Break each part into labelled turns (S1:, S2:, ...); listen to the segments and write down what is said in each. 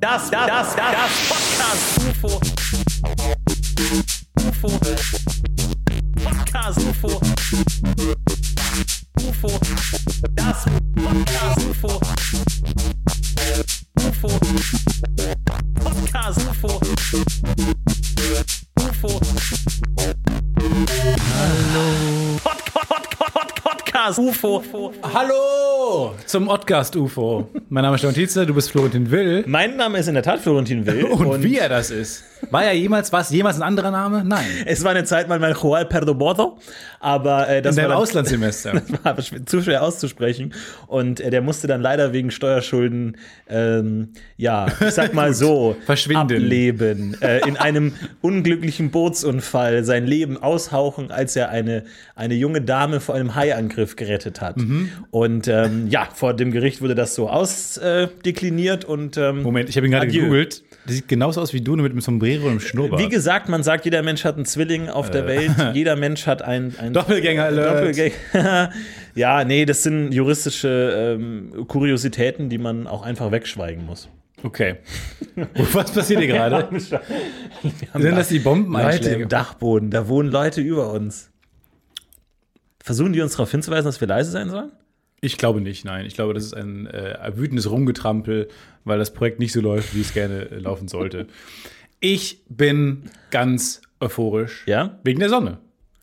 S1: Das, das, das, das Podcast UFO. UFO. Podcast UFO. UFO. Das Podcast UFO. UFO. Podcast UFO. UFO. Hallo. Pod, Pod, Pod, Pod, Podcast UFO.
S2: Hallo zum Podcast UFO. Mein Name ist Leon Tietze, du bist Florentin Will.
S1: Mein Name ist in der Tat Florentin Will.
S2: Und, wie er das ist. War ja jemals was? Jemals ein anderer Name? Nein.
S1: Es war eine Zeit mal mein Joel Perdoboto, aber äh, das war
S2: In deinem
S1: dann-
S2: Auslandssemester.
S1: war aber schw- zu schwer auszusprechen und äh, der musste dann leider wegen Steuerschulden, ähm, ja, ich sag mal so,
S2: verschwinden.
S1: ableben, äh, in einem unglücklichen Bootsunfall sein Leben aushauchen, als er eine, eine junge Dame vor einem Haiangriff gerettet hat.
S2: Mhm.
S1: Und ähm, ja, vor dem Gericht wurde das so ausdekliniert und ähm,
S2: Moment, ich habe ihn gerade
S1: Adieu.
S2: gegoogelt. Der sieht genauso aus wie du, nur mit einem Sombrero und einem
S1: Wie
S2: Schnurrbart.
S1: gesagt, man sagt, jeder Mensch hat einen Zwilling auf
S2: Äh.
S1: der Welt, jeder Mensch hat einen, einen
S2: Doppelgänger-Alert.
S1: Doppelgänger. ja, nee, das sind juristische ähm, Kuriositäten, die man auch einfach wegschweigen muss.
S2: Okay. Was passiert hier gerade? Sind das die
S1: Leute
S2: Bombeneinschläge?
S1: im Dachboden, da wohnen Leute über uns. Versuchen die uns darauf hinzuweisen, dass wir leise sein sollen?
S2: Ich glaube nicht, nein. Ich glaube, das ist ein äh, wütendes Rumgetrampel, weil das Projekt nicht so läuft, wie es gerne äh, laufen sollte. Ich bin ganz euphorisch.
S1: Ja?
S2: Wegen der Sonne.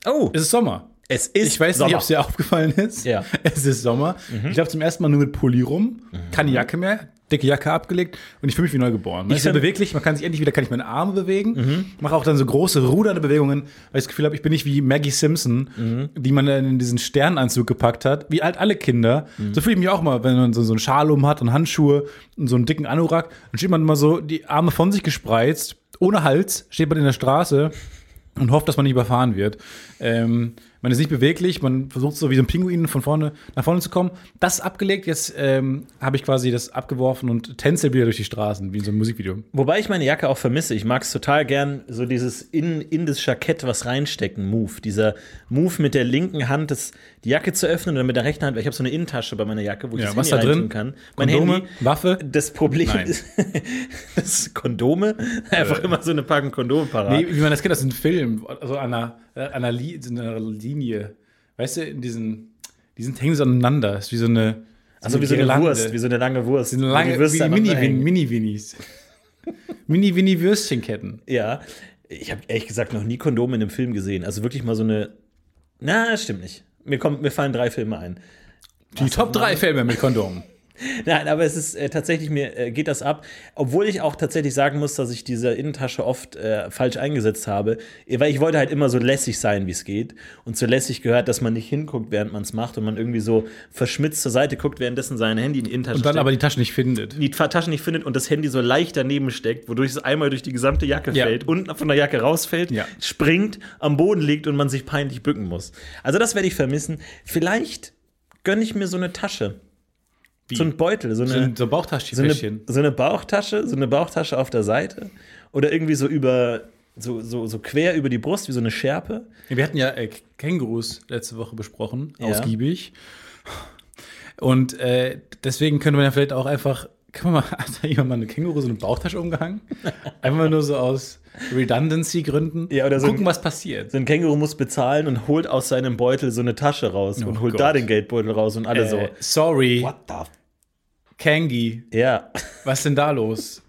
S1: Oh,
S2: Es ist Sommer.
S1: es ist
S2: Ich weiß nicht, ob es dir aufgefallen ist.
S1: Ja. Mhm.
S2: Es ist Sommer. Ich laufe zum ersten Mal nur mit Pulli rum, keine Jacke mehr, dicke Jacke abgelegt und ich fühle mich wie neugeboren. Man ist so
S1: find- Mhm.
S2: beweglich, man kann sich endlich wieder, kann ich meine Arme bewegen, mache auch dann so große rudernde Bewegungen, weil ich das Gefühl habe, ich bin nicht wie Maggie Simpson,
S1: Mhm.
S2: die man dann in diesen Sternanzug gepackt hat, wie alt alle Kinder.
S1: Mhm.
S2: So fühle ich mich auch mal, wenn man so, so einen Schal um hat und Handschuhe und so einen dicken Anorak, dann steht man immer so die Arme von sich gespreizt, ohne Hals, steht man in der Straße und hofft, dass man nicht überfahren wird. Ähm, man ist nicht beweglich, man versucht so wie so ein Pinguin von vorne nach vorne zu kommen. Das ist abgelegt, jetzt ähm, habe ich quasi das abgeworfen und tänzel wieder durch die Straßen, wie in so einem Musikvideo.
S1: Wobei ich meine Jacke auch vermisse. Ich mag es total gern, so dieses in, in das Jackett was reinstecken, Move. Dieser Move mit der linken Hand, das, die Jacke zu öffnen oder mit der rechten Hand, weil ich habe so eine Innentasche bei meiner Jacke, wo ich
S2: Ja,
S1: das
S2: was
S1: Handy
S2: da drin?
S1: reintun kann. Mein
S2: Kondome,
S1: Handy.
S2: Waffe?
S1: Das Problem
S2: Nein. Äh.
S1: ist, das Kondome, einfach immer so eine Packung Kondome parat.
S2: Nee, wie man das kennt aus einem Film, also an einer, äh, an einer, Li so einer Linie. Weißt du, in diesen, die sind hängen so aneinander. Das ist wie so eine.
S1: also wie so eine
S2: Girlande.
S1: Wurst, wie so eine lange Wurst.
S2: so eine
S1: Wo
S2: lange,
S1: die Würste
S2: wie
S1: aneinander
S2: Mini-
S1: hängen.
S2: Mini-Winnies. Mini-Winnie-Würstchenketten.
S1: Ja. Ich habe ehrlich gesagt noch nie Kondome in einem Film gesehen. Also wirklich mal so eine. Na, stimmt nicht. Mir, kommt, mir fallen drei Filme ein.
S2: Die Top 3 Filme mit Kondomen.
S1: Nein, aber es ist äh, tatsächlich, mir äh, geht das ab. Obwohl ich auch tatsächlich sagen muss, dass ich diese Innentasche oft äh, falsch eingesetzt habe, weil ich wollte halt immer so lässig sein, wie es geht. Und zu lässig gehört, dass man nicht hinguckt, während man es macht und man irgendwie so verschmitzt zur Seite guckt, währenddessen sein Handy in die Innentasche
S2: Und dann
S1: steckt,
S2: aber die Tasche nicht findet.
S1: die Tasche nicht findet und das Handy so leicht daneben steckt, wodurch es einmal durch die gesamte Jacke
S2: Ja.
S1: fällt, unten von der Jacke rausfällt,
S2: Ja.
S1: springt, am Boden liegt und man sich peinlich bücken muss. Also das werde ich vermissen. Vielleicht gönne ich mir so eine Tasche. So ein Beutel, so eine,
S2: So ein so
S1: so
S2: Bauchtaschentäschchen.
S1: eine, Ne. so eine Bauchtasche, so eine Bauchtasche auf der Seite oder irgendwie so über so, so, so quer über die Brust wie so eine Schärpe.
S2: Ja, Wir hatten ja äh, Kängurus letzte Woche besprochen,
S1: Ja.
S2: ausgiebig. Und äh, deswegen könnte man ja vielleicht auch einfach, kann man mal, hat da jemand mal eine Känguru so eine Bauchtasche umgehangen? Einfach nur so aus Redundancy-Gründen.
S1: Ja, oder so
S2: Gucken,
S1: ein-
S2: was passiert.
S1: So ein Känguru muss bezahlen und holt aus seinem Beutel so eine Tasche raus und holt
S2: Oh Gott.
S1: da den Geldbeutel raus und alle so.
S2: Äh, sorry,
S1: What the?
S2: Kangi,
S1: Ja.
S2: was ist denn da los?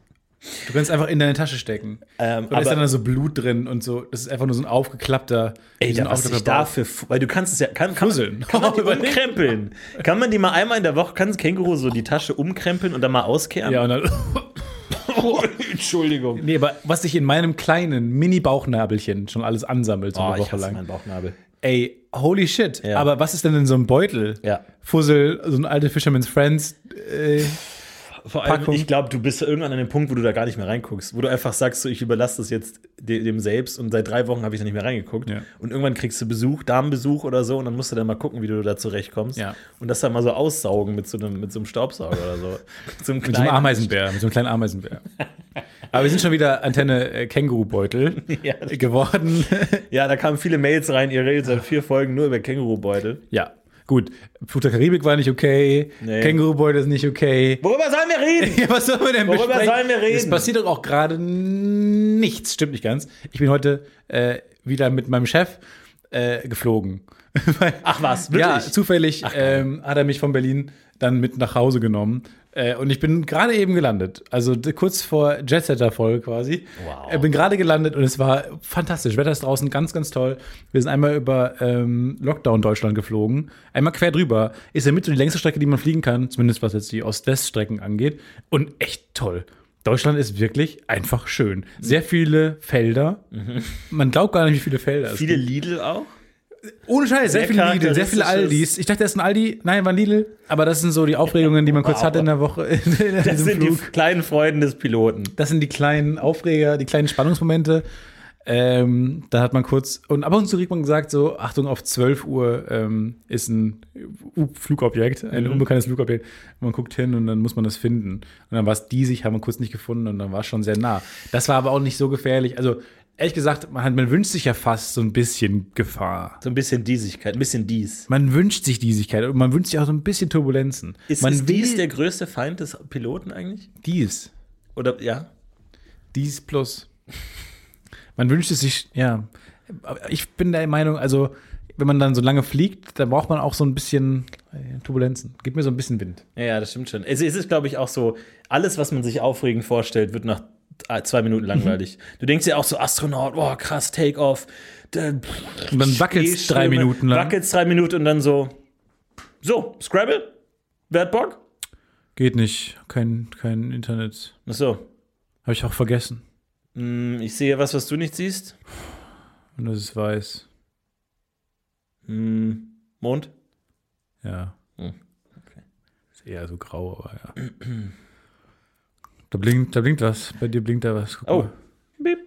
S2: Du kannst einfach in deine Tasche stecken.
S1: Ähm,
S2: und da ist
S1: aber-
S2: dann da so Blut drin und so. Das ist einfach nur so ein aufgeklappter.
S1: Ey,
S2: wie so ein
S1: da, was ich
S2: aufgeklappter Bauch.
S1: dafür, weil du kannst es ja, kann, kann,
S2: Fusseln.
S1: kann man die
S2: Überleg mal.
S1: umkrempeln. Kann man die mal einmal in der Woche, kann das Känguru so die Tasche umkrempeln und dann mal auskehren?
S2: Ja, und dann.
S1: Oh, Entschuldigung.
S2: Nee, aber was sich in meinem kleinen Mini-Bauchnabelchen schon alles ansammelt, so
S1: Oh,
S2: eine
S1: ich
S2: Woche
S1: hasse
S2: lang.
S1: meinen Bauchnabel.
S2: Ey, holy shit.
S1: Ja.
S2: Aber was ist denn in so einem Beutel?
S1: Ja.
S2: Fussel, so ein alte Fisherman's Friends. Äh,
S1: Vor allem,
S2: Packung.
S1: ich glaube, du bist irgendwann an dem Punkt, wo du da gar nicht mehr reinguckst, wo du einfach sagst, so, ich überlasse das jetzt de- dem selbst und seit drei Wochen habe ich da nicht mehr reingeguckt.
S2: Ja.
S1: Und irgendwann kriegst du Besuch, Damenbesuch oder so und dann musst du dann mal gucken, wie du da zurechtkommst.
S2: Ja.
S1: Und das dann mal so aussaugen mit so einem, mit so einem Staubsauger oder so. Mit so einem
S2: mit so einem
S1: kleinen-
S2: Ameisenbär, mit so einem kleinen Ameisenbär. aber wir sind schon wieder Antenne äh, Kängurubeutel
S1: Ja.
S2: geworden.
S1: Ja, da kamen viele Mails rein, ihr redet seit vier Folgen nur über Kängurubeutel.
S2: ja. Gut, Fluch der Karibik war nicht okay,
S1: Nee.
S2: Kängurubeut ist nicht okay.
S1: Worüber sollen wir reden?
S2: Ja, was sollen wir denn
S1: Worüber
S2: besprechen?
S1: sollen wir reden?
S2: Es passiert doch auch gerade nichts. Stimmt nicht ganz. Ich bin heute äh, wieder mit meinem Chef äh, geflogen. Weil-
S1: Ach was, wirklich?
S2: Ja, zufällig ähm, hat er mich von Berlin dann mit nach Hause genommen. Äh, und ich bin gerade eben gelandet. Also d- kurz vor Jet Set Erfolg quasi.
S1: Wow.
S2: Äh, bin gerade gelandet und es war fantastisch. Wetter ist draußen ganz, ganz toll. Wir sind einmal über ähm, Lockdown Deutschland geflogen. Einmal quer drüber. Ist in der Mitte die längste Strecke, die man fliegen kann. Zumindest was jetzt die Ost-West-Strecken angeht. Und echt toll. Deutschland ist wirklich einfach schön. Sehr viele Felder. Man glaubt gar nicht, wie viele Felder es
S1: Mhm. Viele Lidl auch?
S2: ohne Scheiß, sehr,
S1: Sehr
S2: viele Lidl, sehr viele
S1: charakteristisches-
S2: Aldis. Ich dachte, das ist ein Aldi. Nein, war ein Lidl. Aber das sind so die Aufregungen, die man kurz
S1: Wow.
S2: hatte in der Woche. In
S1: Das
S2: diesem
S1: sind
S2: Flug.
S1: die kleinen Freuden des Piloten.
S2: das sind die kleinen Aufreger, die kleinen Spannungsmomente. Ähm, da hat man kurz, und ab und zu kriegt man gesagt, so, Achtung, auf 12 Uhr ähm, ist ein U- Flugobjekt, ein
S1: Mhm.
S2: unbekanntes Flugobjekt. Und man guckt hin und dann muss man das finden. Und dann war es diesig, haben wir kurz nicht gefunden und dann war es schon sehr nah. Das war aber auch nicht so gefährlich. Also, ehrlich gesagt, man, hat, man wünscht sich ja fast so ein bisschen Gefahr.
S1: So ein bisschen Diesigkeit, ein bisschen dies.
S2: Man wünscht sich Diesigkeit und man wünscht sich auch so ein bisschen Turbulenzen.
S1: Ist,
S2: man
S1: ist dies der größte Feind des Piloten eigentlich?
S2: dies.
S1: Oder ja?
S2: Dies plus. Man wünscht es sich, ja. Aber Ich bin der Meinung, also, wenn man dann so lange fliegt, dann braucht man auch so ein bisschen äh, Turbulenzen. Gib mir so ein bisschen Wind.
S1: Ja, ja, das stimmt schon. Es, es ist, glaube ich, auch so, alles, was man sich aufregend vorstellt, wird nach äh, zwei
S2: Mhm.
S1: Minuten langweilig. Du denkst dir auch so, Astronaut, boah, krass, Take-off. Dann
S2: Und dann wackelt's drei Minuten lang.
S1: Wackelst drei Minuten und dann so, so, Scrabble? Wer hat Bock?
S2: Geht nicht. Kein, kein Internet.
S1: Achso,
S2: Habe ich auch vergessen.
S1: Hm, ich sehe was, was du nicht siehst.
S2: Und das ist weiß.
S1: Hm, Mond?
S2: Ja.
S1: Hm,
S2: Ist eher so grau, aber ja. Da blinkt, da blinkt was. Bei dir blinkt da was. Guck
S1: Oh,
S2: mal.
S1: Beep.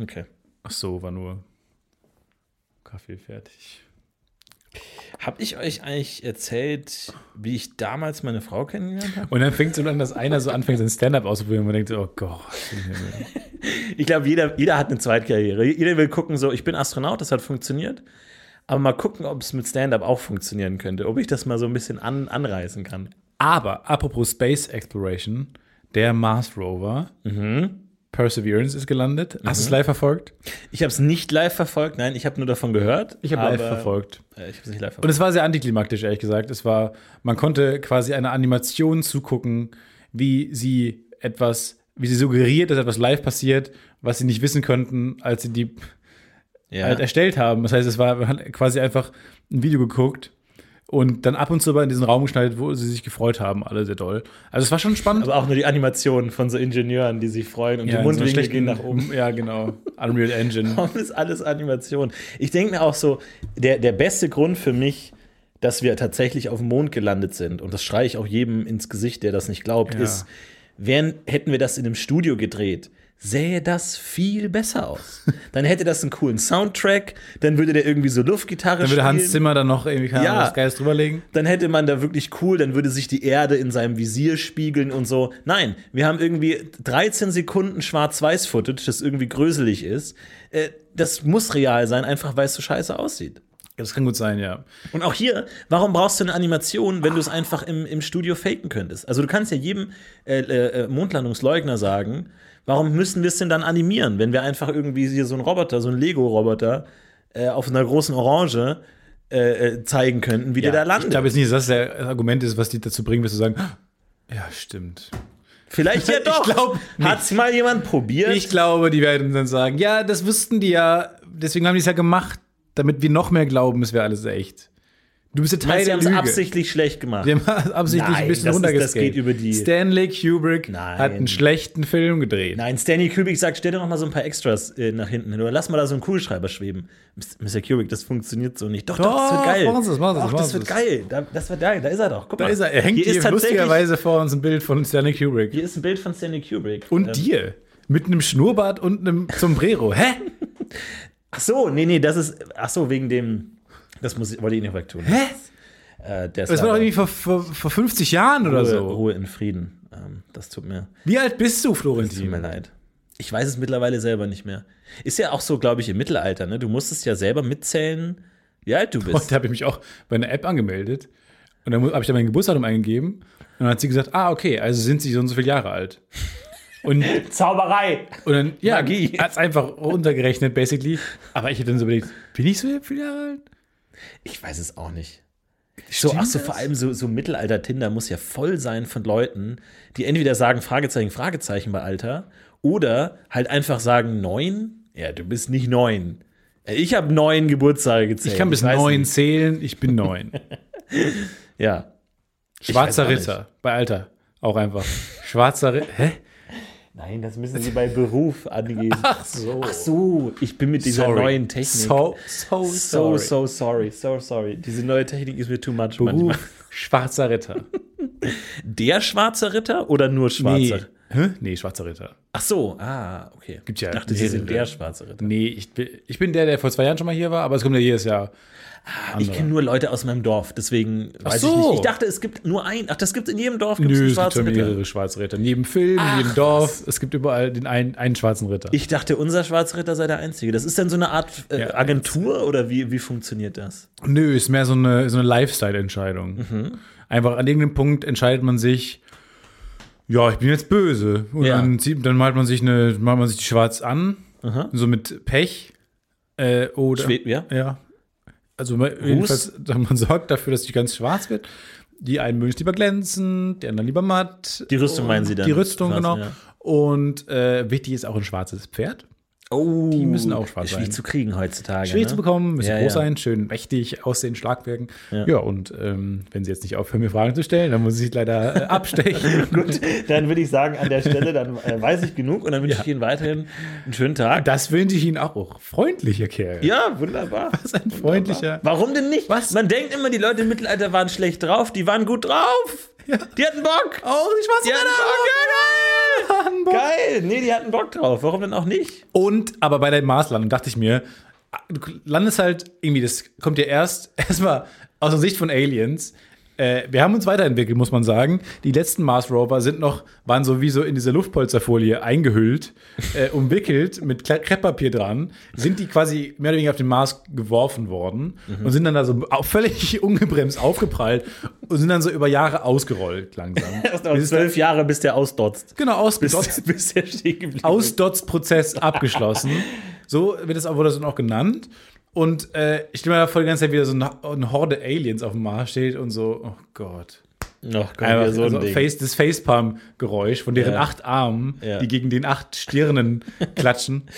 S1: Okay.
S2: Ach so, war nur Kaffee fertig.
S1: Hab ich euch eigentlich erzählt, wie ich damals meine Frau kennengelernt habe?
S2: Und dann fängt es so an, dass einer so anfängt, sein Stand-up auszuprobieren und man denkt, so, oh Gott.
S1: Ich glaube, jeder, jeder hat eine Zweitkarriere. Jeder will gucken, so, ich bin Astronaut, das hat funktioniert. Aber mal gucken, ob es mit Stand-up auch funktionieren könnte. Ob ich das mal so ein bisschen an, anreißen kann.
S2: Aber apropos Space Exploration, der Mars Rover Perseverance ist gelandet. Hast du es live verfolgt?
S1: Ich habe es nicht live verfolgt, nein, ich habe nur davon gehört.
S2: Aber-
S1: aber,
S2: verfolgt.
S1: Äh, ich habe es nicht live
S2: Und
S1: verfolgt.
S2: es war sehr antiklimaktisch, ehrlich gesagt. Es war, man konnte quasi einer Animation zugucken, wie sie etwas, wie sie suggeriert, dass etwas live passiert, was sie nicht wissen könnten, als sie die
S1: Ja.
S2: halt erstellt haben. Das heißt, es war man hat quasi einfach ein Video geguckt und dann ab und zu mal in diesen Raum geschneidet, wo sie sich gefreut haben, alle sehr doll. Also es war schon spannend.
S1: aber auch nur die Animationen von so Ingenieuren, die sich freuen und
S2: Ja,
S1: die
S2: in so einer
S1: Mundwinkel
S2: schlechten-
S1: gehen nach oben. Oh,
S2: Ja, genau. Unreal Engine.
S1: Warum ist alles Animation? Ich denke mir auch so, der, der beste Grund für mich, dass wir tatsächlich auf dem Mond gelandet sind, und das schreie ich auch jedem ins Gesicht, der das nicht glaubt,
S2: Ja.
S1: ist, wären, hätten wir das in einem Studio gedreht, sähe das viel besser aus. dann hätte das einen coolen Soundtrack, dann würde der irgendwie so Luftgitarre
S2: Dann würde
S1: spielen.
S2: Hans Zimmer dann noch irgendwie keine Ahnung,
S1: Ja.
S2: was Geiles drüberlegen.
S1: dann hätte man da wirklich cool, dann würde sich die Erde in seinem Visier spiegeln und so. Nein, wir haben irgendwie 13 Sekunden Schwarz-Weiß-Footage, das irgendwie gröselig ist. Äh, das muss real sein, einfach weil es so scheiße aussieht.
S2: Das kann gut sein, ja.
S1: Und auch hier, warum brauchst du eine Animation, wenn du es einfach im, im Studio faken könntest? Also du kannst ja jedem äh, äh, äh, Mondlandungsleugner sagen, warum müssen wir es denn dann animieren, wenn wir einfach irgendwie hier so einen Roboter, so einen Lego-Roboter äh, auf einer großen Orange äh, äh, zeigen könnten, wie der da
S2: Ich
S1: landet.
S2: glaube jetzt nicht, dass das der Argument ist, was die dazu bringen, dass zu sagen, ja, stimmt.
S1: Vielleicht ja doch.
S2: Ich glaub nicht.
S1: Hat's mal jemand probiert?
S2: Ich glaube, die werden dann sagen, ja, das wüssten die ja, deswegen haben die es ja gemacht, damit wir noch mehr glauben, es wäre alles echt. Du bist ja Teil
S1: Meinst, sie
S2: der
S1: haben es
S2: Lüge.
S1: absichtlich schlecht gemacht.
S2: Die haben absichtlich
S1: Nein,
S2: ein bisschen
S1: das ist- das
S2: runtergescaled.
S1: geht über die-
S2: Stanley Kubrick
S1: Nein.
S2: hat einen schlechten Film gedreht.
S1: Nein, Stanley Kubrick sagt, stell dir noch mal so ein paar Extras äh, nach hinten hin oder lass mal da so einen Kugelschreiber schweben. Mr. Mr. Kubrick, das funktioniert so nicht. Doch, doch, das wird
S2: Doch,
S1: geil.
S2: machen Sie es, machen Sie es,
S1: Doch,
S2: machen
S1: das
S2: Sie
S1: wird
S2: es.
S1: geil. Da, das wird geil. Da ist er doch. Guck
S2: Da
S1: mal.
S2: ist er. Er hängt
S1: hier,
S2: hier
S1: ist tatsächlich,
S2: lustigerweise vor uns ein Bild von Stanley Kubrick.
S1: hier ist ein Bild von Stanley Kubrick.
S2: Und
S1: Ähm,
S2: dir. Mit einem Schnurrbart und einem Sombrero. Hä?
S1: Ach so, nee, nee, das ist. Ach so, wegen dem. Das muss ich, wollte ich nicht wegtun.
S2: Hä?
S1: Äh, der ist
S2: Das war doch
S1: aber-
S2: irgendwie vor, vor, vor 50 Jahren oder
S1: Ruhe,
S2: so.
S1: Ruhe in Frieden. Ähm, das tut mir.
S2: Wie alt bist du,
S1: Tut mir
S2: Florentin?
S1: leid. Ich weiß es mittlerweile selber nicht mehr. Ist ja auch so, glaube ich, im Mittelalter. Ne? Du musstest ja selber mitzählen, Wie alt du bist.
S2: Heute habe ich mich auch bei einer App angemeldet und dann habe ich da mein Geburtsdatum eingegeben und dann hat sie gesagt, ah, okay, also sind sie so und so viele Jahre alt. Und,
S1: Zauberei.
S2: und dann, ja,
S1: Magie.
S2: hat es einfach runtergerechnet, basically. Aber ich hätte dann so überlegt, bin ich so viele Jahre alt?
S1: Ich weiß es auch nicht. So, ach so,
S2: das?
S1: vor allem so, so Mittelalter-Tinder muss ja voll sein von Leuten, die entweder sagen Fragezeichen, Fragezeichen bei Alter oder halt einfach sagen neun. Ja, du bist nicht neun. Äh, Ich habe neun Geburtstage gezählt.
S2: Ich kann bis
S1: weiß
S2: neun
S1: nicht.
S2: zählen, ich bin neun.
S1: Ja. weiß
S2: Schwarzer
S1: auch nicht.
S2: Ritter, bei Alter, auch einfach. Schwarzer Ritter, hä?
S1: Nein, das müssen sie bei Beruf angeben.
S2: Ach so.
S1: Ach so, ich bin mit dieser
S2: Sorry.
S1: neuen Technik.
S2: So, so,
S1: so,
S2: sorry.
S1: so sorry, so sorry. Diese neue Technik ist mir too much manchmal.
S2: Beruf, schwarzer Ritter.
S1: Der schwarze Ritter oder nur schwarzer?
S2: Nee. Hä? Nee, schwarzer Ritter.
S1: Ach so, ah, okay.
S2: Gibt's ja
S1: ich dachte, sie sind
S2: mehrere.
S1: der schwarze Ritter.
S2: Nee, ich bin, ich bin der, der vor zwei Jahren schon mal hier war, aber es kommt ja jedes Jahr.
S1: Ich kenne nur Leute aus meinem Dorf, deswegen weiß ich
S2: so.
S1: nicht. Ich dachte, es gibt nur einen. Ach, das gibt in jedem Dorf gibt's
S2: Nö,
S1: einen
S2: es gibt schon
S1: schwarzen Ritter.
S2: mehrere schwarze Ritter. In jedem Film, in jedem Dorf, es gibt überall den einen, einen schwarzen Ritter.
S1: Ich dachte, unser schwarzer Ritter sei der einzige. Das ist dann so eine Art äh,
S2: Ja,
S1: Agentur oder wie, wie funktioniert das?
S2: Nö, ist mehr so eine, so eine Lifestyle-Entscheidung.
S1: Mhm.
S2: Einfach an irgendeinem Punkt entscheidet man sich, ja, ich bin jetzt böse. Und
S1: Ja.
S2: dann, zieht, dann malt man sich eine, malt man sich die schwarz an,
S1: Aha.
S2: so mit Pech. Äh, oder
S1: Schwed ja?
S2: Ja. Also ma- jedenfalls, man sorgt dafür, dass die ganz schwarz wird. Die einen mögen es lieber glänzend, die anderen lieber matt.
S1: Die Rüstung
S2: Und
S1: meinen Sie dann?
S2: Die Rüstung,
S1: Schwarz,
S2: genau.
S1: ja.
S2: Und äh, wichtig ist auch ein schwarzes Pferd.
S1: Oh, die
S2: müssen auch schwarz
S1: Schwierig
S2: sein.
S1: zu kriegen heutzutage.
S2: Schwierig
S1: ne?
S2: zu bekommen, müssen
S1: Ja,
S2: groß
S1: ja.
S2: sein, schön mächtig, aussehen, Schlagwerken. Ja, und ähm, wenn sie jetzt nicht aufhören, mir Fragen zu stellen, dann muss ich leider äh, abstechen.
S1: Gut, dann würde ich sagen, an der Stelle, dann äh, weiß ich genug und dann wünsche
S2: Ja.
S1: ich Ihnen weiterhin einen schönen Tag.
S2: Das wünsche ich Ihnen auch. Freundlicher Kerl.
S1: ja, wunderbar.
S2: Das ist ein freundlicher.
S1: Warum denn nicht?
S2: Was?
S1: Man denkt immer, die Leute im Mittelalter waren schlecht drauf, die waren gut drauf. Die hatten Bock.
S2: Oh, die schwarze
S1: Die hatten Bock.
S2: Ritter! Mann, Bock.
S1: Geil. Nee, die hatten Bock drauf. Warum denn auch nicht?
S2: Und aber bei der Marslandung dachte ich mir, du landest halt irgendwie, das kommt ja erst erstmal aus der Sicht von Aliens. Äh, wir haben uns weiterentwickelt, muss man sagen. Die letzten Mars Rover sind noch, waren sowieso in diese Luftpolsterfolie eingehüllt, äh, umwickelt mit Kle- Krepppapier dran, sind die quasi mehr oder weniger auf den Mars geworfen worden und sind dann da so au- völlig ungebremst aufgeprallt und sind dann so über Jahre ausgerollt langsam.
S1: Erst noch zwölf Jahre, bis der ausdotzt.
S2: genau, ausgerollt
S1: Bis, bis der stehen geblieben ist.
S2: Ausdots-Prozess abgeschlossen. So wird es auch, wurde das auch genannt. Und äh, ich stelle mir da vor, die ganze Zeit wieder so eine, eine Horde Aliens auf dem Mars steht und so, oh Gott.
S1: Noch kommt
S2: Einfach
S1: wieder so ein
S2: also
S1: Ding.
S2: Face, das Facepalm-Geräusch von deren
S1: Ja.
S2: acht Armen,
S1: Ja.
S2: die gegen den acht Stirnen klatschen.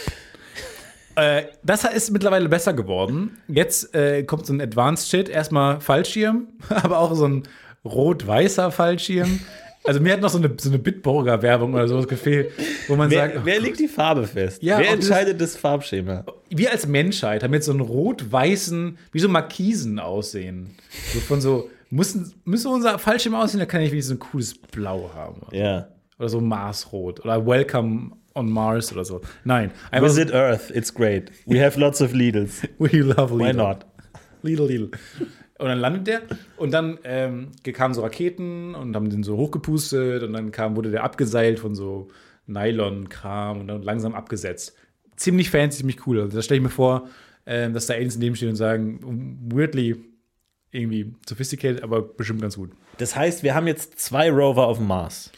S2: Äh, das ist mittlerweile besser geworden. Jetzt äh, kommt so ein Advanced Shit. Erstmal Fallschirm, aber auch so ein rot-weißer Fallschirm. Also mir hat noch so eine, so eine Bitburger-Werbung oder sowas gefehlt, wo man sagt,
S1: Wer, wer legt die Farbe fest?
S2: Ja,
S1: wer
S2: auch das-
S1: entscheidet das Farbschema?
S2: wir als Menschheit haben jetzt so einen rot-weißen, wie so Markisen aussehen. So von so, müssen, müssen unser Fallschirm aussehen, da kann ich wenigstens ein cooles Blau haben.
S1: Ja.
S2: Oder so Marsrot. Oder Welcome on Mars oder so. Nein. Einfach so,
S1: Visit Earth, it's great. We have lots of Lidls.
S2: we love Lidl.
S1: Why not?
S2: Lidl, Lidl. Und dann landet der. Und dann ähm, kamen so Raketen und haben den so hochgepustet. Und dann kam, wurde der abgeseilt von so Nylon-Kram und dann langsam abgesetzt. Ziemlich fancy, ziemlich cool. Also da stelle ich mir vor, ähm, dass da Aliens neben stehen und sagen, weirdly irgendwie sophisticated, aber bestimmt ganz gut.
S1: Das heißt, wir haben jetzt zwei Rover auf dem Mars.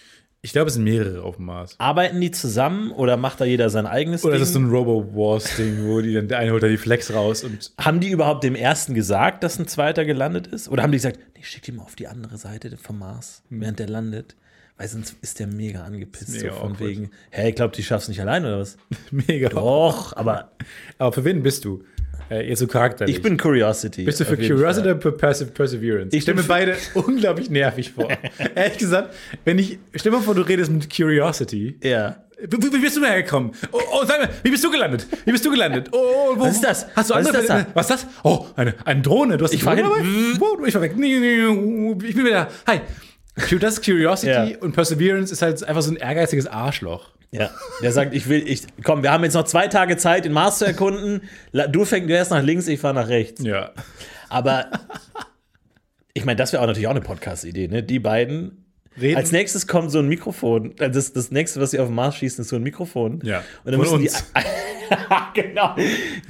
S2: Ich glaube, es sind mehrere auf dem Mars.
S1: Arbeiten die zusammen oder macht da jeder sein eigenes
S2: Oder
S1: Ding?
S2: das ist so ein Robo-Wars-Ding, wo die dann, der eine holt da die Flex raus und
S1: haben die überhaupt dem ersten gesagt, dass ein zweiter gelandet ist? Oder haben die gesagt, nee, schick ihn mal auf die andere Seite vom Mars, während der landet? Weil sonst ist der mega angepisst.
S2: Hm. Mega
S1: so von
S2: awkward.
S1: wegen, hey, ich glaube, die schaffst nicht allein oder was?
S2: Mega.
S1: Och, aber
S2: Aber für wen bist du? Äh, jetzt so charakterlich.
S1: ich bin Curiosity.
S2: Bist du für
S1: auf jeden
S2: Curiosity
S1: Fall.
S2: oder für Perse Perseverance?
S1: Ich
S2: Ich stelle
S1: bin
S2: mir
S1: für-
S2: beide unglaublich nervig vor. Ehrlich gesagt, wenn ich. Stell dir mal vor, du redest mit Curiosity.
S1: Ja.
S2: Wie, wie bist du da hergekommen? Oh, oh, sag mir, wie bist du gelandet? Wie bist du gelandet? Oh, oh, wo,
S1: Was ist das?
S2: Hast du
S1: Was
S2: andere
S1: ist das da?
S2: Was ist das? Oh, eine, eine Drohne. Du hast
S1: Ich
S2: eine
S1: fahr
S2: Drohne
S1: hin.
S2: dabei? Wow, ich war weg. Nee, nee, nee, Ich bin wieder da. Hi. Das ist Curiosity
S1: Ja.
S2: und Perseverance ist halt einfach so ein ehrgeiziges Arschloch.
S1: Ja, der sagt, ich will, ich, komm, wir haben jetzt noch zwei Tage Zeit, den Mars zu erkunden. La- Du fängst du erst nach links, ich fahr nach rechts.
S2: Ja.
S1: Aber ich meine, das wäre auch natürlich auch eine Podcast-Idee, ne? Die beiden
S2: Reden?
S1: Als nächstes kommt so ein Mikrofon. Also Das, das nächste, was sie auf den Mars schießen, ist so ein Mikrofon.
S2: Ja.
S1: Und dann
S2: Von
S1: müssen
S2: uns.
S1: die. genau.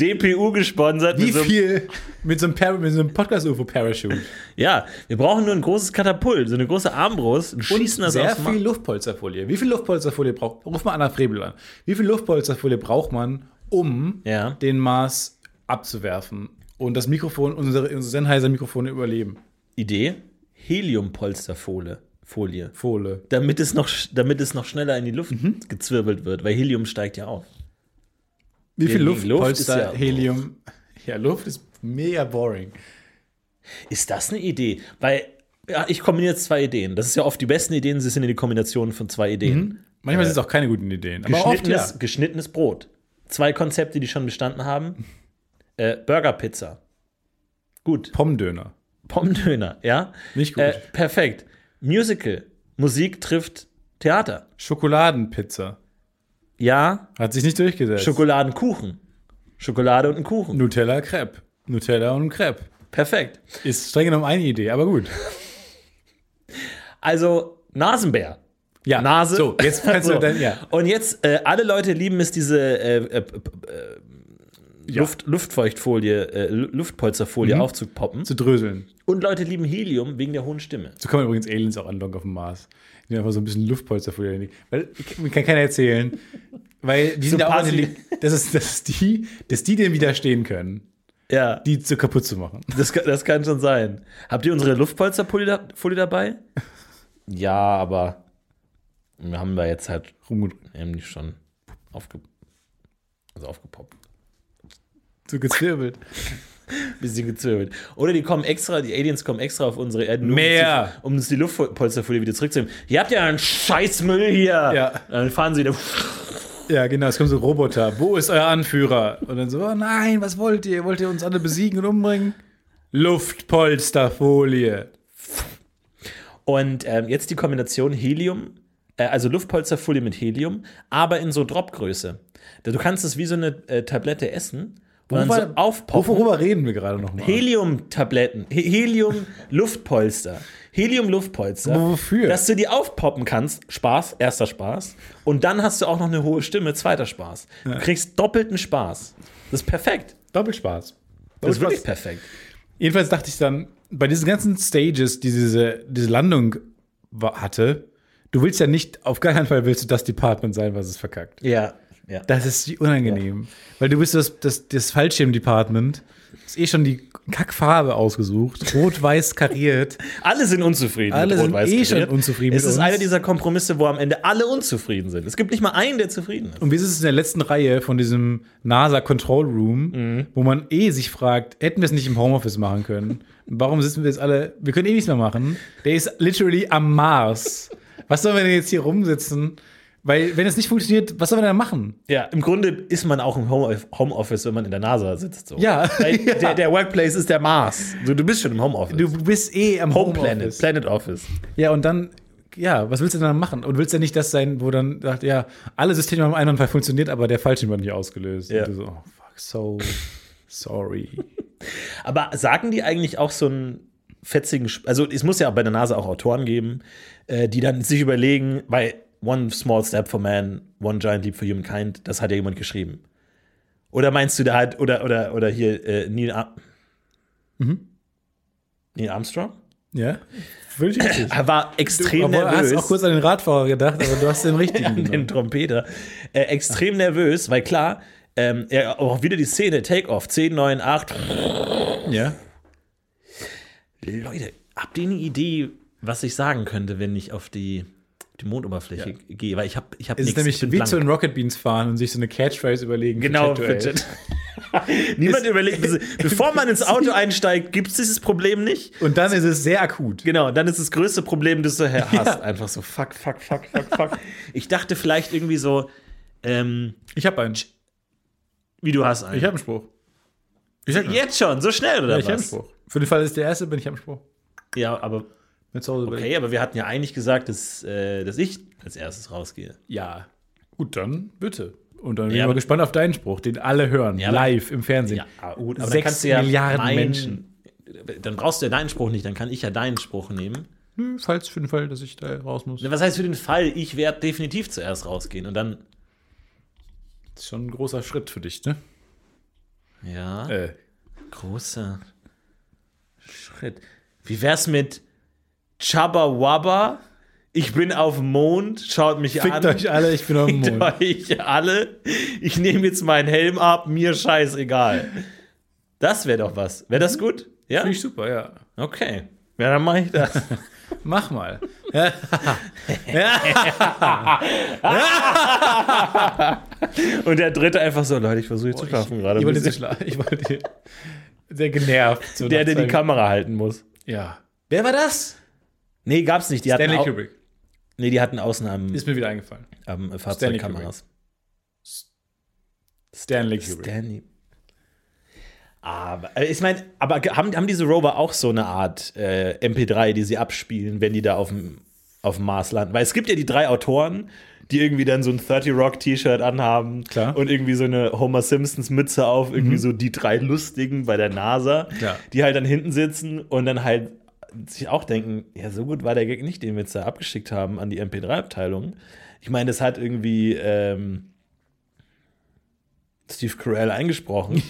S1: DPU gesponsert.
S2: Wie
S1: mit so einem-
S2: viel mit so einem, Par- mit so einem Podcast-UFO-Parachute?
S1: Ja, wir brauchen nur ein großes Katapult, so eine große Armbrust und schießen das
S2: sehr
S1: aufs Ma-
S2: viel Luftpolsterfolie. Wie viel Luftpolsterfolie braucht Ruf mal Anna Frebel an. Wie viel Luftpolsterfolie braucht man, um
S1: Ja.
S2: den Mars abzuwerfen und das Mikrofon, unsere, unsere Sennheiser-Mikrofone überleben?
S1: Idee: Heliumpolsterfolie. Folie.
S2: Fohle.
S1: Damit es, noch, sch- damit es noch schneller in die Luft
S2: Mhm.
S1: gezwirbelt wird, weil Helium steigt ja auf.
S2: Wie viel
S1: Wegen Luft ist
S2: Luftpolster,
S1: ja-
S2: Helium? Ja, Luft ist mega boring.
S1: Ist das eine Idee? Weil ja, ich kombiniere jetzt zwei Ideen. Das ist ja oft die besten Ideen, sie sind ja die Kombination von zwei Ideen.
S2: Manchmal sind es auch keine guten Ideen. Aber oft,
S1: Geschnittenes,
S2: ja.
S1: geschnittenes Brot. Zwei Konzepte, die schon bestanden haben. Äh, Burger-Pizza. Gut.
S2: Pommdöner.
S1: Pommdöner, ja?
S2: Nicht gut.
S1: Äh, perfekt. Musical. Musik trifft Theater.
S2: Schokoladenpizza.
S1: Ja.
S2: Hat sich nicht durchgesetzt.
S1: Schokoladenkuchen. Schokolade und ein Kuchen.
S2: Nutella Crepe. Nutella und Crepe.
S1: Perfekt.
S2: Ist streng genommen eine Idee, aber gut.
S1: Also Nasenbär.
S2: Ja,
S1: Nase.
S2: So, jetzt kannst
S1: So.
S2: du dann, ja.
S1: Und jetzt, äh, alle Leute lieben es, diese äh, äh, p- p- äh, Luft, Luftfeuchtfolie, äh, Lu-
S2: Mhm.
S1: Luftpolsterfolie aufzupoppen.
S2: Zu dröseln.
S1: Und Leute lieben Helium wegen der hohen Stimme.
S2: So kann man übrigens Aliens auch andocken auf dem Mars. Die einfach so ein bisschen Luftpolsterfolie hinlegen. Weil, mir kann keiner erzählen. Weil die sind ja auch
S1: passiv.
S2: eine, das ist, das ist die, dass die denen widerstehen können,
S1: Ja,
S2: die zu kaputt zu machen.
S1: das, kann- das kann schon sein. Habt ihr unsere Luftpolsterfolie da, Folie dabei? ja, aber wir haben da jetzt halt
S2: Rumgedrückt.
S1: wir haben die schon aufge also aufgepoppt.
S2: So gezwirbelt.
S1: bisschen gezwirbelt. Oder die kommen extra, die Aliens kommen extra auf unsere Erde, nur
S2: Mehr.
S1: Um, uns die, um uns die Luftpolsterfolie wieder zurückzunehmen. Ihr habt ja einen Scheißmüll hier.
S2: Ja.
S1: Dann fahren sie wieder.
S2: Ja, genau. Es kommen so Roboter. Wo ist euer Anführer? Und dann so, oh nein, was wollt ihr? Wollt ihr uns alle besiegen und umbringen? Luftpolsterfolie.
S1: Und ähm, jetzt die Kombination Helium, äh, also Luftpolsterfolie mit Helium, aber in so Dropgröße. Du kannst es wie so eine äh, Tablette essen und dann so aufpoppen.
S2: Worüber reden wir gerade nochmal?
S1: Helium-Tabletten, He- Helium-Luftpolster, Helium-Luftpolster.
S2: Aber wofür?
S1: Dass du die aufpoppen kannst. Spaß, erster Spaß. Und dann hast du auch noch eine hohe Stimme, zweiter Spaß. Du kriegst doppelten Spaß. Das ist perfekt. Das
S2: Doppelspaß.
S1: ist
S2: Doppelspaß.
S1: wirklich perfekt.
S2: Jedenfalls dachte ich dann, bei diesen ganzen Stages, die diese, diese Landung wa- hatte, du willst ja nicht, auf gar keinen Fall willst du das Department sein, was es verkackt.
S1: Ja, ja.
S2: Das ist wie unangenehm. Weil du bist das, das, das Fallschirm-Department, ist eh schon die Kackfarbe ausgesucht, rot-weiß kariert.
S1: Alle sind unzufrieden
S2: Alle sind
S1: Rot-Weiß
S2: eh
S1: Kariert.
S2: schon unzufrieden
S1: Es
S2: mit
S1: ist
S2: uns.
S1: einer dieser Kompromisse, wo am Ende alle unzufrieden sind. Es gibt nicht mal einen, der zufrieden ist.
S2: Und wir sitzen in der letzten Reihe von diesem NASA Control Room,
S1: Mhm.
S2: wo man eh sich fragt, hätten wir es nicht im Homeoffice machen können? Warum sitzen wir jetzt alle? Wir können eh nichts mehr machen. Der ist literally am Mars. Was sollen wir denn jetzt hier rumsitzen? Weil, wenn es nicht funktioniert, was sollen wir denn machen?
S1: Ja, im Grunde ist man auch im Home- Homeoffice, wenn man in der NASA sitzt. So.
S2: Ja.
S1: Weil
S2: Ja.
S1: Der, der Workplace ist der Mars. Du, du bist schon im Homeoffice.
S2: Du bist eh am
S1: Home Planet,
S2: Homeoffice.
S1: Planet Office.
S2: Ja, und dann, ja, was willst du denn dann machen? Und willst du nicht das sein, wo dann sagt, ja, alle Systeme haben einen und Fall funktioniert, aber der Fallschirm wird nicht ausgelöst?
S1: Ja.
S2: Und du so, oh, fuck, so sorry.
S1: Aber sagen die eigentlich auch so einen fetzigen, Sp also es muss ja bei der NASA auch Autoren geben, äh, die dann sich überlegen, weil One Small Step for Man, One Giant Leap for Humankind, das hat ja jemand geschrieben. Oder meinst du, da hat, oder, oder, oder hier äh, Neil, Ar
S2: Mhm.
S1: Neil Armstrong?
S2: ja? Völlig richtig.
S1: Er war extrem
S2: Obwohl,
S1: nervös.
S2: hast auch kurz Genau. an den Radfahrer gedacht, aber du hast den richtigen
S1: an den
S2: genommen.
S1: Trompeter. Äh, extrem nervös, weil klar, ähm, er, auch wieder die Szene, Take-Off, 10, 9, 8.
S2: Ja.
S1: Leute, habt ihr eine Idee, was ich sagen könnte, wenn ich auf die, die Mondoberfläche gehe? Weil ich habe ich hab
S2: Es ist
S1: nichts, ich
S2: nämlich
S1: bin
S2: wie
S1: blank.
S2: zu den Rocket Beans fahren und sich so eine Catchphrase überlegen. für
S1: Genau,
S2: Jet-Duell.
S1: Fidget. Niemand überlegt, diese- bevor man ins Auto einsteigt, gibt es dieses Problem nicht.
S2: Und dann ist es sehr akut.
S1: Genau, dann ist das größte Problem, das du her- hast. Einfach so, fuck, fuck, fuck, fuck, fuck. ich dachte vielleicht irgendwie so, ähm,
S2: Ich habe einen. Ich
S1: wie du hast einen.
S2: habe einen Spruch. Ich habe
S1: Jetzt schon, so schnell oder
S2: ich hab einen
S1: was?
S2: Spruch. Für den Fall, dass ich der Erste bin, ich habe einen Spruch.
S1: Ja, aber
S2: Mir zu Hause überlegt.
S1: okay, aber wir hatten ja eigentlich gesagt, dass, äh, dass ich als erstes rausgehe.
S2: Ja. Gut, dann bitte. Und dann bin
S1: Ja,
S2: ich mal
S1: aber-
S2: gespannt auf deinen Spruch, den alle hören,
S1: Ja, aber-
S2: live im Fernsehen.
S1: ah, gut, aber dann
S2: Sechs
S1: kannst du ja
S2: Milliarden
S1: meinen-
S2: Menschen.
S1: Dann brauchst du ja deinen Spruch nicht, dann kann ich ja deinen Spruch nehmen.
S2: nö, Hm, falls für den Fall, dass ich da raus muss.
S1: Was heißt für den Fall, ich werde definitiv zuerst rausgehen und dann.
S2: Das ist schon ein großer Schritt für dich, ne?
S1: Ja,
S2: Äh.
S1: großer Schritt. Wie wär's mit Chubba Wabba? Ich bin auf dem Mond, schaut mich
S2: Fickt
S1: an.
S2: euch alle, ich bin auf dem
S1: Fickt
S2: Mond.
S1: euch alle. Ich nehme jetzt meinen Helm ab, mir scheißegal. Das wäre doch was. Wäre das gut? Ja?
S2: Finde ich super, ja.
S1: Okay. Ja, dann mache ich das.
S2: Mach mal.
S1: Und der dritte einfach so, Leute, ich versuche zu schlafen gerade.
S2: Ich
S1: ein
S2: wollte
S1: bisschen.
S2: nicht schlafen. Ich wollte sehr genervt. So
S1: Der,
S2: nach
S1: der die
S2: zwei-
S1: Kamera halten muss.
S2: Ja. Wer war das?
S1: Nee, gab's nicht. Die hatten,
S2: Stanley
S1: au-
S2: Kubrick.
S1: nee, die hatten außen am,
S2: Ist mir wieder eingefallen.
S1: am Fahrzeugkameras.
S2: Stanley Kubrick.
S1: Stanley. Aber äh, ich meine, aber ge- haben, haben diese Rover auch so eine Art äh, MP3, die sie abspielen, wenn die da auf dem auf dem Mars landen? Weil es gibt ja die drei Autoren, die irgendwie dann so ein 30 Rock T-Shirt anhaben
S2: Klar. Mhm.
S1: und irgendwie so eine Homer Simpsons Mütze auf, irgendwie so die drei lustigen bei der NASA,
S2: Klar.
S1: die halt dann hinten sitzen und dann halt sich auch denken, ja, so gut war der Gag nicht, den wir jetzt da abgeschickt haben an die MP3-Abteilung. Ich meine, das hat irgendwie ähm, Steve Carell eingesprochen.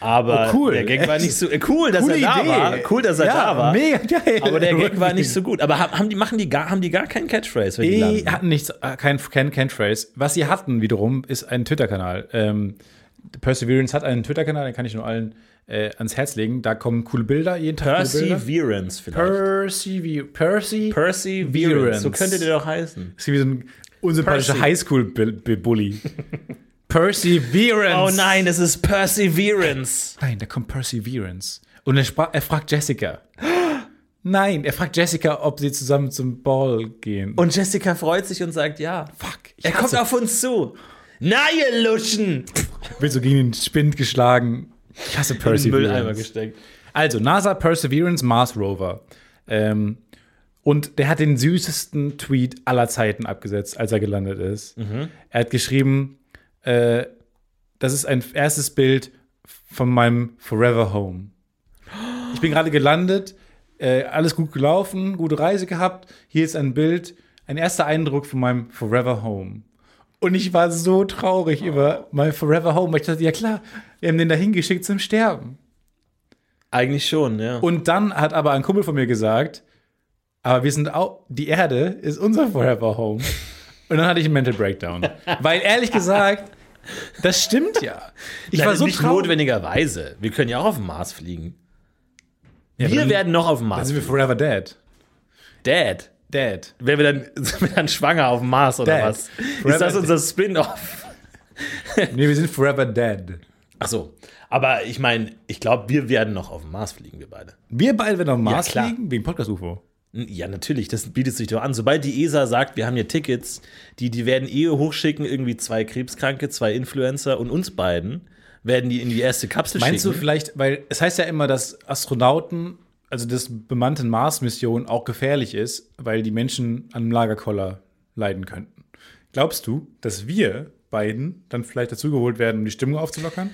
S1: Aber
S2: Oh, cool.
S1: der Gag war
S2: Echt?
S1: nicht so äh, cool, dass er da war. Cool, dass er
S2: ja,
S1: da war.
S2: Mega geil.
S1: Aber der Gag war nicht so gut. Aber haben haben die, machen die gar, haben die gar keinen Catchphrase, wenn die
S2: Die
S1: landen?
S2: hatten nichts, äh, kein, kein Catchphrase. Was sie hatten wiederum, ist ein Twitter-Kanal. Ähm, Perseverance hat einen Twitter-Kanal, den kann ich nur allen äh, ans Herz legen. Da kommen coole Bilder jeden Tag. coole Bilder.
S1: Perseverance vielleicht.
S2: Percy, Percy,
S1: Perseverance. So könnte der doch heißen.
S2: Das ist wie so ein unsympathischer
S1: Percy.
S2: Highschool-Bully. Perseverance.
S1: Oh nein, es ist Perseverance.
S2: Nein, da kommt Perseverance. Und er, spra- er fragt Jessica. Nein, er fragt Jessica, ob sie zusammen zum Ball gehen.
S1: Und Jessica freut sich und sagt ja.
S2: fuck, ich
S1: Er kommt
S2: hasse-
S1: auf uns zu. Na, ihr Luschen!
S2: wird so gegen den Spind geschlagen. Ich hasse Perseverance.
S1: gesteckt.
S2: Also, NASA Perseverance Mars Rover. Ähm, und der hat den süßesten Tweet aller Zeiten abgesetzt, als er gelandet ist. Er hat geschrieben, äh, das ist ein erstes Bild von meinem Forever Home. Ich bin gerade gelandet, äh, alles gut gelaufen, gute Reise gehabt. Hier ist ein Bild, ein erster Eindruck von meinem Forever Home. Und ich war so traurig über mein Forever Home, weil ich dachte, ja klar, wir haben den da hingeschickt zum Sterben.
S1: Eigentlich schon, ja.
S2: Und dann hat aber ein Kumpel von mir gesagt, aber wir sind auch, die Erde ist unser Forever Home. Und dann hatte ich einen Mental Breakdown. Weil ehrlich gesagt, das stimmt ja. Ich
S1: Leider
S2: war so
S1: nicht
S2: traurig.
S1: notwendigerweise. Wir können ja auch auf den Mars fliegen.
S2: Ja,
S1: Also wir
S2: dann-
S1: werden noch auf dem
S2: Dann
S1: Mars.
S2: sind wir forever dead.
S1: Dad.
S2: Dead.
S1: Wären wir dann, sind wir dann schwanger auf dem Mars oder
S2: Dad.
S1: was?
S2: Forever
S1: Ist das unser Spin-off?
S2: Nee, wir sind forever dead.
S1: Ach so. Aber ich meine, ich glaube, wir werden noch auf dem Mars fliegen, wir beide.
S2: Wir beide werden auf den Mars
S1: klar.
S2: fliegen, wegen Podcast UFO.
S1: N- Ja, natürlich, das bietet sich doch an. Sobald die ESA sagt, wir haben hier Tickets, die, die werden eh hochschicken, irgendwie zwei Krebskranke, zwei Influencer und uns beiden werden die in die erste Kapsel
S2: Meinst du
S1: schicken.
S2: vielleicht, weil es heißt ja immer, dass Astronauten, also das bemannte Mars-Mission auch gefährlich ist, weil die Menschen an einem Lagerkoller leiden könnten. Glaubst du, dass wir beiden dann vielleicht dazugeholt werden, um die Stimmung aufzulockern?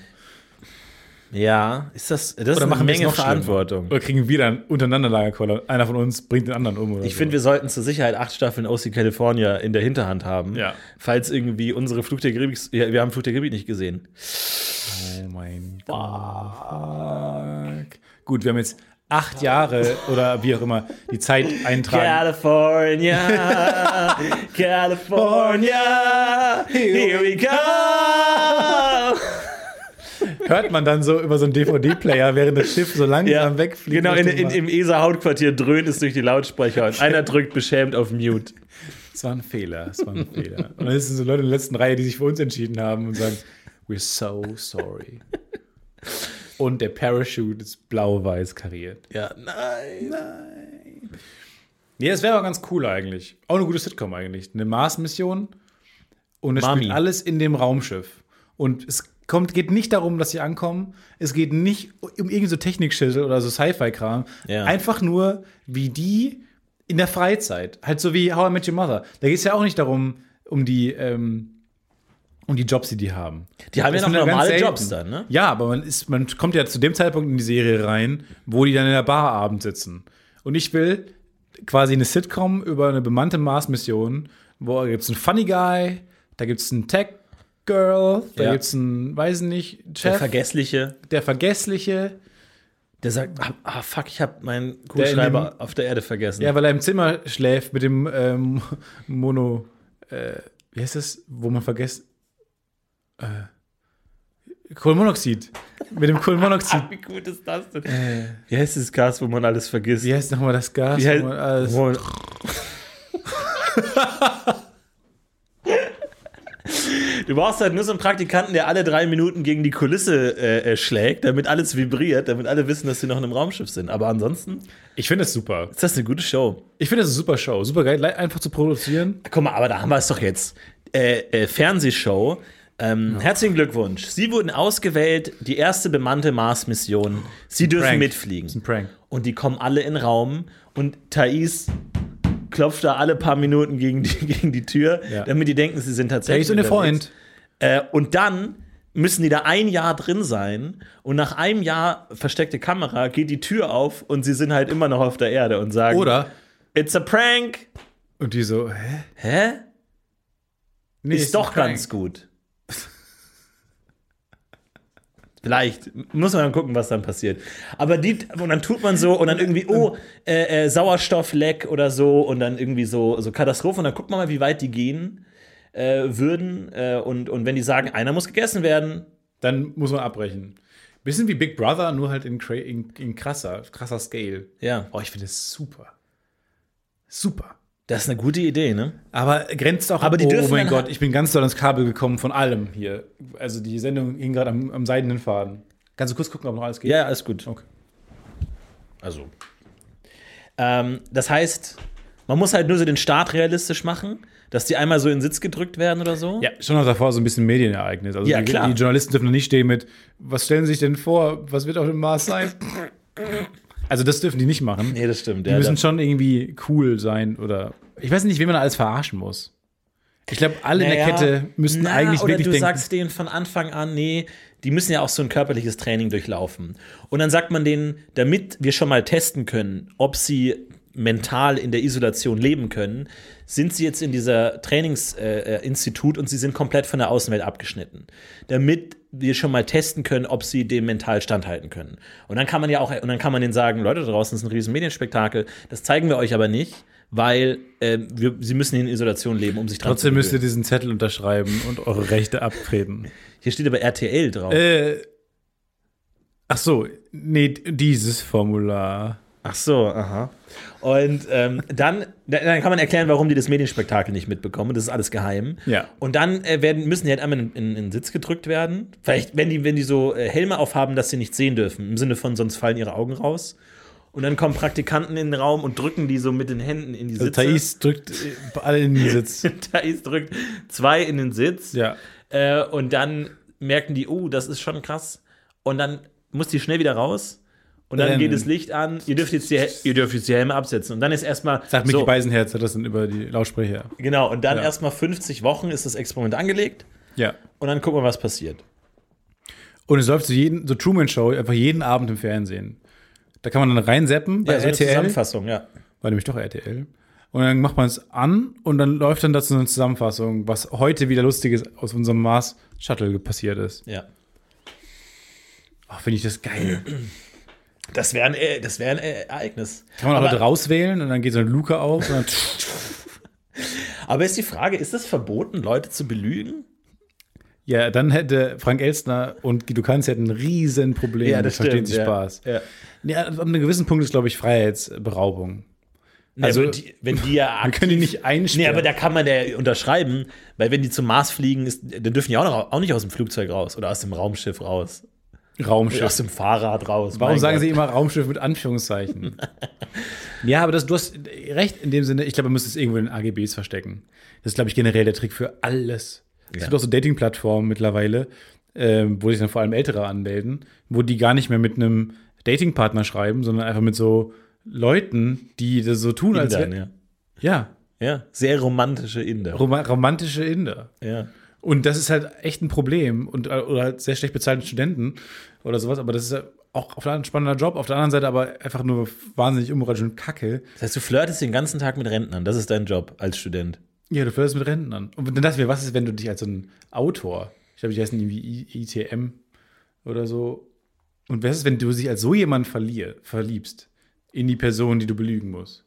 S1: ja, ist das, das ist
S2: Oder
S1: eine
S2: machen wir es
S1: Menge
S2: noch schlimmer?
S1: Verantwortung.
S2: Oder kriegen wir dann untereinander Lagerkoller? Einer von uns bringt den anderen um oder
S1: Ich finde, wir sollten zur Sicherheit acht Staffeln OC California in der Hinterhand haben.
S2: Ja.
S1: Falls irgendwie unsere Flug der Karibik, ja, wir haben Flug der Karibik nicht gesehen.
S2: Oh mein Gott. Gut, wir haben jetzt acht Jahre oder wie auch immer die Zeit eintragen.
S1: California, California, here we go.
S2: Hört man dann so über so einen DVD-Player, während das Schiff so langsam
S1: Ja,
S2: wegfliegt.
S1: genau, in, in,
S2: Richtung
S1: im ESA-Hautquartier dröhnt es durch die Lautsprecher und einer drückt beschämt auf Mute.
S2: Es war ein Fehler, es war ein Fehler. Und dann sind so Leute in der letzten Reihe, die sich für uns entschieden haben und sagen, we're so sorry. Und der Parachute ist blau-weiß kariert.
S1: Ja, nein.
S2: Nee, das wäre aber ganz cool eigentlich. Auch eine gute Sitcom eigentlich. Eine Mars-Mission und es
S1: Mami.
S2: spielt alles in dem Raumschiff. Und es kommt, geht nicht darum, dass sie ankommen. Es geht nicht um irgend so Technikschüssel oder so Sci-Fi-Kram.
S1: Ja.
S2: Einfach nur, wie die in der Freizeit. Halt so wie How I Met Your Mother. Da geht es ja auch nicht darum, um die, ähm, um die Jobs, die die haben.
S1: Die haben
S2: Das
S1: ja noch
S2: sind ganz
S1: normale
S2: selten.
S1: Jobs dann, ne?
S2: Ja, aber man, ist, man kommt ja zu dem Zeitpunkt in die Serie rein, wo die dann in der Bar abends sitzen. Und ich will quasi eine Sitcom über eine bemannte Mars-Mission, wo da gibt's einen Funny Guy, da gibt's einen Tech Girl, da
S1: Ja.
S2: gibt's einen, weiß nicht,
S1: Der
S2: Chef, der,
S1: Vergessliche,
S2: Vergessliche,
S1: der sagt, ah, ah fuck, ich habe meinen
S2: Der in dem-
S1: Kugelschreiber auf der Erde vergessen.
S2: ja, weil er im Zimmer schläft mit dem ähm, Mono, äh, wie heißt das, wo man vergisst, äh, Kohlenmonoxid, mit dem Kohlenmonoxid.
S1: Wie gut ist das denn? Äh. Wie heißt das Gas, wo man alles vergisst?
S2: Wie heißt nochmal das Gas?
S1: Wie heißt-
S2: wo man alles-
S1: Roll- Du brauchst halt nur so einen Praktikanten, der alle drei Minuten gegen die Kulisse äh, äh, schlägt, damit alles vibriert, damit alle wissen, dass sie noch in einem Raumschiff sind. Aber ansonsten
S2: Ich finde es super.
S1: ist das eine gute Show.
S2: Ich finde es eine super Show, super geil, le- einfach zu produzieren.
S1: Guck mal, aber da haben wir es doch jetzt. Äh, äh, Fernsehshow. Ähm, Herzlichen Glückwunsch. Sie wurden ausgewählt, die erste bemannte Mars-Mission. Sie dürfen
S2: Prank. Ist ein
S1: mitfliegen.
S2: Prank.
S1: Und die kommen alle in den Raum und Thais klopft da alle paar Minuten gegen die, gegen die Tür,
S2: Ja.
S1: damit die denken, sie sind tatsächlich.
S2: Thais und ihr
S1: unterwegs.
S2: Freund.
S1: Äh, und dann müssen die da ein Jahr drin sein und nach einem Jahr versteckte Kamera geht die Tür auf und sie sind halt immer noch auf der Erde und sagen:
S2: Oder?
S1: It's a prank!
S2: Und die so, hä?
S1: Hä?
S2: Nee,
S1: ist doch ganz gut. Vielleicht. Muss man dann gucken, was dann passiert. Aber die, und dann tut man so und dann irgendwie, oh, äh, äh, Sauerstoffleck oder so und dann irgendwie so, so Katastrophe und dann guckt man mal, wie weit die gehen äh, würden. Äh, und, und wenn die sagen, einer muss gegessen werden,
S2: Dann muss man abbrechen. Bisschen wie Big Brother, nur halt in, cra- in, in krasser, krasser Scale.
S1: ja,
S2: Oh, ich finde es super. Super.
S1: das ist eine gute Idee, ne?
S2: Aber grenzt auch
S1: Aber die
S2: oh
S1: dürfen
S2: mein
S1: dann- halt
S2: Gott, ich bin ganz doll ans Kabel gekommen von allem hier. Also die Sendung ging gerade am, am seidenen Faden. Kannst du kurz gucken, ob noch alles geht?
S1: Ja, ja, alles gut.
S2: Okay.
S1: Also. Ähm, das heißt, man muss halt nur so den Start realistisch machen, dass die einmal so in den Sitz gedrückt werden oder so.
S2: Ja, schon noch davor so ein bisschen Medienereignis. Also
S1: Ja,
S2: die,
S1: klar.
S2: die Journalisten dürfen noch nicht stehen mit, was stellen Sie sich denn vor, was wird auf dem Mars sein? Also das dürfen die nicht machen.
S1: Nee, das stimmt.
S2: Die müssen schon irgendwie cool sein oder ich weiß nicht, wen man da alles verarschen muss. Ich glaube, alle in der Kette müssten
S1: na,
S2: eigentlich
S1: oder
S2: wirklich
S1: du
S2: denken.
S1: sagst denen von Anfang an, nee, die müssen ja auch so ein körperliches Training durchlaufen. Und dann sagt man denen, damit wir schon mal testen können, ob sie mental in der Isolation leben können, sind sie jetzt in dieser Trainingsinstitut äh, Institut und sie sind komplett von der Außenwelt abgeschnitten. Damit wir schon mal testen können, ob sie dem mental standhalten können. Und dann kann man ja auch, und dann kann man denen sagen, Leute, da draußen ist ein riesen Medienspektakel, das zeigen wir euch aber nicht, weil äh, wir, sie müssen in Isolation leben, um sich dran
S2: Trotzdem müsst
S1: gewöhnen.
S2: ihr diesen Zettel unterschreiben und eure Rechte abtreten.
S1: Hier steht aber RTL drauf.
S2: äh, ach so, nee, dieses Formular.
S1: Ach so, aha. Und ähm, dann, dann kann man erklären, warum die das Medienspektakel nicht mitbekommen. Das ist alles geheim.
S2: Ja.
S1: Und dann äh, werden, müssen die halt einmal in, in, in den Sitz gedrückt werden. Vielleicht, wenn die, wenn die so äh, Helme aufhaben, dass sie nicht sehen dürfen. Im Sinne von, sonst fallen ihre Augen raus. Und dann kommen Praktikanten in den Raum und drücken die so mit den Händen in die
S2: Also
S1: Sitze.
S2: Thais drückt äh, alle in den Sitz.
S1: Thais drückt zwei in den Sitz.
S2: ja.
S1: Äh, und dann merken die, oh, das ist schon krass. Und dann muss die schnell wieder raus. Und dann
S2: Rennen.
S1: geht das Licht an. Ihr dürft jetzt die, Hel- ihr dürft jetzt die Helme absetzen. Und dann ist erstmal.
S2: Sagt Mickey
S1: so,
S2: Beisenherz hat das dann über die Lautsprecher.
S1: Genau. Und dann
S2: Ja.
S1: erstmal 50 Wochen ist das Experiment angelegt.
S2: Ja.
S1: Und dann gucken wir, was passiert.
S2: Und es läuft so jeden, so Truman Show einfach jeden Abend im Fernsehen. Da kann man dann reinseppen bei
S1: Ja, so Also eine
S2: RTL.
S1: Zusammenfassung, ja.
S2: War nämlich doch RTL. Und dann macht man es an und dann läuft dann dazu eine Zusammenfassung, was heute wieder Lustiges aus unserem Mars Shuttle passiert ist.
S1: ja.
S2: Ach, finde ich das geil.
S1: Das wäre ein, äh, das wär ein äh, Ereignis.
S2: Kann man auch
S1: aber,
S2: halt rauswählen und dann geht so eine Luke auf und dann
S1: aber ist die Frage, ist es verboten, Leute zu belügen?
S2: Ja, dann hätte Frank Elstner und Guido Kanz hätten ein Riesenproblem. mit verstehen sich
S1: ja.
S2: Spaß.
S1: Ja.
S2: Nee, ab einem gewissen Punkt ist, glaube ich, Freiheitsberaubung.
S1: Also,
S2: Also-
S1: wenn die, wenn die ja
S2: Wir können die nicht
S1: Nee,
S2: einsperren.
S1: aber da kann man ja unterschreiben, weil wenn die zum Mars fliegen, ist, dann dürfen die auch, noch, auch nicht aus dem Flugzeug raus oder aus dem Raumschiff raus. Oder aus
S2: Raumschiff.
S1: dem Fahrrad raus.
S2: Warum
S1: mein
S2: sagen
S1: Gott.
S2: sie immer Raumschiff mit Anführungszeichen? ja, aber das, du hast recht in dem Sinne, ich glaube, man müsste es irgendwo in den AGBs verstecken. Das ist, glaube ich, generell der Trick für alles. Es
S1: Ja.
S2: gibt auch so Dating-Plattformen mittlerweile, ähm, wo sich dann vor allem Ältere anmelden, wo die gar nicht mehr mit einem Dating-Partner schreiben, sondern einfach mit so Leuten, die das so tun, als
S1: Indern,
S2: wär-
S1: ja.
S2: ja,
S1: ne? ja, sehr romantische Inder.
S2: Roma romantische Inder.
S1: ja.
S2: Und das ist halt echt ein Problem. Und, äh, oder halt sehr schlecht bezahlten Studenten oder sowas. Aber das ist ja auch auf der einen spannender Job, auf der anderen Seite aber einfach nur wahnsinnig unmoralisch und kacke.
S1: Das heißt, du flirtest den ganzen Tag mit Rentnern. Das ist dein Job als Student.
S2: Ja, du förderst mit Renten an. Und dann dachte ich mir, was ist, wenn du dich als so ein Autor, ich glaube, die heißen irgendwie I- ITM oder so. Und was ist, wenn du dich als so jemand verlier, verliebst in die Person, die du belügen musst?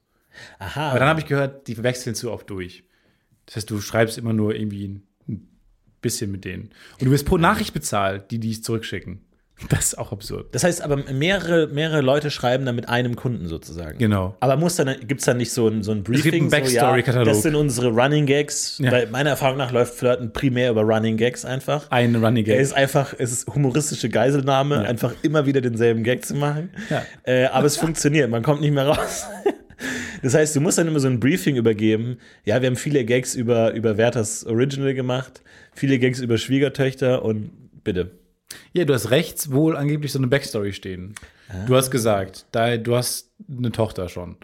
S1: Aha.
S2: Aber dann habe ich gehört, die wechseln zu oft durch. Das heißt, du schreibst immer nur irgendwie ein bisschen mit denen. Und du wirst pro Nachricht bezahlt, die dies zurückschicken. Das ist auch absurd.
S1: das heißt aber, mehrere, mehrere Leute schreiben dann mit einem Kunden sozusagen.
S2: Genau.
S1: Aber muss dann, gibt's dann nicht so ein, so ein Briefing?
S2: gibt einen
S1: so, ja,
S2: Backstory-Katalog.
S1: das sind unsere Running Gags.
S2: Ja.
S1: Weil meiner Erfahrung nach läuft Flirten primär über Running Gags einfach.
S2: Ein Running
S1: Er
S2: Gag.
S1: ist einfach, es ist humoristische Geiselnahme, einfach immer wieder denselben Gag zu machen.
S2: Ja.
S1: Äh, aber es funktioniert, man kommt nicht mehr raus. Das heißt, du musst dann immer so ein Briefing übergeben. Ja, wir haben viele Gags über, über Werthers Original gemacht, viele Gags über Schwiegertöchter und bitte.
S2: Ja, du hast rechts wohl angeblich so eine Backstory stehen. Du hast gesagt, da, du hast eine Tochter schon.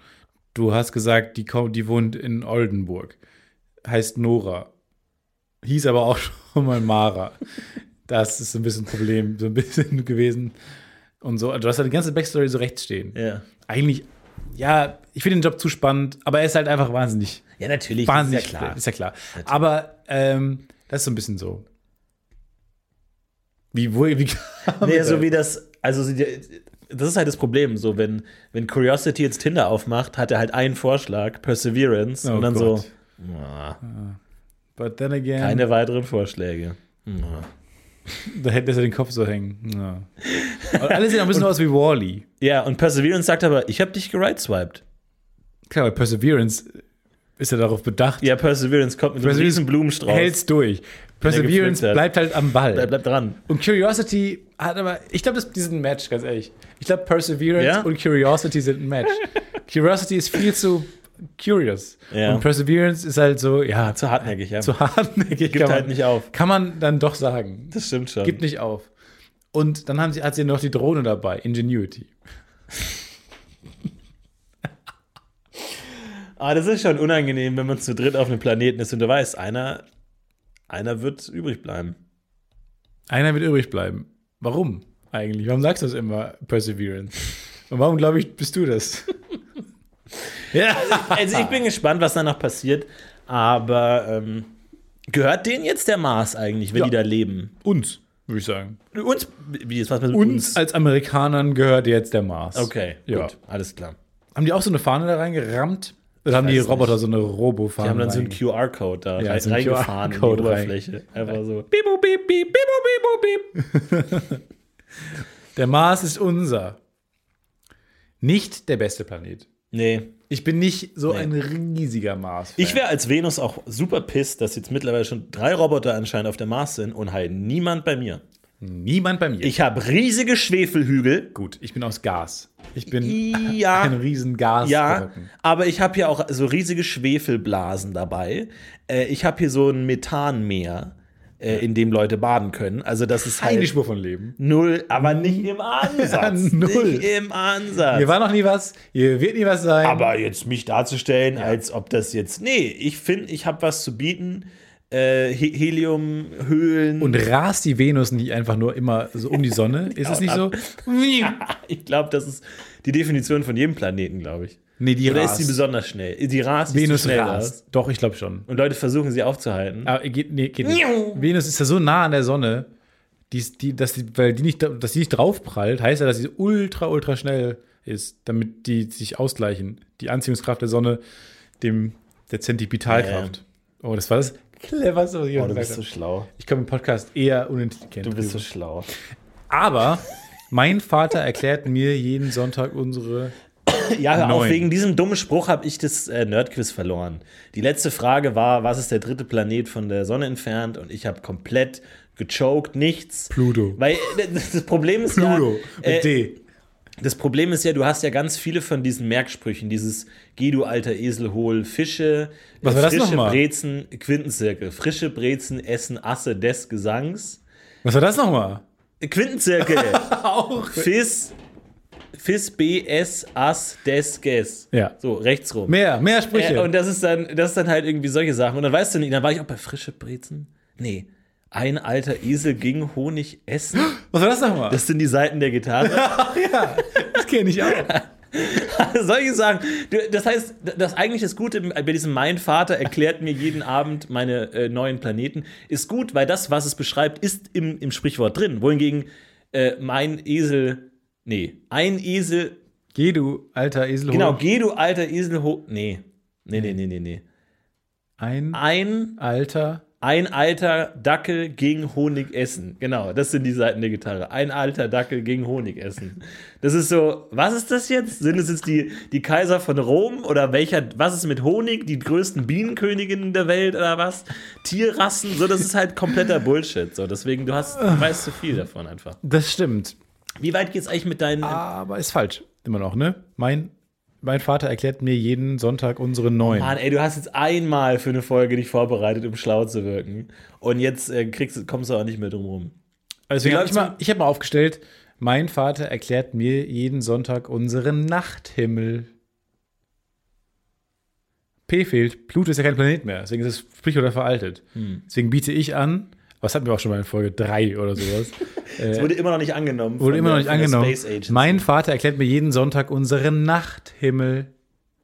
S2: Du hast gesagt, die, kommt, die wohnt in Oldenburg. Heißt Nora. Hieß aber auch schon mal Mara. Das ist ein bisschen ein Problem, so ein bisschen gewesen. Und so, du hast halt die ganze Backstory so rechts stehen.
S1: Ja.
S2: Eigentlich, ja, ich finde den Job zu spannend, aber er ist halt einfach wahnsinnig.
S1: Ja, natürlich. das
S2: Wahnsinnig,
S1: ist ja klar.
S2: Ist ja klar. Aber ähm, das ist so ein bisschen so. Wie, wo, wie
S1: Nee, so wie das, also sie- das ist halt das Problem, so wenn, wenn Curiosity jetzt Tinder aufmacht, hat er halt einen Vorschlag, Perseverance,
S2: Oh
S1: und dann so,
S2: Gott.
S1: "Ah,
S2: But then again,
S1: keine weiteren Vorschläge. Ah.
S2: da hätte er den Kopf so hängen. Ja. Und alle sehen auch ein bisschen aus wie Wally.
S1: Ja, und Perseverance sagt aber, ich habe dich gerightswiped.
S2: Klar, weil Perseverance ist ja darauf bedacht.
S1: Ja, Perseverance kommt mit einem
S2: Perseverance
S1: riesen Blumenstrauß.
S2: Hält's durch. Perseverance
S1: geflippt hat.
S2: bleibt halt am Ball.
S1: Bleib, bleib dran.
S2: Und Curiosity hat aber, ich glaube, das ist ein Match, ganz ehrlich. Ich glaube, Perseverance
S1: Ja?
S2: und Curiosity sind ein Match. Curiosity ist viel zu curious.
S1: Ja.
S2: Und Perseverance ist halt so, ja, zu,
S1: Zu hartnäckig, ja.
S2: zu hartnäckig.
S1: Gibt
S2: kann
S1: halt
S2: man-
S1: nicht auf.
S2: Kann man dann doch sagen.
S1: Das stimmt schon.
S2: Gibt nicht auf. Und dann haben sie, hat sie noch die Drohne dabei, Ingenuity.
S1: Aber Ah, das ist schon unangenehm, wenn man zu dritt auf einem Planeten ist und du weißt, einer, einer wird übrig bleiben.
S2: Einer wird übrig bleiben. Warum eigentlich? Warum sagst du das immer, Perseverance? Und warum, glaube ich, bist du das? ja.
S1: Also ich bin gespannt, was danach passiert. Aber ähm, gehört denen jetzt der Mars eigentlich, wenn
S2: Ja.
S1: die da leben?
S2: Uns, würde ich sagen.
S1: Uns, wie ist was mit
S2: Uns als Amerikanern gehört jetzt der Mars.
S1: Okay,
S2: Ja.
S1: gut, alles klar.
S2: Haben die auch so eine Fahne da reingerammt? Oder haben die
S1: weiß
S2: Roboter
S1: nicht.
S2: so eine Robo-Fahne?
S1: Die haben dann so einen
S2: reinge-
S1: QR-Code da
S2: Ja,
S1: rei-
S2: so einen
S1: reingefahren in die
S2: QR-Code rein.
S1: Oberfläche. Einfach so. Bibu, bib, bib, bibu, bibu, bib.
S2: Der Mars ist unser. Nicht der beste Planet.
S1: Nee,
S2: Ich bin nicht so ein riesiger Mars.
S1: Ich wäre als Venus auch super pissed, dass jetzt mittlerweile schon drei Roboter anscheinend auf dem Mars sind und halt niemand bei mir.
S2: niemand bei mir.
S1: Ich habe riesige Schwefelhügel.
S2: Gut, ich bin aus Gas. Ich bin ein
S1: Ja.
S2: riesen Gas.
S1: Ja, aber ich habe hier auch so riesige Schwefelblasen dabei. Äh, ich habe hier so ein Methanmeer, äh, in dem Leute baden können. Also das ist
S2: Keine
S1: halt
S2: Spur von Leben.
S1: null, aber nicht im Ansatz.
S2: Null.
S1: Nicht im Ansatz.
S2: Hier war noch nie was, hier wird nie was sein.
S1: Aber jetzt mich darzustellen, als ob das jetzt. Nee, ich finde, ich habe was zu bieten. Äh, He- Heliumhöhlen.
S2: und rast die Venus nicht einfach nur immer so um die Sonne? Ist es nicht so?
S1: Ich glaube, das ist die Definition von jedem Planeten, glaube ich.
S2: Nee, die
S1: Oder
S2: rast.
S1: ist die besonders schnell? Die rast ist
S2: Venus
S1: die schnell
S2: rast. Doch, ich glaube schon.
S1: Und Leute versuchen sie aufzuhalten.
S2: Aber geht, nee, geht nicht.
S1: Miau.
S2: Venus ist ja so nah an der Sonne, die, ist- die, dass, die, weil die nicht, dass die nicht draufprallt, heißt ja, dass sie ultra, ultra schnell ist, damit die sich ausgleichen. Die Anziehungskraft der Sonne dem der Zentipitalkraft. Oh, das war das cleverste, was ich
S1: Oh,
S2: heute
S1: du
S2: gesagt
S1: bist so
S2: habe.
S1: schlau.
S2: Ich komme im Podcast eher unintelligent.
S1: Du bist so
S2: rüber.
S1: schlau.
S2: Aber mein Vater erklärt mir jeden Sonntag unsere.
S1: Ja, hör auf,
S2: Neun.
S1: wegen diesem dummen Spruch habe ich das äh, Nerdquiz verloren. Die letzte Frage war, was ist der dritte Planet von der Sonne entfernt? Und ich habe komplett gechoked, nichts.
S2: Pluto.
S1: Weil äh, das Problem ist
S2: Pluto
S1: ja,
S2: mit
S1: äh,
S2: D.
S1: Das Problem ist ja, du hast ja ganz viele von diesen Merksprüchen, dieses Geh du alter Esel, hol Fische,
S2: Was
S1: äh,
S2: war das
S1: frische
S2: nochmal?
S1: Brezen, Quintenzirkel, frische Brezen essen Asse des Gesangs.
S2: Was war das nochmal?
S1: Äh, Quintenzirkel. Auch. Fis, Fis, B, S, Ass, des, Ges.
S2: Ja.
S1: So, rechts rum.
S2: Mehr, mehr Sprüche.
S1: Äh, und das ist dann, das ist dann halt irgendwie solche Sachen. Und dann weißt du nicht, dann war ich auch bei frische Brezen. Nee. Ein alter Esel ging Honig essen.
S2: Was war das nochmal?
S1: Das sind die Seiten der Gitarre.
S2: Ach ja, das kenne ich auch.
S1: Solche Sachen. Du, Das heißt, das eigentlich das Gute bei diesem Mein Vater erklärt mir jeden Abend meine äh, neuen Planeten ist gut, weil das, was es beschreibt, ist im, im Sprichwort drin. Wohingegen äh, mein Esel, nee, ein Esel
S2: Geh du, alter Esel, hol
S1: Genau,
S2: doch
S1: geh du alter Esel hoch. Nee. Nee, nee, nee, nee, nee.
S2: ein
S1: Ein,
S2: alter.
S1: ein alter Dackel ging Honig essen. Genau, das sind die Seiten der Gitarre. Ein alter Dackel ging Honig essen. Das ist so, was ist das jetzt? Sind es jetzt die, die Kaiser von Rom oder welcher, was ist mit Honig? Die größten Bienenköniginnen der Welt oder was? Tierrassen? So, das ist halt kompletter Bullshit. So, deswegen, du hast, du weißt zu viel davon einfach.
S2: Das stimmt.
S1: Wie weit geht's eigentlich mit deinen.
S2: Aber ist falsch. Immer noch, ne? Mein, mein Vater erklärt mir jeden Sonntag unsere neuen.
S1: Mann, ey, du hast jetzt einmal für eine Folge dich vorbereitet, um schlau zu wirken. Und jetzt äh, kriegst, kommst du auch nicht mehr drum rum.
S2: Deswegen hab ich
S1: glaubst
S2: mal- ich habe mal aufgestellt, mein Vater erklärt mir jeden Sonntag unseren Nachthimmel. P fehlt. Pluto ist ja kein Planet mehr. Deswegen ist es Sprichwort veraltet.
S1: Hm.
S2: Deswegen biete ich an, was hatten wir auch schon mal in Folge 3 oder sowas.
S1: Es wurde immer noch nicht angenommen.
S2: Äh. Wurde
S1: von
S2: immer
S1: der-
S2: noch
S1: von
S2: nicht
S1: der
S2: angenommen.
S1: Space Agency.
S2: Mein Vater erklärt mir jeden Sonntag unseren Nachthimmel.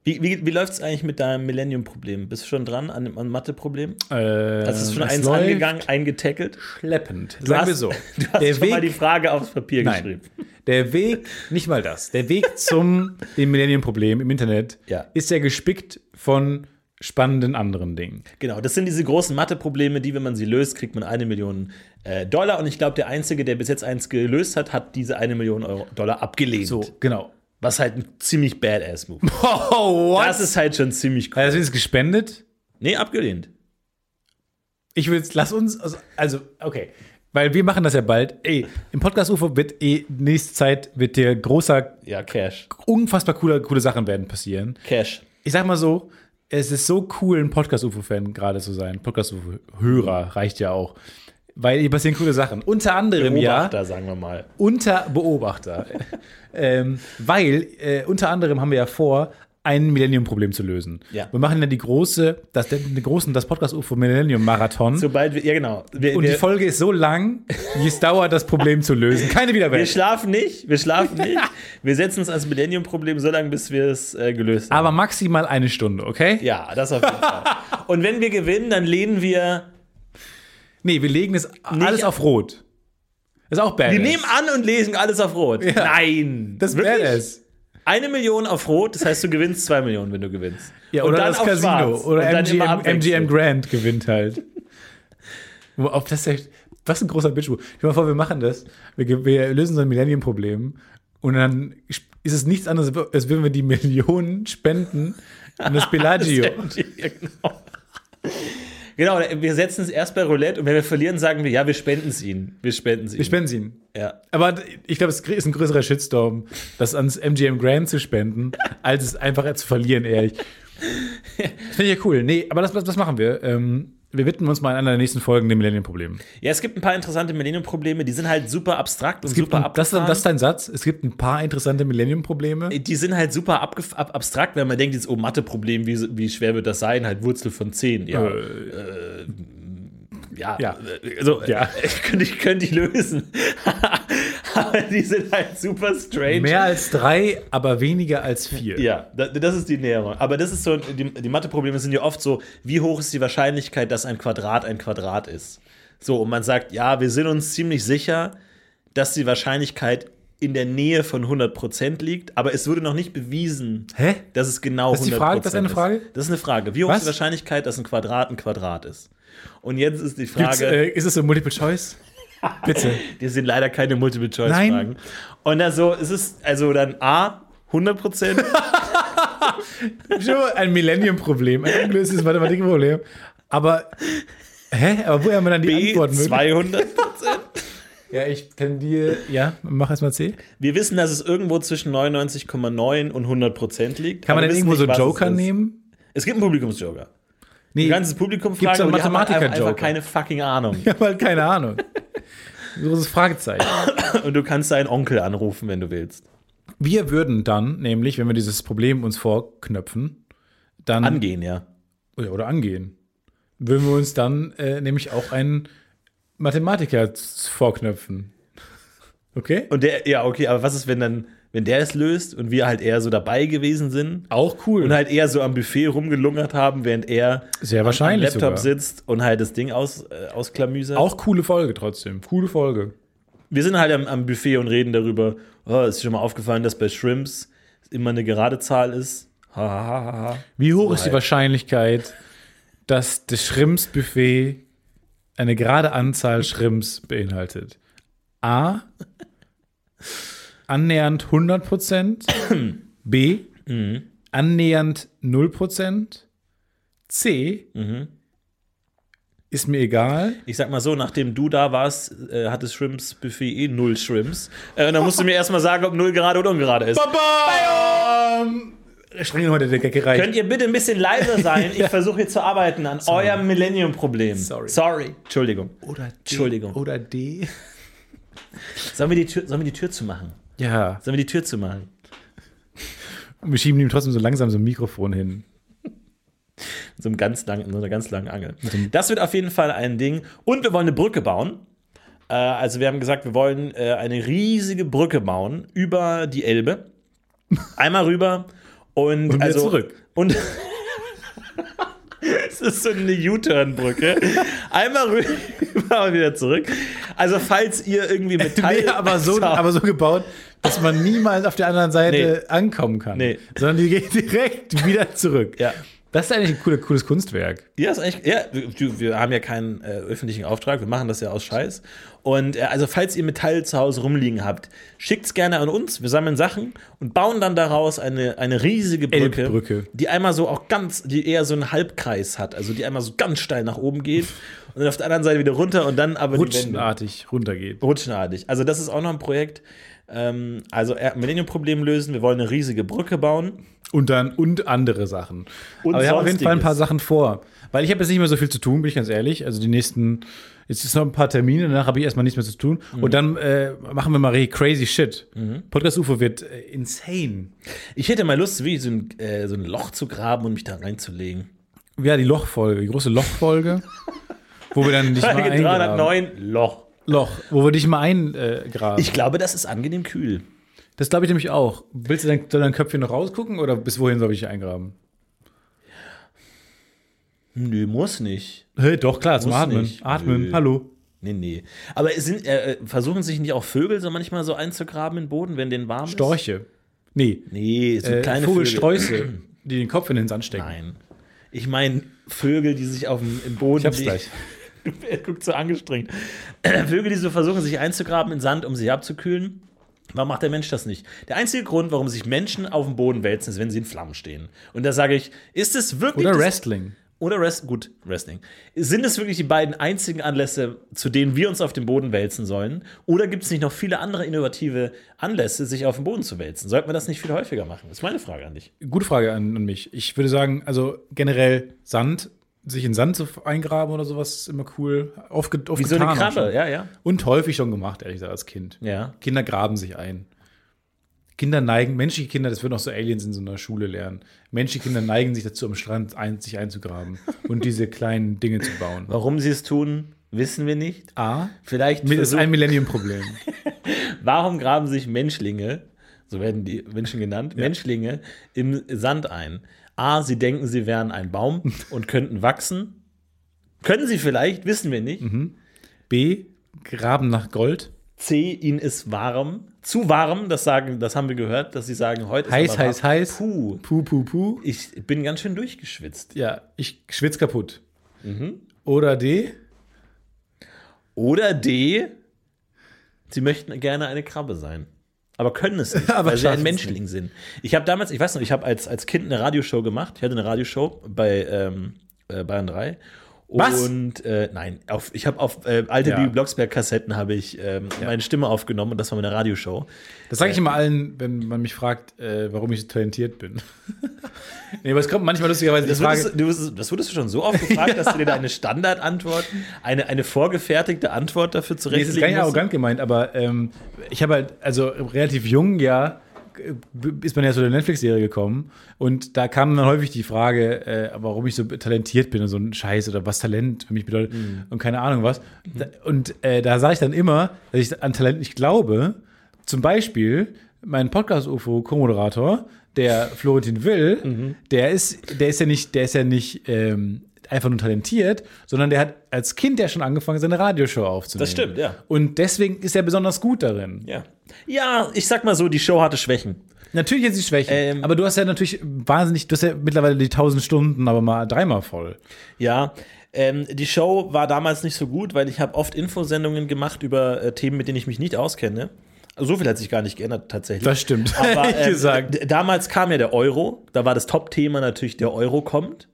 S1: Wie, wie, wie läuft es eigentlich mit deinem Millennium-Problem? Bist du schon dran an dem an Mathe-Problem?
S2: Äh,
S1: Hast du Also schon
S2: es
S1: eins
S2: läuft
S1: angegangen, eingetackelt?
S2: Schleppend.
S1: Du
S2: Sagen
S1: hast,
S2: wir so.
S1: Du hast
S2: Der
S1: schon mal die
S2: Weg,
S1: Frage aufs Papier
S2: Nein.
S1: geschrieben.
S2: der Weg, nicht mal das. Der Weg zum dem Millennium-Problem im Internet
S1: Ja.
S2: ist ja gespickt von spannenden anderen Dingen.
S1: Genau, das sind diese großen Mathe-Probleme, die, wenn man sie löst, kriegt man eine Million äh, Dollar. Und ich glaube, der Einzige, der bis jetzt eins gelöst hat, hat diese eine Million Euro, Dollar abgelehnt.
S2: So, genau.
S1: Was halt ein ziemlich badass-Move.
S2: Oh,
S1: Das ist halt schon ziemlich cool.
S2: Also ist es gespendet.
S1: Nee, abgelehnt.
S2: Ich will jetzt, lass uns, also, also, okay. Weil wir machen das ja bald. Ey, im Podcast-UFO wird eh, nächste Zeit wird dir großer,
S1: Ja, Cash.
S2: unfassbar cooler, coole Sachen werden passieren.
S1: Cash.
S2: ich sag mal so, es ist so cool, ein Podcast-UFO-Fan gerade zu sein. Podcast-UFO-Hörer reicht ja auch. Weil hier passieren coole Sachen. Unter anderem ja,
S1: Beobachter, sagen wir mal.
S2: unter Beobachter. ähm, weil äh, unter anderem haben wir ja vor, ein Millennium-Problem zu lösen.
S1: Ja.
S2: Wir machen ja die große, das, den großen, das Podcast-UFO-Millennium-Marathon.
S1: Sobald wir, ja genau. Wir,
S2: Und die
S1: wir,
S2: Folge ist so lang, wie es dauert, das Problem zu lösen. Keine
S1: wir
S2: Wiederwelt.
S1: schlafen nicht, wir schlafen nicht. wir setzen uns als Millennium-Problem so lange, bis wir es äh, gelöst haben.
S2: Aber maximal eine Stunde, okay?
S1: Ja, das auf jeden Fall. Und wenn wir gewinnen, dann lehnen wir.
S2: Nee, wir legen das alles auf Rot. Ist auch bad.
S1: Wir nehmen an und lesen alles auf Rot. Nein.
S2: Das wäre es.
S1: Eine Million auf Rot, das heißt, du gewinnst zwei Millionen, wenn du gewinnst.
S2: Ja, oder das Casino.
S1: Schwarz.
S2: Oder
S1: Und dann immer
S2: MGM,
S1: abwechselnd.
S2: MGM Grand gewinnt halt. Wo- Auf das ist echt, was ein großer Bitchmove. Stell dir mal vor, wir machen das. Wir, ge- wir lösen so ein Millennium-Problem. Und dann sp- ist es nichts anderes, als würden wir die Millionen spenden an das Pelagio.
S1: Ja, genau. Genau, wir setzen es erst bei Roulette und wenn wir verlieren, sagen wir, ja, wir spenden es ihnen. Wir spenden es ihnen.
S2: wir spenden sie ihnen.
S1: ja.
S2: Aber d- ich glaube, es ist ein größerer Shitstorm, das ans MGM Grand zu spenden, als es einfach zu verlieren, ehrlich. Das finde ich ja cool. Nee, aber das, das das machen wir. Ähm, wir widmen uns mal in einer der nächsten Folgen dem Millennium-Problem.
S1: ja, es gibt ein paar interessante Millennium-Probleme, die sind halt super abstrakt und
S2: Es gibt
S1: super
S2: ein, das,
S1: abgefahren.
S2: das ist dein Satz. Es gibt ein paar interessante Millennium-Probleme.
S1: die sind halt super abgef- ab abstrakt, wenn man denkt, jetzt, oh, Mathe-Problem, wie, wie schwer wird das sein? Halt Wurzel von 10. Ja, ja,
S2: Äh, ja.
S1: äh, Also,
S2: Ja.
S1: könnte ich könnte ich lösen. Aber die sind halt super strange.
S2: Mehr als drei, aber weniger als vier.
S1: Ja, da- das ist die Näherung. Aber das ist so, die, die Mathe-Probleme sind ja oft so, wie hoch ist die Wahrscheinlichkeit, dass ein Quadrat ein Quadrat ist? So, und man sagt, ja, wir sind uns ziemlich sicher, dass die Wahrscheinlichkeit in der Nähe von 100% liegt, aber es wurde noch nicht bewiesen,
S2: Hä?
S1: dass es genau
S2: Das ist die
S1: 100%
S2: Frage? Das ist eine Frage?
S1: ist. Das ist eine Frage. Wie hoch
S2: Was?
S1: ist die Wahrscheinlichkeit, dass ein Quadrat ein Quadrat ist? Und jetzt ist die
S2: Gibt's,
S1: Frage,
S2: äh, ist es so Multiple Choice? Bitte.
S1: die sind leider keine Multiple-Choice-Fragen.
S2: Nein.
S1: Und also, es ist also dann A, 100%,
S2: Schon mal ein Millennium-Problem, ein ungelöstes Mathematikproblem. Aber, hä? Aber woher haben wir dann die
S1: B,
S2: Antworten?
S1: 200%.
S2: Ja, ich tendiere. Ja, mach erst mal C.
S1: Wir wissen, dass es irgendwo zwischen 99,9 und 100 Prozent liegt.
S2: Kann man
S1: aber
S2: denn
S1: wissen
S2: irgendwo so
S1: nicht, was
S2: Joker
S1: es ist.
S2: nehmen?
S1: Es gibt einen Publikumsjoker.
S2: Nee,
S1: Ein ganzes Publikum
S2: Gibt's
S1: fragen,
S2: einen
S1: und die haben halt einfach-
S2: Mathematiker-Joker?
S1: einfach keine fucking Ahnung.
S2: ich habe halt keine Ahnung. Großes Fragezeichen.
S1: Und du kannst deinen Onkel anrufen, wenn du willst.
S2: Wir würden dann nämlich, wenn wir dieses Problem uns vorknöpfen, dann
S1: Angehen, ja.
S2: Ja, oder angehen, würden wir uns dann äh, nämlich auch ein Mathematiker z- vorknöpfen. Okay?
S1: Und der, ja, okay, aber was ist, wenn dann, wenn der es löst und wir halt eher so dabei gewesen sind
S2: Auch cool.
S1: und halt eher so am Buffet rumgelungert haben, während er
S2: Sehr
S1: am
S2: wahrscheinlich
S1: Laptop
S2: sogar.
S1: sitzt und halt das Ding aus, äh, ausklamüsert?
S2: Auch coole Folge trotzdem. Coole Folge.
S1: wir sind halt am, am Buffet und reden darüber, oh, ist schon mal aufgefallen, dass bei Shrimps immer eine gerade Zahl ist. Ha, ha, ha, ha, ha.
S2: Wie hoch ist die
S1: Nein.
S2: Wahrscheinlichkeit, dass das Schrimps-Buffet eine gerade Anzahl Schrimps beinhaltet? A. Annähernd 100%. B. Annähernd 0%. C. Ist mir egal.
S1: Ich sag mal so, nachdem du da warst, äh, hatte Shrimps Buffet eh null Shrimps. Äh, und dann musst du mir erstmal sagen, ob null gerade oder ungerade ist.
S2: Baba! Streng heute der Gag reicht.
S1: Könnt ihr bitte ein bisschen leiser sein? Ich versuche hier zu arbeiten an eurem Millennium-Problem.
S2: Sorry.
S1: Sorry. Entschuldigung.
S2: Oder D.
S1: Entschuldigung.
S2: Oder D.
S1: Sollen wir die Tür, sollen wir die Tür zumachen?
S2: Ja.
S1: Sollen wir die Tür zumachen?
S2: Und wir schieben ihm trotzdem so langsam so ein Mikrofon hin.
S1: Mit so, einem ganz langen, mit so einer ganz langen Angel. Das wird auf jeden Fall ein Ding. Und wir wollen eine Brücke bauen. Äh, also wir haben gesagt, wir wollen äh, eine riesige Brücke bauen über die Elbe. Einmal rüber und,
S2: wieder
S1: also,
S2: zurück.
S1: Und es ist so eine U-Turn-Brücke. Einmal rüber und wieder zurück. Also falls ihr irgendwie mit Teil
S2: Nee, aber so, aber so gebaut, dass man niemals auf der anderen Seite ankommen kann.
S1: Nee.
S2: Sondern die geht direkt wieder zurück.
S1: Ja.
S2: Das ist eigentlich ein cooles, cooles Kunstwerk.
S1: Ja, ist eigentlich, ja wir, wir haben ja keinen äh, öffentlichen Auftrag, wir machen das ja aus Scheiß. Und äh, also, falls ihr Metall zu Hause rumliegen habt, schickt's gerne an uns. Wir sammeln Sachen und bauen dann daraus eine, eine riesige Brücke,
S2: Elbbrücke.
S1: die einmal so auch ganz, die eher so einen Halbkreis hat, also die einmal so ganz steil nach oben geht und dann auf der anderen Seite wieder runter und dann aber die Wände.
S2: Rutschenartig runtergeht.
S1: Rutschenartig. Also, das ist auch noch ein Projekt. Ähm, also, äh, Millennium-Problem lösen, wir wollen eine riesige Brücke bauen.
S2: Und dann und andere Sachen.
S1: Und
S2: Aber wir haben auf jeden Fall ein paar
S1: Sonstiges.
S2: Sachen vor. Weil ich habe jetzt nicht mehr so viel zu tun, bin ich ganz ehrlich. Also die nächsten, jetzt ist noch ein paar Termine, danach habe ich erstmal nichts mehr zu tun.
S1: Mhm.
S2: Und dann äh, machen wir mal richtig crazy shit. Podcast UFO wird äh, insane.
S1: Ich hätte mal Lust, wie so ein, äh, so ein Loch zu graben und mich da reinzulegen.
S2: Ja, die Lochfolge, die große Lochfolge, wo wir dann dich mal
S1: Folge
S2: eingraben.
S1: 309 Loch.
S2: Loch, wo wir dich mal eingraben.
S1: Ich glaube, das ist angenehm kühl.
S2: das glaube ich nämlich auch. Willst du dein, soll dein Köpfchen noch rausgucken oder bis wohin soll ich dich eingraben?
S1: Nö, muss nicht.
S2: Hey, doch, klar, zum
S1: Muss
S2: Atmen.
S1: nicht.
S2: Atmen,
S1: Nö.
S2: hallo.
S1: Nee, nee. Aber es sind, äh, äh, versuchen sich nicht auch Vögel so manchmal so einzugraben in den Boden, wenn denen warm ist?
S2: Storche. Nee,
S1: Nee, so
S2: äh,
S1: kleine Vögel.
S2: Vogelsträuße, die den Kopf in den Sand stecken.
S1: Nein. Ich meine Vögel, die sich auf dem im Boden.
S2: Ich hab's gleich.
S1: Du guckst so angestrengt. Vögel, die so versuchen, sich einzugraben in Sand, um sich abzukühlen. Warum macht der Mensch das nicht? Der einzige Grund, warum sich Menschen auf dem Boden wälzen, ist, wenn sie in Flammen stehen. Und da sage ich, ist es wirklich
S2: Oder
S1: das
S2: Wrestling.
S1: Oder Rest, gut, Wrestling. Sind es wirklich die beiden einzigen Anlässe, zu denen wir uns auf den Boden wälzen sollen? Oder gibt es nicht noch viele andere innovative Anlässe, sich auf den Boden zu wälzen? Sollten wir das nicht viel häufiger machen? Das ist meine Frage an dich.
S2: Gute Frage an, an mich. Ich würde sagen, also generell Sand, sich in Sand zu f- eingraben oder sowas ist immer cool. Oft, ge- oft
S1: Wie so eine
S2: getan auch
S1: Krabbe,
S2: schon.
S1: ja, ja.
S2: Und häufig schon gemacht, ehrlich gesagt, als Kind.
S1: Ja.
S2: Kinder graben sich ein. Kinder neigen, menschliche Kinder, das würden auch so Aliens in so einer Schule lernen. Menschliche Kinder neigen sich dazu, am Strand ein, sich einzugraben und diese kleinen Dinge zu bauen.
S1: Warum sie es tun, wissen wir nicht.
S2: A.
S1: Vielleicht
S2: Mit ist
S1: versuch-
S2: ein Millennium-Problem.
S1: warum graben sich Menschlinge, so werden die Menschen genannt, Menschlinge im Sand ein? A, sie denken, sie wären ein Baum und könnten wachsen. Können sie vielleicht, wissen wir nicht.
S2: B. Graben nach Gold.
S1: C, ihnen ist warm. Zu warm, das sagen, das haben wir gehört, dass sie sagen, heute
S2: Heiß,
S1: ist aber warm.
S2: heiß, heiß.
S1: Puh,
S2: Puh, puh, puh.
S1: ich bin ganz schön durchgeschwitzt.
S2: Ja, ich schwitz kaputt. Oder D.
S1: Oder D, sie möchten gerne eine Krabbe sein. Aber können es nicht,
S2: Aber
S1: weil sie
S2: schaffen es
S1: ein Menschling sind. Ich habe damals, ich weiß noch, ich habe als, als Kind eine Radioshow gemacht. Ich hatte eine Radioshow bei ähm, äh, Bayern 3.
S2: Was?
S1: Und äh, nein, auf, ich habe auf äh, alte
S2: Ja.
S1: Bibi Blocksberg-Kassetten habe ich ähm, meine Stimme aufgenommen und das war meine Radioshow.
S2: Das sage ich immer allen, wenn man mich fragt, äh, warum ich so talentiert bin. nee, aber es kommt manchmal lustigerweise die
S1: Das
S2: Frage.
S1: würdest, du, würdest- das würdest du schon so oft gefragt, dass du dir deine Standardantwort, eine, eine vorgefertigte Antwort dafür
S2: Nee, es ist gar
S1: zurechtlegen
S2: nicht
S1: musst.
S2: arrogant gemeint, aber ähm, ich habe halt, also relativ jung ja b- ist man ja zu der Netflix-Serie gekommen und da kam dann häufig die Frage, äh, warum ich so talentiert bin und so ein Scheiß oder was Talent für mich bedeutet
S1: Mhm.
S2: und keine Ahnung was. Da, und äh, da sage ich dann immer, dass ich an Talent nicht glaube. Zum Beispiel mein Podcast-UFO-Co-Moderator, der Florentin Will,
S1: Mhm.
S2: der ist, der ist ja nicht, der ist ja nicht ähm, einfach nur talentiert, sondern der hat als Kind ja schon angefangen, seine Radioshow aufzunehmen.
S1: Das stimmt, ja.
S2: Und deswegen ist er besonders gut darin.
S1: Ja. Ja, ich sag mal so, die Show hatte Schwächen.
S2: Natürlich jetzt die Schwächen,
S1: Ähm.
S2: aber du hast ja natürlich wahnsinnig, du hast ja mittlerweile die 1000 Stunden, aber mal dreimal voll.
S1: Ja, ähm, die Show war damals nicht so gut, weil ich habe oft Infosendungen gemacht über äh, Themen, mit denen ich mich nicht auskenne. So viel hat sich gar nicht geändert tatsächlich.
S2: Das stimmt,
S1: Aber
S2: ehrlich
S1: ähm,
S2: gesagt.
S1: d- damals kam ja der Euro, da war das Top-Thema natürlich, der Euro kommt.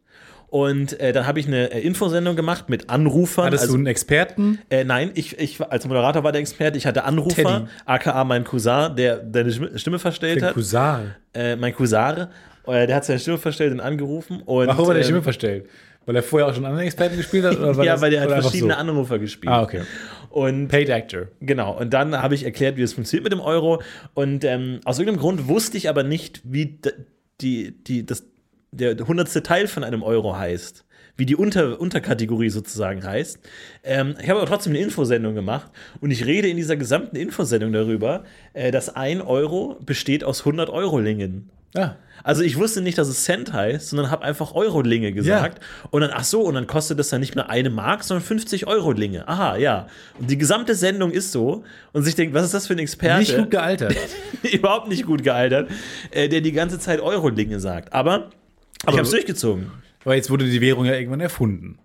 S1: Und äh, dann habe ich eine äh, Infosendung gemacht mit Anrufern. also
S2: Hattest du einen Experten?
S1: Äh, nein, ich, ich war- als Moderator war der Experte. Ich hatte Anrufer,
S2: Teddy.
S1: aka mein Cousin, der deine Schm- Stimme verstellt
S2: Den
S1: hat.
S2: Cousin.
S1: Äh, mein Cousin, äh, der hat seine Stimme verstellt und angerufen. Und,
S2: Warum hat er die Stimme
S1: ähm,
S2: verstellt? Weil er vorher auch schon anderen Experten gespielt hat? Oder war
S1: Ja,
S2: das-
S1: weil der hat
S2: oder einfach
S1: verschiedene
S2: so?
S1: Anrufer gespielt.
S2: Ah, okay.
S1: Und
S2: Paid Actor.
S1: Genau, und dann habe ich erklärt, wie es funktioniert mit dem Euro. Und ähm, aus irgendeinem Grund wusste ich aber nicht, wie d- die, die, das, der hundertste Teil von einem Euro heißt. Wie die Unter Unterkategorie sozusagen heißt. Ähm, ich habe aber trotzdem eine Infosendung gemacht und ich rede in dieser gesamten Infosendung darüber, äh, dass ein Euro besteht aus 100 Eurolingen.
S2: Ja.
S1: Also ich wusste nicht, dass es Cent heißt, sondern habe einfach Eurolinge gesagt. Und dann, ach so, und dann kostet das dann nicht mehr eine Mark, sondern 50 Eurolinge. Aha, ja. Und die gesamte Sendung ist so. Und sich denkt, was ist das für ein Experte?
S2: Nicht gut gealtert.
S1: Überhaupt nicht gut gealtert, äh, der die ganze Zeit Eurolinge sagt. Aber, ich habe es durchgezogen.
S2: Aber jetzt wurde die Währung ja irgendwann erfunden.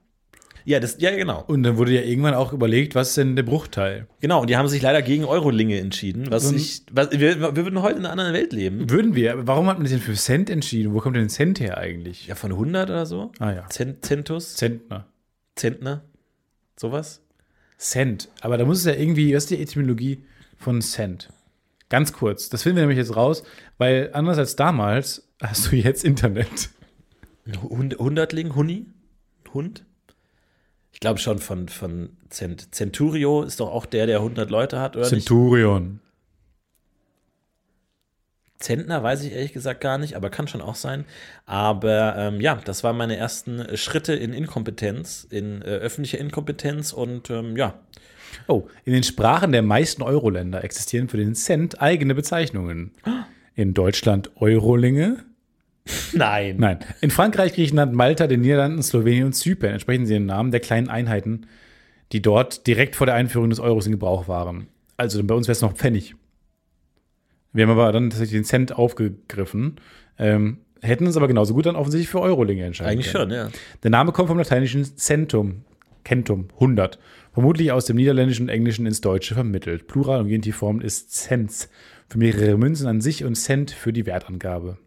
S1: Ja, das, ja, genau.
S2: Und dann wurde ja irgendwann auch überlegt, was ist denn der Bruchteil?
S1: Genau. Und die haben sich leider gegen Eurolinge entschieden. Was ich, was, wir, wir würden heute in einer anderen Welt leben.
S2: Würden wir, aber warum hat man sich denn für Cent entschieden? Wo kommt denn Cent her eigentlich?
S1: Ja, von 100 oder so.
S2: Ah ja.
S1: Cent, Centus,
S2: Centner.
S1: Zentner, sowas.
S2: Cent. Aber da muss es ja irgendwie, was ist die Etymologie von Cent? Ganz kurz, das finden wir nämlich jetzt raus, weil anders als damals hast du jetzt Internet.
S1: Hund, Hundertling, Huni? Hund? Ich glaube schon von, von Cent, Centurio ist doch auch der, der 100 Leute hat, oder nicht?
S2: Centurion.
S1: Zentner weiß ich ehrlich gesagt gar nicht, aber kann schon auch sein. Aber ähm, ja, das waren meine ersten äh, Schritte in Inkompetenz, in äh, öffentlicher Inkompetenz und ähm, ja.
S2: Oh, in den Sprachen der meisten Euroländer existieren für den Cent eigene Bezeichnungen. In Deutschland Eurolinge.
S1: Nein.
S2: Nein. In Frankreich, Griechenland, Malta, den Niederlanden, Slowenien und Zypern entsprechen sie den Namen der kleinen Einheiten, die dort direkt vor der Einführung des Euros in Gebrauch waren. Also bei uns wäre es noch Pfennig. Wir haben aber dann tatsächlich den Cent aufgegriffen, ähm, hätten uns aber genauso gut dann offensichtlich für Eurolinge entscheiden
S1: Eigentlich
S2: können.
S1: schon, ja.
S2: Der Name kommt vom lateinischen Centum, Centum, 100. Vermutlich aus dem Niederländischen und Englischen ins Deutsche vermittelt. Plural und Genitivform ist Cents für mehrere Münzen an sich und Cent für die Wertangabe.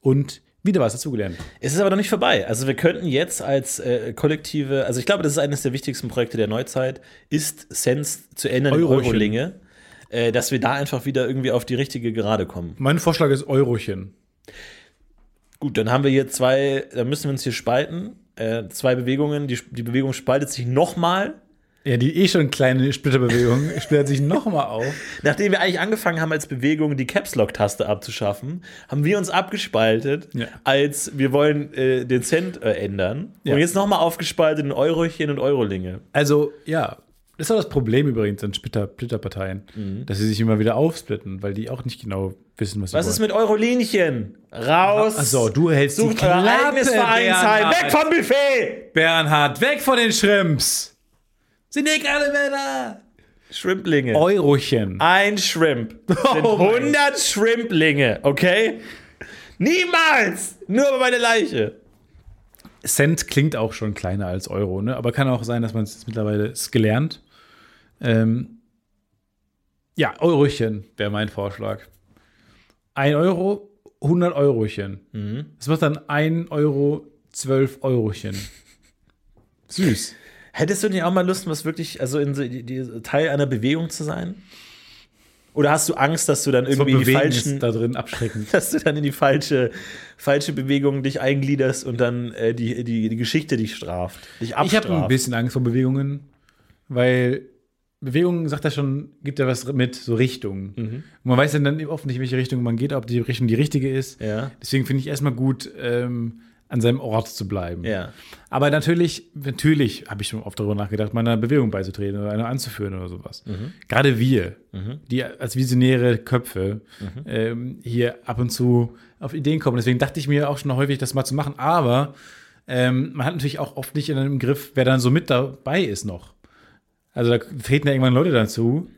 S2: Und wieder was dazugelernt.
S1: Es ist aber noch nicht vorbei. Also wir könnten jetzt als äh, kollektive, also ich glaube, das ist eines der wichtigsten Projekte der Neuzeit, ist Sense zu ändern in
S2: Eurochen.
S1: Eurolinge, äh, dass wir da einfach wieder irgendwie auf die richtige Gerade kommen.
S2: Mein Vorschlag ist Eurochen.
S1: Gut, dann haben wir hier zwei, dann müssen wir uns hier spalten. Äh, zwei Bewegungen, die, die Bewegung spaltet sich nochmal.
S2: Ja, die eh schon kleine Splitterbewegung splittert sich nochmal auf.
S1: Nachdem wir eigentlich angefangen haben, als Bewegung die Caps Lock-Taste abzuschaffen, haben wir uns abgespaltet,
S2: Ja.
S1: als wir wollen äh, den Cent äh, ändern.
S2: Ja.
S1: Und jetzt nochmal aufgespaltet in Eurochen und Eurolinge.
S2: Also, ja. Das ist auch das Problem übrigens an Splitter- Splitterparteien, dass sie sich immer wieder aufsplitten, weil die auch nicht genau wissen, Mhm. was sie
S1: Was
S2: wollen.
S1: ist mit Eurolinchen? Raus!
S2: Achso, du hältst
S1: Sucht euer eigenes Vereinsheim!
S2: Bernhard.
S1: Weg vom Buffet!
S2: Bernhard, weg von den Shrimps! Sind nicht alle Männer!
S1: Schrimplinge.
S2: Eurochen.
S1: Oh,
S2: Ah,
S1: Ein Shrimp. Sind
S2: Oh mein.
S1: 100 Schrimplinge, okay? Niemals! Nur über meine Leiche.
S2: Cent klingt auch schon kleiner als Euro, ne? Aber kann auch sein, dass man es jetzt mittlerweile ist gelernt. Ähm, ja, Eurochen wäre mein Vorschlag. Ein Euro, 100 Eurochen.
S1: Mhm.
S2: Das macht dann ein Euro, 12 Eurochen. Süß.
S1: Hättest du nicht auch mal Lust, was wirklich, also in so, die, die, Teil einer Bewegung zu sein? Oder hast du Angst, dass du dann irgendwie in die
S2: Bewegen ist
S1: falschen,
S2: da drin abschreckend.
S1: dass du dann in die falsche, falsche Bewegung dich eingliederst und dann äh, die, die, die Geschichte dich straft, dich
S2: Ich habe ein
S1: abstraft?
S2: bisschen Angst vor Bewegungen, weil Bewegung sagt er schon, gibt ja was mit, so Richtungen.
S1: Mhm.
S2: Und man weiß ja dann eben oft nicht, in welche Richtung man geht, ob die Richtung die richtige ist.
S1: Ja.
S2: Deswegen finde ich erstmal gut, ähm, an seinem Ort zu bleiben.
S1: Ja.
S2: Aber natürlich, natürlich habe ich schon oft darüber nachgedacht, meiner Bewegung beizutreten oder einer anzuführen oder sowas.
S1: Mhm.
S2: Gerade wir, die als visionäre Köpfe
S1: Mhm.
S2: ähm, hier ab und zu auf Ideen kommen. Deswegen dachte ich mir auch schon häufig, das mal zu machen. Aber ähm, man hat natürlich auch oft nicht in einem Griff, wer dann so mit dabei ist noch. Also da treten ja irgendwann Leute dazu.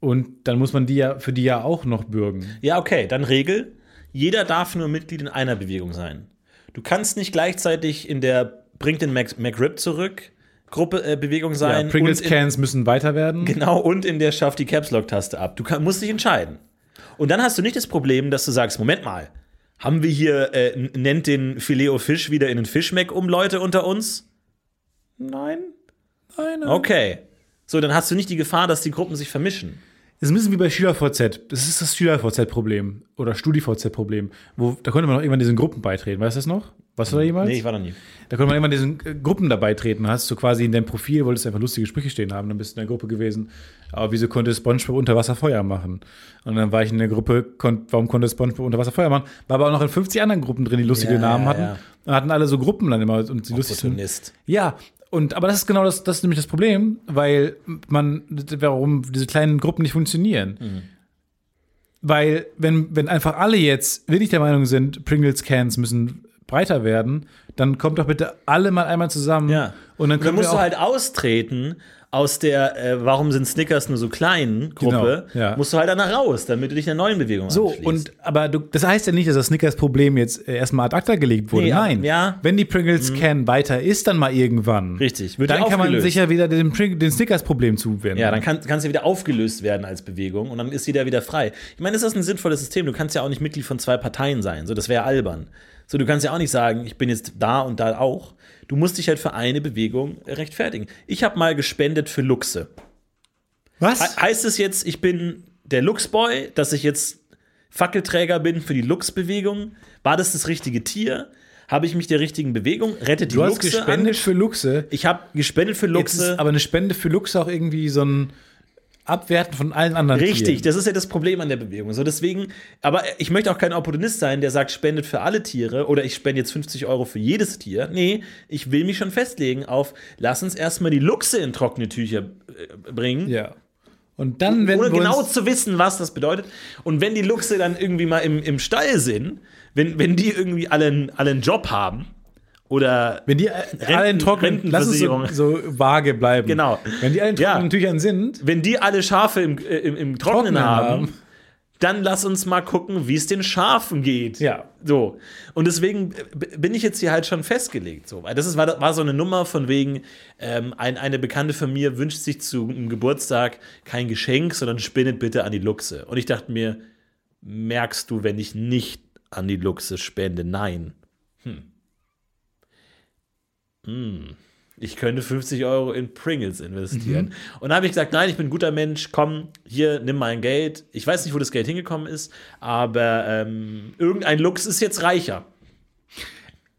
S2: Und dann muss man die ja für die ja auch noch bürgen.
S1: Ja, okay, dann Regel. Jeder darf nur Mitglied in einer Bewegung sein. Du kannst nicht gleichzeitig in der Bringt den Mac McRib zurück Gruppe äh, Bewegung
S2: Ja,
S1: sein
S2: Pringles
S1: und in,
S2: Cans müssen weiter werden.
S1: genau und in der Schaff die Caps Lock Taste ab. Du kann, musst dich entscheiden. Und dann hast du nicht das Problem, dass du sagst, Moment mal, haben wir hier äh, n- nennt den Filet o Fisch wieder in den Fischmeck um Leute unter uns? Nein.
S2: Nein, nein.
S1: Okay. So, dann hast du nicht die Gefahr, dass die Gruppen sich vermischen.
S2: Das ist ein bisschen wie bei SchülerVZ. Das ist das SchülerVZ-Problem oder StudiVZ-Problem. Wo, da konnte man auch irgendwann diesen Gruppen beitreten. Weißt du das noch? Warst du da jemals?
S1: Nee, ich war noch nie.
S2: da konnte man irgendwann diesen äh, Gruppen dabei treten. Hast du quasi in deinem Profil, wolltest einfach lustige Sprüche stehen haben, dann bist du in der Gruppe gewesen. Aber wieso konnte Spongebob unter Wasser Feuer machen? Und dann war ich in der Gruppe, kon warum konnte Spongebob unter Wasser Feuer machen? War aber auch noch in 50 anderen Gruppen drin, die lustige
S1: Ja,
S2: Namen
S1: ja,
S2: hatten.
S1: ja. Oh,
S2: Und hatten alle so Gruppen dann immer und die lustigsten.
S1: Opportunist.
S2: Ja, und aber das ist genau das, das ist nämlich das Problem, weil man, warum diese kleinen Gruppen nicht funktionieren.
S1: Mhm.
S2: Weil, wenn, wenn einfach alle jetzt wirklich der Meinung sind, Pringles Cans müssen breiter werden, dann kommt doch bitte alle mal einmal zusammen.
S1: Ja.
S2: Und dann
S1: Und dann
S2: können wir
S1: musst
S2: auch,
S1: du halt austreten aus der äh, Warum sind Snickers nur so klein Gruppe.
S2: Genau, ja.
S1: Musst du halt danach raus, damit du dich einer neuen Bewegung
S2: So,
S1: anschließt.
S2: und aber du, das heißt ja nicht, dass das Snickers-Problem jetzt äh, erstmal ad acta gelegt wurde.
S1: Nee, ja,
S2: Nein.
S1: ja. Mhm.
S2: Wenn die Pringles Can weiter ist, dann mal irgendwann.
S1: Richtig, wird
S2: Dann
S1: ja
S2: kann man
S1: aufgelöst.
S2: sich ja wieder dem, Pring- dem Snickers-Problem zuwenden.
S1: ja, dann kann es ja wieder aufgelöst werden als Bewegung und dann ist jeder wieder frei. Ich meine, ist das ein sinnvolles System? Du kannst ja auch nicht Mitglied von zwei Parteien sein. So, das wäre albern. So, du kannst ja auch nicht sagen, ich bin jetzt da und da auch. Du musst dich halt für eine Bewegung rechtfertigen. Ich habe mal gespendet für Luchse.
S2: Was?
S1: He- Heißt es jetzt, ich bin der Luchsboy, dass ich jetzt Fackelträger bin für die Luchsbewegung? War das das richtige Tier? Habe ich mich der richtigen Bewegung? Rettet die
S2: Du hast
S1: Luchse
S2: gespendet
S1: An?
S2: für Luchse.
S1: Ich habe gespendet für
S2: Jetzt
S1: Luchse.
S2: Ist aber eine Spende für Luchse auch irgendwie so ein Abwerten von allen anderen
S1: Richtig,
S2: Tieren.
S1: das ist ja das Problem an der Bewegung. So deswegen, aber ich möchte auch kein Opportunist sein, der sagt, spendet für alle Tiere oder ich spende jetzt 50 Euro für jedes Tier. Nee, ich will mich schon festlegen auf, lass uns erstmal die Luchse in trockene Tücher äh, bringen.
S2: Ja. Und dann, wenn
S1: ohne
S2: wir
S1: genau
S2: uns,
S1: zu wissen, was das bedeutet. Und wenn die Luchse dann irgendwie mal im, im Stall sind, wenn, wenn die irgendwie alle, einen- alle einen Job haben oder
S2: wenn die äh, alle in trockenen, lass es so,
S1: Rentenversicherung.
S2: so vage bleiben.
S1: Genau.
S2: Wenn die alle in
S1: Ja.
S2: trockenen Tüchern sind,
S1: wenn die alle Schafe im, äh, im, im Trockenen
S2: Trockenen
S1: haben,
S2: haben.
S1: dann lass uns mal gucken, wie es den Schafen geht.
S2: Ja.
S1: So. Und deswegen äh, b- bin ich jetzt hier halt schon festgelegt. So. Weil das ist, war, war so eine Nummer von wegen, ähm, ein, eine Bekannte von mir wünscht sich zu einem Geburtstag kein Geschenk, sondern spendet bitte an die Luchse. Und ich dachte mir, merkst du, wenn ich nicht an die Luchse spende? Nein. ich könnte 50 Euro in Pringles investieren.
S2: Mhm.
S1: Und da habe ich gesagt, nein, ich bin ein guter Mensch, komm, hier, nimm mein Geld. Ich weiß nicht, wo das Geld hingekommen ist, aber ähm, irgendein Lux ist jetzt reicher.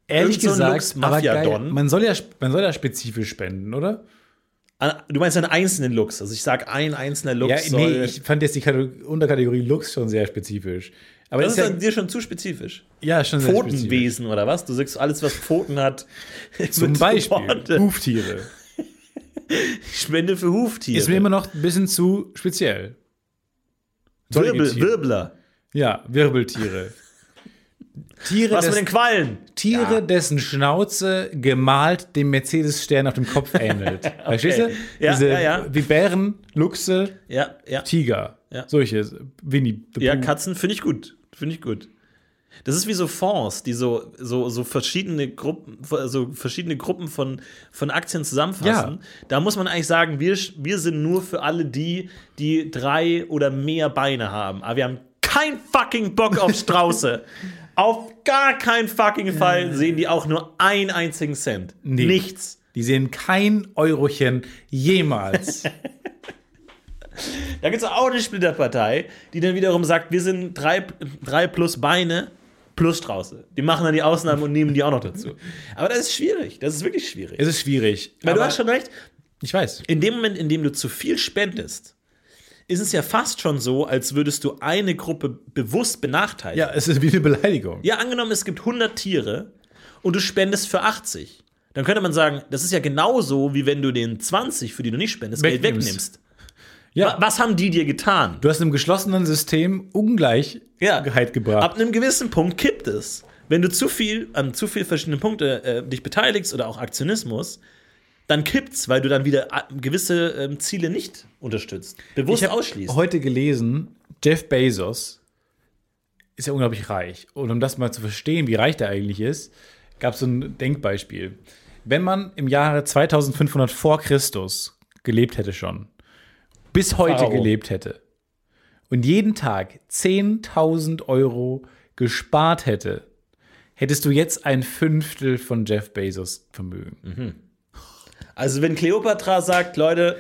S2: ehrlich
S1: Irgend so ein
S2: gesagt,
S1: Luchs-
S2: aber geil,
S1: Mafia-Don.
S2: man soll, ja, sp- man soll ja spezifisch spenden, oder?
S1: An- Ah, Du meinst einen einzelnen Lux. Also ich sage, ein einzelner Lux
S2: Ja,
S1: soll...
S2: nee, ich fand jetzt die Kategor- Unterkategorie Lux schon sehr spezifisch. Aber
S1: das
S2: ist
S1: ist dann
S2: ja,
S1: dir schon zu spezifisch.
S2: ja schon sehr spezifisch.
S1: Pfotenwesen oder was? Du sagst, alles, was Pfoten hat.
S2: Zum
S1: mit
S2: Beispiel
S1: Worte.
S2: Huftiere.
S1: Spende für Huftiere.
S2: Ist mir immer noch ein bisschen zu speziell.
S1: Wirbel,
S2: Säugetiere.
S1: Wirbler.
S2: Ja, Wirbeltiere. Tiere,
S1: Was mit
S2: des,
S1: den Quallen?
S2: Tiere dessen Schnauze gemalt dem Mercedes-Stern auf dem Kopf ähnelt. Verstehst du?
S1: Ja,
S2: Diese,
S1: ja, ja.
S2: Wie Bären, Luchse,
S1: Ja, ja.
S2: Tiger.
S1: Ja.
S2: Solche. Winnie. the
S1: Ja,
S2: Pooh.
S1: Katzen finde ich gut. Finde ich gut. Das ist wie so Fonds, die so, so, so verschiedene Gruppen, so verschiedene Gruppen von, von Aktien zusammenfassen. Da muss man eigentlich sagen, wir, wir sind nur für alle die, die drei oder mehr Beine haben. Aber wir haben keinen fucking Bock auf Strauße. auf gar keinen fucking Fall sehen die auch nur einen einzigen Cent.
S2: Nee.
S1: Nichts.
S2: Die sehen kein Eurochen jemals.
S1: Da gibt es auch eine Splitterpartei, die dann wiederum sagt, wir sind drei, drei plus Beine plus Strauße. Die machen dann die Ausnahmen und nehmen die auch noch dazu. Aber das ist schwierig. Das ist wirklich schwierig.
S2: es ist schwierig.
S1: Weil du
S2: Aber
S1: hast schon recht,
S2: Ich weiß.
S1: In dem Moment, in dem du zu viel spendest, ist es ja fast schon so, als würdest du eine Gruppe bewusst benachteiligen.
S2: Ja, es ist wie eine Beleidigung.
S1: Ja, angenommen, es gibt 100 Tiere und du spendest für 80. Dann könnte man sagen, das ist ja genauso, wie wenn du den 20, für die du nicht spendest, Geld
S2: Wegnimmst.
S1: wegnimmst.
S2: Ja.
S1: Wa- Was haben die dir getan?
S2: Du hast im geschlossenen System Ungleichheit gebracht.
S1: Ab einem gewissen Punkt kippt es. Wenn du zu viel an zu viel verschiedene Punkte äh, dich beteiligst oder auch Aktionismus, dann kippt's, weil du dann wieder äh, gewisse ähm, Ziele nicht unterstützt, bewusst
S2: ich hab
S1: ausschließt.
S2: heute gelesen, Jeff Bezos ist ja unglaublich reich. Und um das mal zu verstehen, wie reich der eigentlich ist, gab es so ein Denkbeispiel. Wenn man im Jahre 2500 vor Christus gelebt hätte schon, bis heute
S1: Pharao.
S2: gelebt hätte und jeden Tag 10.000 Euro gespart hätte, hättest du jetzt ein Fünftel von Jeff Bezos Vermögen.
S1: Also wenn Cleopatra sagt, Leute,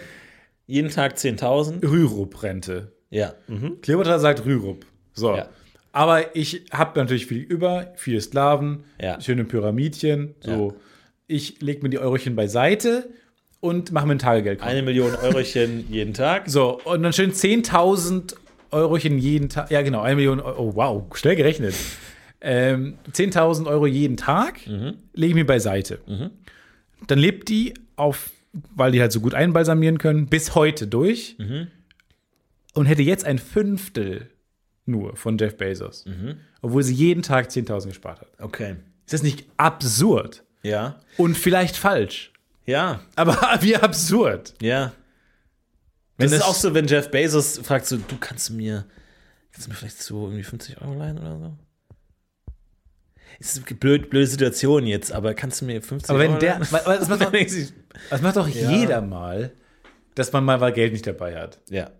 S1: jeden Tag 10.000,
S2: Mhm. Rürup-Rente.
S1: ja, mhm.
S2: Kleopatra sagt Rürup. So.
S1: Ja.
S2: Aber ich habe natürlich viel über, viele Sklaven,
S1: Ja.
S2: schöne Pyramidchen. So. Ich lege mir die Eurochen beiseite und mache mir ein Tagegeldkonto.
S1: eine Million Eurochen jeden Tag.
S2: So, und dann schön 10.000 Eurochen jeden Tag. Ja, genau, 1 Million Euro. Oh, wow, schnell gerechnet. ähm, 10.000 Euro jeden Tag lege ich mir beiseite. Dann lebt die auf, weil die halt so gut einbalsamieren können, bis heute durch und hätte jetzt ein Fünftel nur von Jeff Bezos, obwohl sie jeden Tag 10.000 gespart hat.
S1: Okay.
S2: Ist das nicht absurd?
S1: Ja,
S2: Und vielleicht falsch,
S1: ja,
S2: aber wie absurd.
S1: ja.
S2: Wenn
S1: Das, ist auch so, wenn Jeff Bezos fragt so, du kannst du mir, kannst du mir vielleicht so irgendwie 50 Euro leihen oder so? Es ist eine blöd, blöde Situation jetzt, aber kannst du mir 50
S2: Aber
S1: Euro
S2: wenn der,
S1: leihen?
S2: weil- weil das macht doch, das macht doch
S1: Ja.
S2: jeder mal, dass man mal Geld nicht dabei hat.
S1: Ja.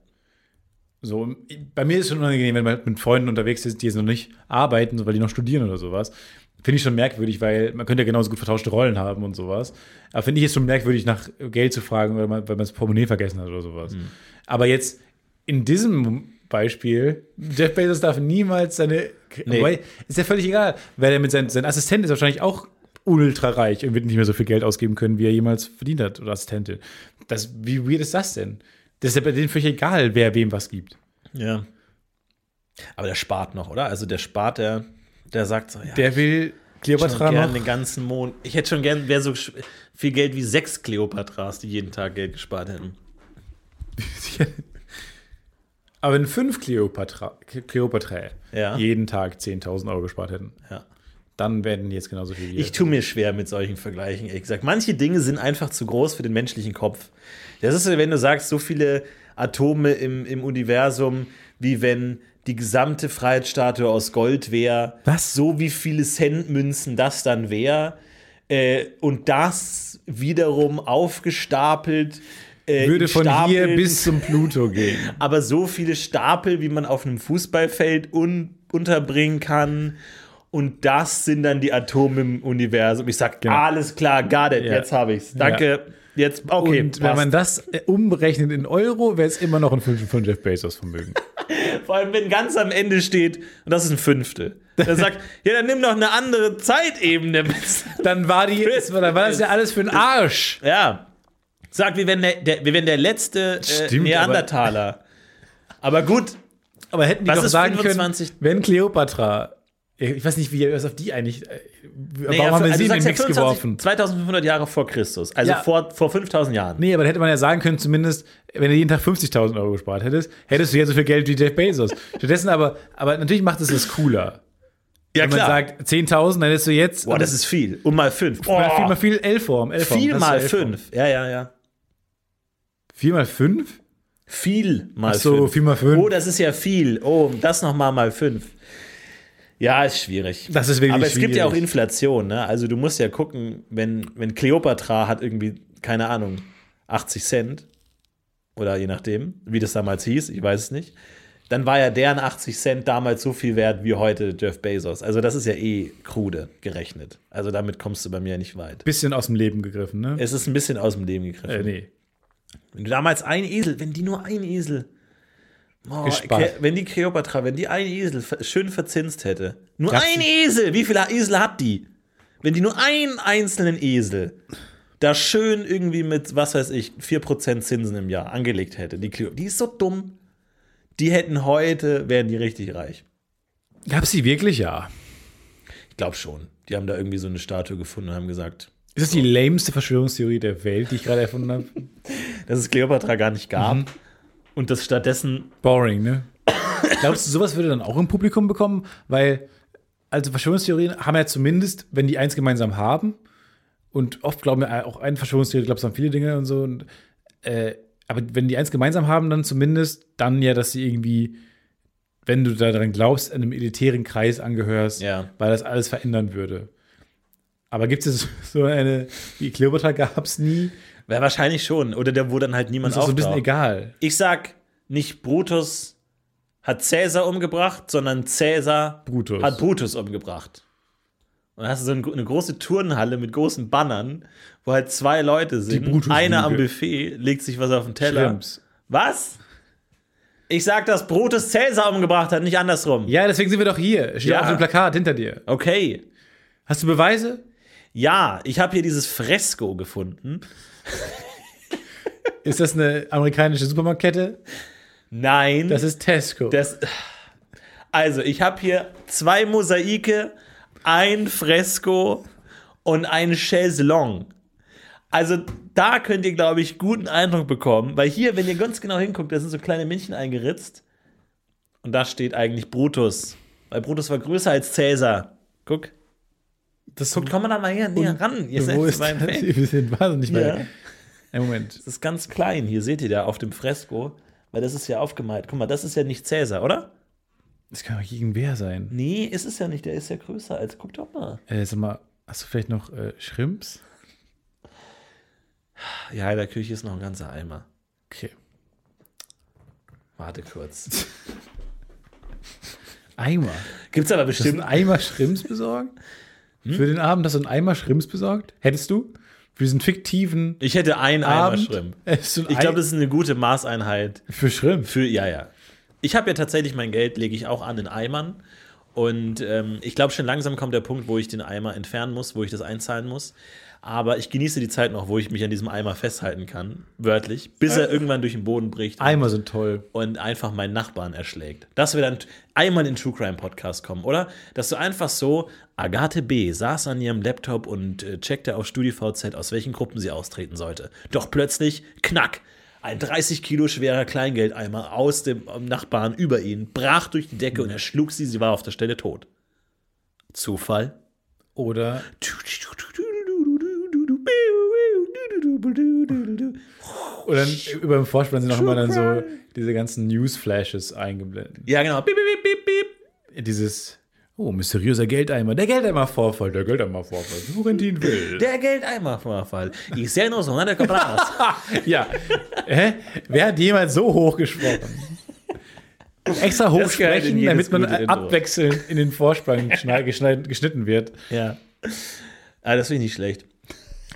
S2: So, bei mir ist es schon unangenehm, wenn man mit Freunden unterwegs ist, die jetzt noch nicht arbeiten, so, weil die noch studieren oder sowas. Finde ich schon merkwürdig, weil man könnte ja genauso gut vertauschte Rollen haben und sowas. Aber finde ich es schon merkwürdig, nach Geld zu fragen, oder man, weil man das Portemonnaie vergessen hat oder sowas.
S1: Hm.
S2: Aber jetzt in diesem Beispiel, Jeff Bezos darf niemals seine.
S1: Nee.
S2: Wobei, ist ja völlig egal, weil er mit seinem sein Assistent ist wahrscheinlich auch ultra reich und wird nicht mehr so viel Geld ausgeben können, wie er jemals verdient hat oder Assistentin. Das, wie weird ist das denn? Das ist ja bei denen völlig egal, wer wem was gibt.
S1: Ja. Aber der spart noch, oder? Also der spart, der, der sagt so, ja,
S2: Der will
S1: schon
S2: Cleopatra
S1: gern
S2: noch.
S1: den ganzen Mond. Ich hätte schon gern, wäre so sch- viel Geld wie sechs Kleopatras, die jeden Tag Geld gespart hätten.
S2: Aber wenn fünf Cleopatra, Cleopatra
S1: Ja.
S2: jeden Tag 10.000 Euro gespart hätten,
S1: Ja.
S2: dann werden die jetzt genauso viel wie
S1: Ich tue mir schwer mit solchen Vergleichen, ehrlich gesagt. Manche Dinge sind einfach zu groß für den menschlichen Kopf. Das ist, wenn du sagst, so viele Atome im, im Universum, wie wenn die gesamte Freiheitsstatue aus Gold wäre.
S2: Was?
S1: So wie viele Centmünzen das dann wäre. Äh, und das wiederum aufgestapelt. äh, in
S2: Würde von hier
S1: Stapeln.
S2: bis zum Pluto gehen.
S1: Aber so viele Stapel, wie man auf einem Fußballfeld un unterbringen kann. Und das sind dann die Atome im Universum. Ich sag,
S2: Genau.
S1: alles klar, got it,
S2: Ja.
S1: jetzt habe ich's. Danke. Jetzt, okay.
S2: Und wenn man das äh, umrechnet in Euro, wäre es immer noch ein Fünftel von Jeff Bezos Vermögen.
S1: Vor allem, wenn ganz am Ende steht, und das ist ein Fünftel. Dann sagt, ja, dann nimm doch eine andere Zeitebene. mit.
S2: dann war die, es war- dann war das ja alles für den Arsch.
S1: ja. Sag, wir wären der, der, wir wären der letzte äh,
S2: Stimmt,
S1: Neandertaler. Aber, gut,
S2: Aber hätten die
S1: Was
S2: doch
S1: ist
S2: sagen
S1: 25?
S2: können, wenn Cleopatra, ich weiß nicht, wie was auf die eigentlich, äh, warum
S1: naja,
S2: haben wir
S1: also
S2: sie
S1: du
S2: in den
S1: sagst ja
S2: Mix
S1: 25
S2: geworfen?
S1: 2500 Jahre vor Christus, also
S2: Ja.
S1: vor, vor 5000 Jahren.
S2: Nee, aber dann hätte man ja sagen können, zumindest, wenn du jeden Tag 50.000 Euro gespart hättest, hättest du jetzt so viel Geld wie Jeff Bezos. Stattdessen aber, aber natürlich macht es das cooler.
S1: Ja,
S2: wenn man sagt 10.000, dann hättest du jetzt
S1: Boah, das ist viel. Und mal fünf.
S2: mal viel,
S1: Boah,
S2: mal viel L-Form. L-Form,
S1: viel
S2: das ist
S1: mal
S2: L-Form.
S1: fünf. Ja, ja, ja.
S2: Vier mal fünf?
S1: Viel mal
S2: Ach so,
S1: fünf.
S2: viel mal fünf.
S1: Oh, das ist ja viel. Oh, das nochmal mal fünf. Ja, ist schwierig.
S2: Das ist wirklich
S1: Aber es gibt ja auch
S2: schwierig.
S1: Inflation, ne? Also du musst ja gucken, wenn, wenn Cleopatra hat irgendwie, keine Ahnung, 80 Cent oder je nachdem, wie das damals hieß, ich weiß es nicht, dann war ja deren 80 Cent damals so viel wert wie heute Jeff Bezos. Also das ist ja eh krude gerechnet. Also damit kommst du bei mir nicht weit.
S2: Bisschen aus dem Leben gegriffen, ne?
S1: Es ist ein bisschen aus dem Leben gegriffen.
S2: Äh, nee.
S1: Wenn du damals ein Esel, wenn die nur ein Esel. Oh,
S2: Gespart.
S1: Ke- Wenn die Kleopatra, wenn die ein Esel ver- schön verzinst hätte. Nur
S2: Das-
S1: ein Esel! Wie viele Esel hat die? Wenn die nur einen einzelnen Esel da schön irgendwie mit, was weiß ich, 4% Zinsen im Jahr angelegt hätte. Die Clio, die ist so dumm. Die hätten heute, wären die richtig reich.
S2: Gab's die wirklich? Ja.
S1: Ich glaube schon. Die haben da irgendwie so eine Statue gefunden und haben gesagt,
S2: Ist das die lameste Verschwörungstheorie der Welt, die ich gerade erfunden habe?
S1: dass es Cleopatra gar nicht gab. Und dass stattdessen,
S2: Boring, ne? Glaubst du, sowas würde dann auch im Publikum bekommen? Weil, also Verschwörungstheorien haben ja zumindest, wenn die eins gemeinsam haben, und oft glauben ja auch ein Verschwörungstheorie, glaubst du an viele Dinge und so, und, äh, aber wenn die eins gemeinsam haben, dann zumindest, dann ja, dass sie irgendwie, wenn du daran glaubst, einem elitären Kreis angehörst,
S1: Ja.
S2: weil das alles verändern würde. Aber gibt es so eine, wie Cleopatra gab es nie?
S1: wäre wahrscheinlich schon. Oder der, wo dann halt niemand
S2: Ist auch so ein bisschen
S1: auftaucht.
S2: egal.
S1: Ich sag nicht Brutus hat Cäsar umgebracht, sondern Cäsar
S2: Brutus.
S1: hat Brutus umgebracht. Und dann hast du so ein- eine große Turnhalle mit großen Bannern, wo halt zwei Leute sind.
S2: Brutus-Lüge.
S1: Einer am Buffet legt sich was auf den Teller.
S2: Schrimps.
S1: Was? Ich sag, dass Brutus Cäsar umgebracht hat, nicht andersrum.
S2: Ja, deswegen sind wir doch hier. Steht
S1: Ja.
S2: ja. auf dem Plakat hinter dir.
S1: Okay.
S2: Hast du Beweise?
S1: Ja, ich habe hier dieses Fresko gefunden.
S2: Ist das eine amerikanische Supermarktkette?
S1: Nein.
S2: Das ist Tesco.
S1: Das, also, ich habe hier zwei Mosaike, ein Fresko und ein Chaiselong. Also, da könnt ihr, glaube ich, guten Eindruck bekommen, weil hier, wenn ihr ganz genau hinguckt, da sind so kleine Männchen eingeritzt. Und da steht eigentlich Brutus. Weil Brutus war größer als Cäsar. Guck,
S2: das
S1: guckt, komm mal da mal hier näher ran. Ihr seid
S2: Wo ist
S1: zu meinem
S2: das?
S1: Fan.
S2: Wir sind wahnsinnig
S1: Ja.
S2: bei. Einen Moment.
S1: Das ist ganz klein. Hier seht ihr da auf dem Fresko, weil das ist ja aufgemalt. Guck mal, das ist ja nicht Cäsar, oder?
S2: Das kann doch irgendwer sein.
S1: Nee, ist es ja nicht. Der ist ja größer als. Guck doch mal.
S2: Äh, sag mal, hast du vielleicht noch äh, Schrimps?
S1: Ja, in der Küche ist noch ein ganzer Eimer.
S2: Okay.
S1: Warte kurz.
S2: Eimer.
S1: Gibt's aber
S2: Hast du einen
S1: bestimmt.
S2: Eimer Schrimps besorgt? Für den Abend hast du einen Eimer Schrimps besorgt? Hättest du? Für diesen fiktiven
S1: Ich hätte einen Eimer
S2: Abend?
S1: Schrimp.
S2: Hättest du einen
S1: Ich glaube,
S2: Ei-
S1: das ist eine gute Maßeinheit
S2: für Schrimps.
S1: für. Ja, ja. Ich habe ja tatsächlich mein Geld, lege ich auch an in Eimern. Und ähm, ich glaube, schon langsam kommt der Punkt, wo ich den Eimer entfernen muss, wo ich das einzahlen muss. Aber ich genieße die Zeit noch, wo ich mich an diesem Eimer festhalten kann, wörtlich, bis er irgendwann durch den Boden bricht
S2: Eimer sind toll.
S1: und einfach meinen Nachbarn erschlägt. Dass wir dann einmal in den True Crime Podcast kommen, oder? Dass du einfach so, Agathe B. saß an ihrem Laptop und äh, checkte auf StudiVZ, aus welchen Gruppen sie austreten sollte. Doch plötzlich, knack, ein 30 Kilo schwerer Kleingeldeimer aus dem ähm, Nachbarn über ihn brach durch die Decke und erschlug sie, sie war auf der Stelle tot. Zufall?
S2: Oder Oder über dem Vorspann sind auch immer dann so diese ganzen Newsflashes eingeblendet.
S1: Ja, genau. Bip, bip, bip, bip, bip.
S2: Dieses, oh, mysteriöser Geldeimer, der Geldeimervorfall, der Geldeimervorfall, Florentin Will.
S1: Der Geldeimervorfall. Ich sehe nur so, ne, der Kopras.
S2: ja. Hä? Wer hat jemals so hoch gesprochen? Extra hoch
S1: Das gehört in
S2: sprechen,
S1: jedes
S2: damit man
S1: gute Intro.
S2: abwechselnd in den Vorspann schneid- geschneid- geschnitten wird.
S1: Ja. Ah, das finde ich nicht schlecht.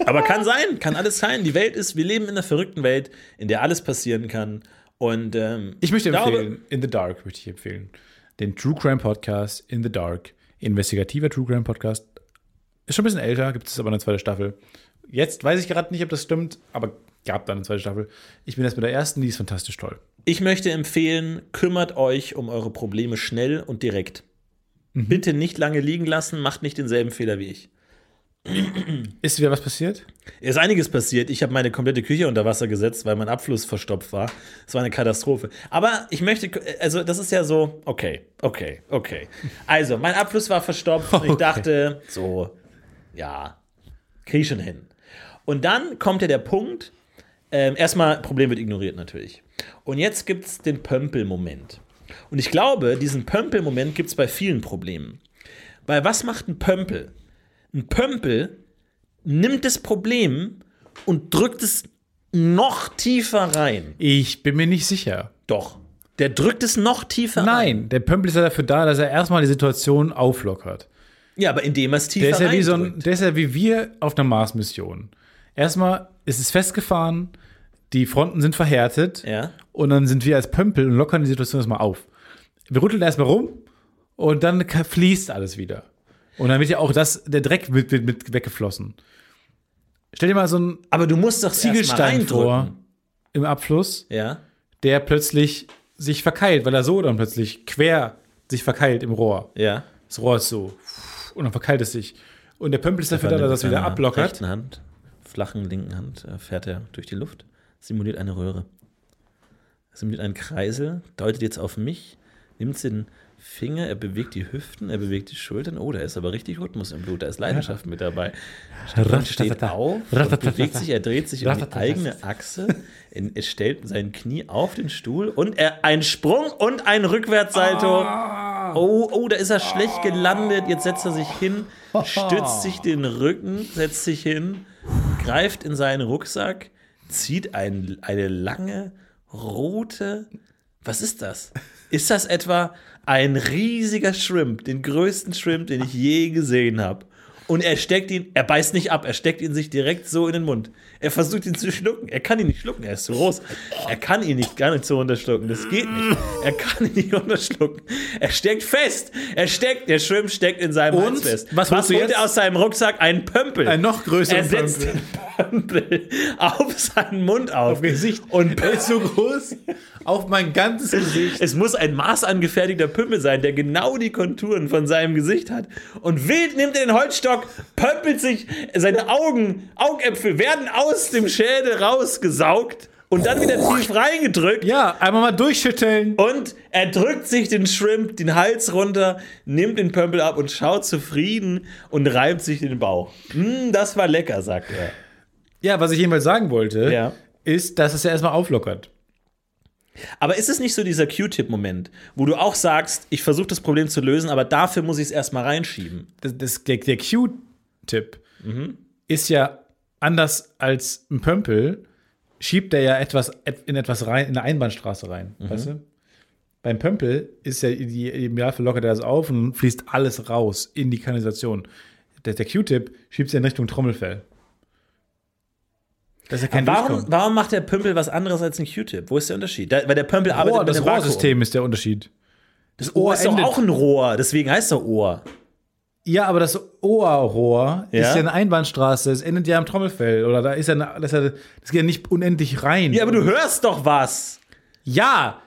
S1: Aber kann sein, kann alles sein. Die Welt ist, wir leben in einer verrückten Welt, in der alles passieren kann. Und ähm,
S2: Ich möchte
S1: glaube-
S2: empfehlen, In the Dark möchte ich empfehlen. Den True Crime Podcast In the Dark. Investigativer True Crime Podcast. Ist schon ein bisschen älter, gibt es aber eine zweite Staffel. Jetzt weiß ich gerade nicht, ob das stimmt, aber gab da eine zweite Staffel. Ich bin erst mit der ersten, die ist fantastisch toll.
S1: Ich möchte empfehlen, kümmert euch um eure Probleme schnell und direkt.
S2: Mhm.
S1: Bitte nicht lange liegen lassen, macht nicht denselben Fehler wie ich.
S2: Ist wieder was passiert?
S1: Ist einiges passiert. Ich habe meine komplette Küche unter Wasser gesetzt, weil mein Abfluss verstopft war. Es war eine Katastrophe. Aber ich möchte, also das ist ja so, okay, okay, okay. Also, mein Abfluss war verstopft und ich
S2: Okay.
S1: dachte, so, ja, krieg ich schon hin. Und dann kommt ja der Punkt, ähm, erstmal, Problem wird ignoriert natürlich. Und jetzt gibt es den Pömpel-Moment. Und ich glaube, diesen Pömpel-Moment gibt es bei vielen Problemen. Weil was macht ein Pömpel? Ein Pömpel nimmt das Problem und drückt es noch tiefer rein.
S2: Ich bin mir nicht sicher.
S1: Doch. Der drückt es noch tiefer rein.
S2: Nein, der Pömpel ist ja dafür da, dass er erstmal die Situation auflockert.
S1: Ja, aber indem er es tiefer
S2: Der ist, ja wie so ein,
S1: reindrückt.
S2: der ist ja wie wir auf einer Mars-Mission. Erstmal ist es festgefahren, die Fronten sind verhärtet
S1: Ja.
S2: und dann sind wir als Pömpel und lockern die Situation erstmal auf. Wir rütteln erstmal rum und dann ka- fließt alles wieder. Und dann wird ja auch das, der Dreck wird, wird mit weggeflossen. Stell dir mal so einen
S1: Aber du musst doch
S2: Ziegelstein
S1: erst mal
S2: vor
S1: reindrücken.
S2: im Abfluss,
S1: Ja.
S2: der plötzlich sich verkeilt, weil er so dann plötzlich quer sich verkeilt im Rohr.
S1: Ja.
S2: Das Rohr ist so. Und dann verkeilt es sich. Und der Pömpel ist dafür da,
S1: Mit
S2: dass das wieder
S1: seiner
S2: ablockert.
S1: Rechten Hand, flachen linken Hand äh, fährt er durch die Luft, simuliert eine Röhre. Simuliert einen Kreisel, deutet jetzt auf mich, nimmt den Finger, er bewegt die Hüften, er bewegt die Schultern. Oh, da ist aber richtig Rhythmus im Blut, da ist Leidenschaft mit dabei. Er steht
S2: Ratatatata.
S1: auf, und
S2: Ratatatata.
S1: bewegt sich, er dreht sich um die
S2: Ratatatata.
S1: eigene Achse, in, er stellt sein Knie auf den Stuhl und er ein Sprung und ein Rückwärtssalto. Oh, oh, da ist er schlecht gelandet. Jetzt setzt er sich hin, stützt sich den Rücken, setzt sich hin, greift in seinen Rucksack, zieht ein, eine lange, rote. Was ist das? Ist das etwa ein riesiger Shrimp, den größten Shrimp, den ich je gesehen habe? Und er steckt ihn, er beißt nicht ab, er steckt ihn sich direkt so in den Mund. Er versucht ihn zu schlucken. Er kann ihn nicht schlucken, er ist zu groß. Er kann ihn nicht gar nicht so runterschlucken. Das geht nicht. Er kann ihn nicht runterschlucken. Er steckt fest. Er steckt, der Shrimp steckt in seinem
S2: Und?
S1: Hals fest.
S2: Was holst du
S1: holt
S2: jetzt?
S1: er aus seinem Rucksack? Einen Pömpel.
S2: Einen noch größeren
S1: Er setzt
S2: Pömpel.
S1: den Pömpel auf seinen Mund auf.
S2: Auf Gesicht.
S1: Und
S2: er ist so groß auf mein ganzes Gesicht.
S1: es muss ein maßangefertigter Pümmel sein, der genau die Konturen von seinem Gesicht hat. Und wild nimmt er den Holzstock, pömpelt sich, seine Augen, Augäpfel werden aus dem Schädel rausgesaugt und dann wieder tief reingedrückt.
S2: Ja, einmal mal durchschütteln.
S1: Und er drückt sich den Shrimp den Hals runter, nimmt den Pömpel ab und schaut zufrieden und reibt sich den Bauch. Mm, das war lecker, sagt er.
S2: Ja, was ich jedenfalls sagen wollte,
S1: Ja.
S2: ist, dass es ja erstmal auflockert.
S1: Aber ist es nicht so dieser Q-Tip-Moment, wo du auch sagst, ich versuche das Problem zu lösen, aber dafür muss ich es erstmal reinschieben?
S2: das, das, der, der Q-Tipp
S1: Mhm.
S2: ist ja anders als ein Pömpel, schiebt er ja etwas et- in etwas rein, in eine Einbahnstraße rein.
S1: Mhm.
S2: Weißt du? Beim Pömpel ist ja die, im Jahr lockert er das auf und fließt alles raus in die Kanalisation. Der, der Q-Tip schiebt es ja in Richtung Trommelfell. Das ist ja kein
S1: Warum,
S2: Durchkommen.
S1: warum macht der Pömpel was anderes als ein Q-Tip? Wo ist der Unterschied? Da, weil der Pömpel arbeitet
S2: Rohr,
S1: mit
S2: das
S1: dem Vakuum.
S2: Rohrsystem ist der Unterschied.
S1: Das Ohr ist doch
S2: endet-
S1: auch ein Rohr, deswegen heißt er Ohr.
S2: Ja, aber das Ohrrohr
S1: Ja?
S2: ist ja eine Einbahnstraße, es endet ja am Trommelfell. Oder da ist ja, eine, das, ist ja das geht ja nicht unendlich rein.
S1: Ja, aber du hörst doch was.
S2: Ja!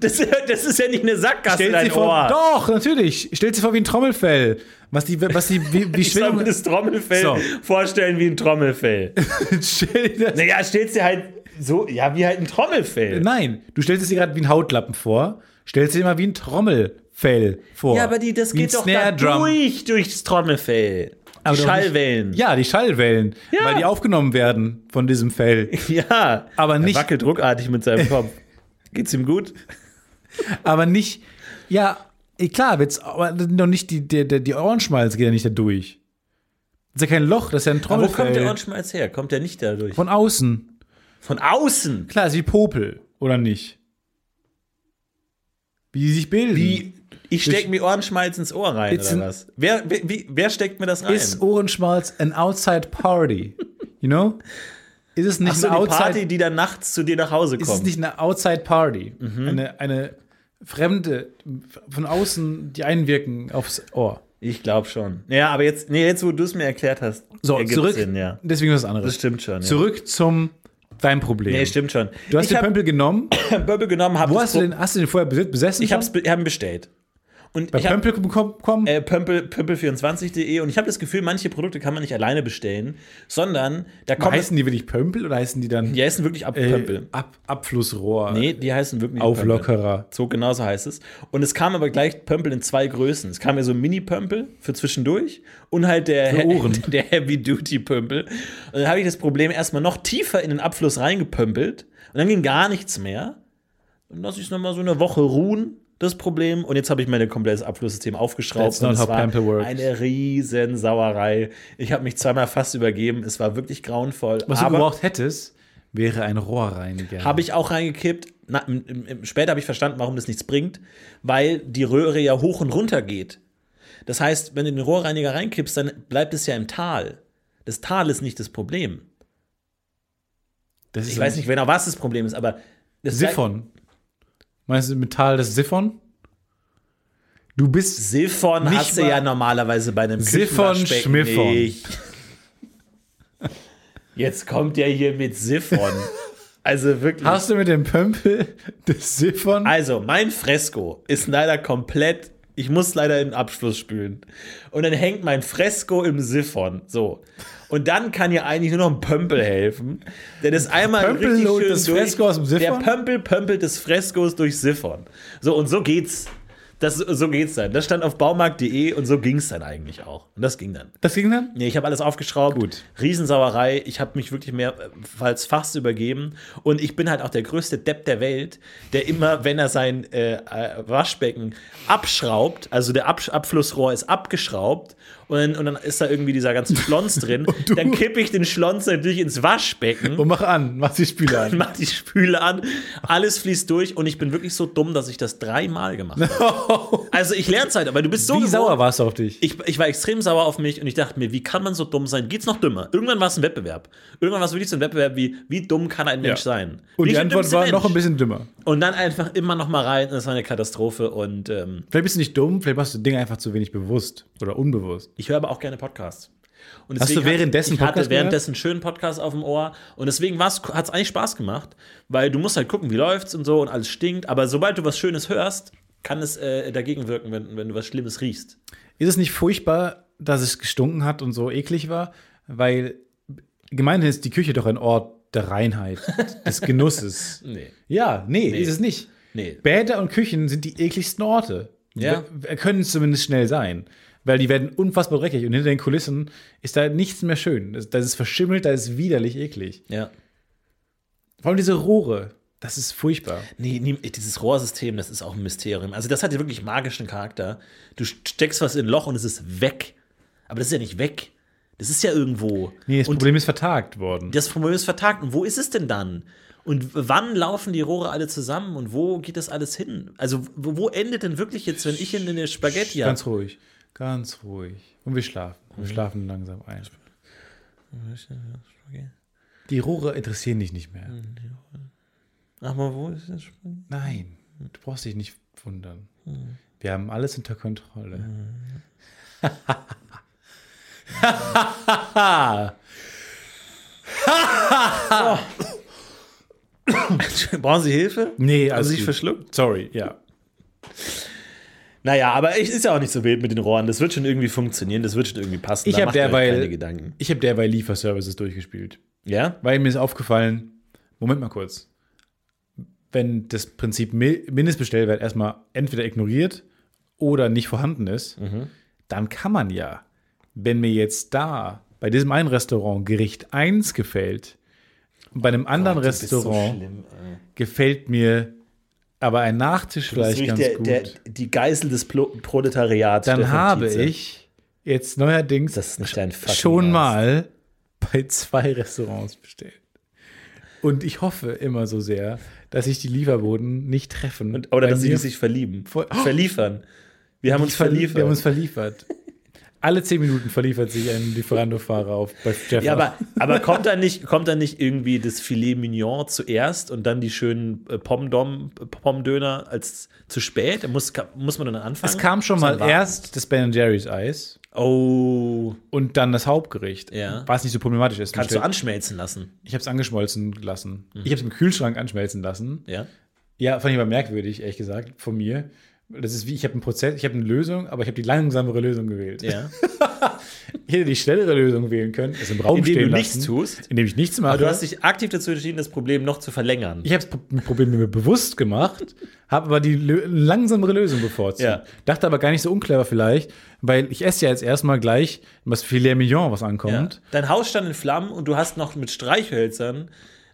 S1: Das, das ist ja nicht eine Sackgasse,
S2: Stellt sie
S1: dein
S2: vor.
S1: Ohr.
S2: Doch, natürlich. Stellt sie vor wie ein Trommelfell. Was die, was die, wie, wie
S1: Ich soll
S2: Schwingung.
S1: mir das Trommelfell
S2: So.
S1: vorstellen wie ein Trommelfell.
S2: Stell dir das-
S1: naja, stellst dir halt so, ja, wie halt ein Trommelfell.
S2: Nein, du stellst es dir gerade wie ein Hautlappen vor. Stellst dir mal wie ein Trommelfell vor.
S1: Ja, aber die, das
S2: Wie ein
S1: geht doch da
S2: Snare Drum.
S1: durch, durchs Trommelfell.
S2: Aber
S1: die
S2: doch nicht-
S1: Schallwellen.
S2: Ja, die Schallwellen,
S1: Ja.
S2: weil die aufgenommen werden von diesem Fell.
S1: ja.
S2: Aber
S1: er
S2: nicht-
S1: wackelt ruckartig mit seinem Kopf. Geht's ihm gut?
S2: Aber nicht, ja, eh, klar, wird's, aber noch nicht die, die, die, die Ohrenschmalz geht ja nicht da durch. Das ist ja kein Loch, das ist ja
S1: Aber
S2: ein
S1: wo
S2: Trommelfell.
S1: kommt der Ohrenschmalz her? Kommt der nicht dadurch?
S2: Von außen.
S1: Von außen?
S2: Klar, ist wie Popel, oder nicht? Wie die sich bilden.
S1: Wie, ich steck mir Ohrenschmalz ins Ohr rein,
S2: Hm. It's
S1: oder
S2: an-
S1: was? Wer, wer, wie, wer steckt mir das rein?
S2: Ist Ohrenschmalz an outside party? You know? Ist es nicht
S1: Ach so,
S2: eine
S1: die
S2: outside
S1: Party, die dann nachts zu dir nach Hause
S2: Ist es
S1: kommt. Mhm.
S2: nicht eine outside party? Eine, eine fremde von außen die einwirken aufs Ohr.
S1: Ich glaube schon. Ja, aber jetzt, nee, jetzt wo du es mir erklärt hast,
S2: So,
S1: ergibt's
S2: zurück.
S1: Sinn, ja.
S2: Deswegen was anderes.
S1: Das stimmt schon. Ja.
S2: Zurück zum dein Problem.
S1: Nee, stimmt schon.
S2: Du hast
S1: ich
S2: den
S1: habe
S2: Pömpel genommen.
S1: einen Pömpel genommen, habe
S2: Wo hast du den, hast du den vorher bes- besessen?
S1: ich hab's, be- hab ihn bestellt. Und
S2: Bei
S1: ich habe
S2: Pömpel bekommen? bekommen?
S1: äh, Pömpel, Pömpel24.de und ich habe das Gefühl, manche Produkte kann man nicht alleine bestellen, sondern da kommt
S2: heißen die wirklich Pömpel oder heißen die dann
S1: die heißen wirklich ab
S2: äh,
S1: Pömpel.
S2: Ab, Abflussrohr?
S1: Nee, die heißen wirklich Pömpel.
S2: Auflockerer.
S1: So genau so heißt es. Und es kam aber gleich Pömpel in zwei Größen. Es kam ja so ein Mini-Pömpel für zwischendurch und halt der,
S2: Für Ohren.
S1: der Heavy-Duty-Pömpel. Und dann habe ich das Problem erstmal noch tiefer in den Abfluss reingepömpelt und dann ging gar nichts mehr. Dann lasse ich es nochmal so eine Woche ruhen, das Problem. Und jetzt habe ich mein komplettes Abflusssystem aufgeschraubt.
S2: That's
S1: und
S2: not
S1: es
S2: how
S1: war
S2: Pamper works.
S1: eine riesen Sauerei. Ich habe mich zweimal fast übergeben. Es war wirklich grauenvoll.
S2: Was du
S1: aber
S2: gebraucht hättest, wäre ein Rohrreiniger.
S1: habe ich auch reingekippt. Na, im, im, im, später habe ich verstanden, warum das nichts bringt, weil die Röhre ja hoch und runter geht. Das heißt, wenn du den Rohrreiniger reinkippst, dann bleibt es ja im Tal. Das Tal ist nicht das Problem.
S2: das ist
S1: Ich
S2: ein
S1: weiß nicht genau, was das Problem ist, aber das
S2: Siphon. Meinst du Metall das Siphon? Du bist
S1: Siphon
S2: Nicht
S1: hast du
S2: mal-
S1: ja normalerweise bei einem
S2: Siphon,
S1: Küchenwaschbecken
S2: Schmiffon.
S1: nicht. Jetzt kommt der hier mit Siphon. Also wirklich.
S2: Hast du mit dem Pömpel des Siphon?
S1: Also, mein Fresko ist leider komplett. Ich muss leider in den Abschluss spülen. Und dann hängt mein Fresko im Siphon. So. Und dann kann ja eigentlich nur noch ein Pömpel helfen. Denn es einmal
S2: Pömpel
S1: richtig
S2: holt
S1: schön
S2: das
S1: durch,
S2: Fresko aus dem Siphon?
S1: Der Pömpel pömpelt des Freskos durch Siphon. So, und so geht's. Das, so geht's dann. Das stand auf baumarkt.de und so ging's dann eigentlich auch. Und das ging dann.
S2: Das ging dann?
S1: Nee, ich habe alles aufgeschraubt.
S2: Gut.
S1: Riesensauerei. Ich habe mich wirklich mehrfalls fast übergeben. Und ich bin halt auch der größte Depp der Welt, der immer, wenn er sein äh, äh, Waschbecken abschraubt, also der Absch Abflussrohr ist abgeschraubt und, und dann ist da irgendwie dieser ganze Schlons drin,
S2: du- Oh
S1: dann kippe ich den Schlons natürlich ins Waschbecken
S2: Und mach an, mach die Spiele an.
S1: mach die Spüle an, alles fließt durch und ich bin wirklich so dumm, dass ich das dreimal gemacht habe. also ich lerne es halt, aber du bist so
S2: Wie
S1: gewohnt.
S2: sauer warst du auf dich?
S1: Ich, ich war extrem sauer auf mich und ich dachte mir, wie kann man so dumm sein? Geht's noch dümmer? Irgendwann war es ein Wettbewerb. Irgendwann war es wirklich so ein Wettbewerb wie, wie dumm kann ein Mensch sein?
S2: Und
S1: Nicht
S2: die
S1: der
S2: Antwort
S1: dümmste
S2: war
S1: Mensch.
S2: noch ein bisschen dümmer.
S1: Und dann einfach immer noch mal rein und das war eine Katastrophe und ähm,
S2: Vielleicht bist du nicht dumm, vielleicht machst du Dinge einfach zu wenig bewusst oder unbewusst.
S1: Ich höre aber auch gerne Podcasts. Und
S2: Hast du
S1: deswegen hatte-
S2: währenddessen
S1: ich hatte
S2: Podcast gehört?
S1: währenddessen einen schönen Podcast auf dem Ohr und deswegen hat es eigentlich Spaß gemacht, weil du musst halt gucken, wie läuft's und so und alles stinkt, aber sobald du was Schönes hörst, kann es äh, dagegen wirken, wenn, wenn du was Schlimmes riechst.
S2: Ist es nicht furchtbar, dass es gestunken hat und so eklig war? Weil gemeinhin ist die Küche doch ein Ort der Reinheit, des Genusses.
S1: Nee.
S2: Ja, nee, ist es nicht.
S1: Nee.
S2: Bäder und Küchen sind die ekligsten Orte.
S1: Ja.
S2: W- Können es zumindest schnell sein. Weil die werden unfassbar dreckig und hinter den Kulissen ist da nichts mehr schön. Das, das ist verschimmelt, da ist widerlich eklig.
S1: Ja.
S2: Vor allem diese Rohre, das ist furchtbar.
S1: Nee, nee, dieses Rohrsystem, das ist auch ein Mysterium. Also, das hat ja wirklich magischen Charakter. Du steckst was in ein Loch und es ist weg. Aber das ist ja nicht weg. Das ist ja irgendwo.
S2: Nee, das
S1: und
S2: Problem ist vertagt worden.
S1: das Problem ist vertagt. Und wo ist es denn dann? Und wann laufen die Rohre alle zusammen und wo geht das alles hin? Also, wo, wo endet denn wirklich jetzt, wenn ich in eine Spaghetti habe?
S2: Ganz ruhig, ganz ruhig. Und wir schlafen. Wir
S1: Mhm.
S2: schlafen langsam ein. Die Rohre interessieren dich nicht mehr.
S1: Mhm. Aber wo ist das?
S2: Nein,
S1: Mhm.
S2: du brauchst dich nicht wundern. Wir haben alles unter Kontrolle.
S1: Mhm. Brauchen Sie Hilfe?
S2: Nee,
S1: Haben
S2: also
S1: Sie sich verschluckt?
S2: Sorry, ja.
S1: Naja, aber es ist ja auch nicht so wild mit den Rohren. Das wird schon irgendwie funktionieren, das wird schon irgendwie passen.
S2: Ich
S1: Da
S2: habe
S1: macht ihr euch keine
S2: derweil,
S1: Gedanken.
S2: ich hab derweil Lieferservices durchgespielt.
S1: Ja?
S2: Weil mir ist aufgefallen, Moment mal kurz, wenn das Prinzip Mi- Mindestbestellwert erstmal entweder ignoriert oder nicht vorhanden ist,
S1: Mhm.
S2: dann kann man ja, wenn mir jetzt da bei diesem einen Restaurant Gericht 1 gefällt, und bei einem anderen
S1: Das ist so
S2: Restaurant
S1: schlimm, ey.
S2: gefällt mir aber ein Nachtisch
S1: Das ist
S2: vielleicht ganz
S1: wirklich
S2: gut,
S1: der, der, die Geißel des Plo Proletariats.
S2: dann
S1: Stefan
S2: habe
S1: Tietze.
S2: ich jetzt neuerdings
S1: Das ist nicht dein fucking
S2: schon
S1: Ernst.
S2: mal bei zwei Restaurants bestellt. Und ich hoffe immer so sehr, dass sich die Lieferboten nicht treffen.
S1: Und, oder
S2: Bei
S1: dass sie
S2: mir
S1: sich verlieben.
S2: Voll-
S1: Verliefern. Wir haben uns
S2: verliefert. Wir haben uns
S1: verliefert.
S2: verliefert. Alle zehn Minuten verliefert sich ein Lieferando-Fahrer auf bei Jeff.
S1: Ja, aber, aber kommt, da nicht, kommt da nicht irgendwie das Filet Mignon zuerst und dann die schönen äh, Pomdom- äh, Pomdöner als zu spät? Muss, ka- muss man dann anfangen?
S2: es kam schon
S1: Muss man
S2: mal
S1: warten?
S2: erst das Ben Jerry's Eis
S1: Oh,
S2: und dann das Hauptgericht,
S1: Ja.
S2: was nicht so problematisch ist.
S1: kannst du Mhm. anschmelzen lassen.
S2: ich habe es angeschmolzen lassen. Ich habe es im Kühlschrank anschmelzen lassen.
S1: Ja.
S2: Ja, fand ich aber merkwürdig, ehrlich gesagt, von mir. Das ist wie, ich habe einen Prozess, ich habe eine Lösung, aber ich habe die langsamere Lösung gewählt.
S1: ja.
S2: Ich hätte die schnellere Lösung wählen können, es Also im Raum
S1: Indem
S2: stehen
S1: du
S2: lassen,
S1: nichts tust?
S2: Indem ich nichts mache.
S1: Aber du hast dich aktiv dazu entschieden, das Problem noch zu verlängern.
S2: ich habe das Problem mir bewusst gemacht, habe aber die lö langsamere Lösung bevorzugt.
S1: Ja.
S2: Dachte aber gar nicht so unclever vielleicht, weil ich esse ja jetzt erstmal gleich was Filet Mignon, was
S1: Ja.
S2: ankommt.
S1: Dein Haus stand in Flammen und du hast noch mit Streichhölzern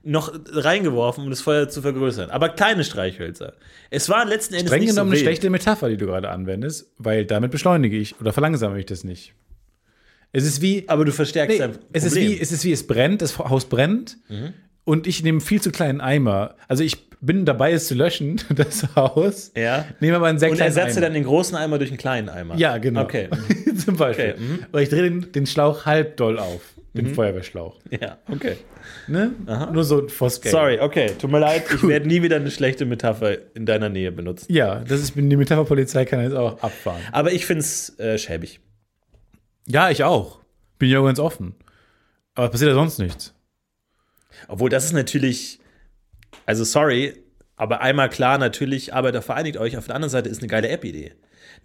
S1: noch reingeworfen, um das Feuer zu vergrößern. Aber kleine Streichhölzer. Es war letzten Endes
S2: Streng
S1: nicht
S2: genommen
S1: so
S2: eine
S1: wild.
S2: schlechte Metapher, die du gerade anwendest, weil damit beschleunige ich oder verlangsame ich das nicht. Es ist wie,
S1: Aber du verstärkst
S2: Nee,
S1: dein Problem. Mhm.
S2: es, ist wie, es ist wie, es brennt, das Haus brennt und ich nehme einen viel zu kleinen Eimer. Also ich bin dabei, es zu löschen, das Haus.
S1: Ja.
S2: Nehme aber einen sehr
S1: und
S2: kleinen
S1: ersetze
S2: Eimer.
S1: dann den großen Eimer durch einen kleinen Eimer.
S2: ja, genau.
S1: Okay.
S2: Zum Beispiel.
S1: Okay, mhm.
S2: Oder ich drehe den, den Schlauch halb doll auf, den Feuerwehrschlauch.
S1: Ja, okay.
S2: Ne? Nur so ein Fosgame.
S1: Sorry, okay. Tut mir leid, ich werde nie wieder eine schlechte Metapher in deiner Nähe benutzen.
S2: Ja, das ist, die Metapherpolizei kann jetzt auch abfahren.
S1: Aber ich finde es äh, schäbig.
S2: Ja, ich auch. Bin ja auch ganz offen. Aber es passiert ja sonst nichts.
S1: Obwohl, das ist natürlich, also sorry, aber einmal klar, natürlich, Arbeiter vereinigt euch. Auf der anderen Seite ist eine geile App-Idee.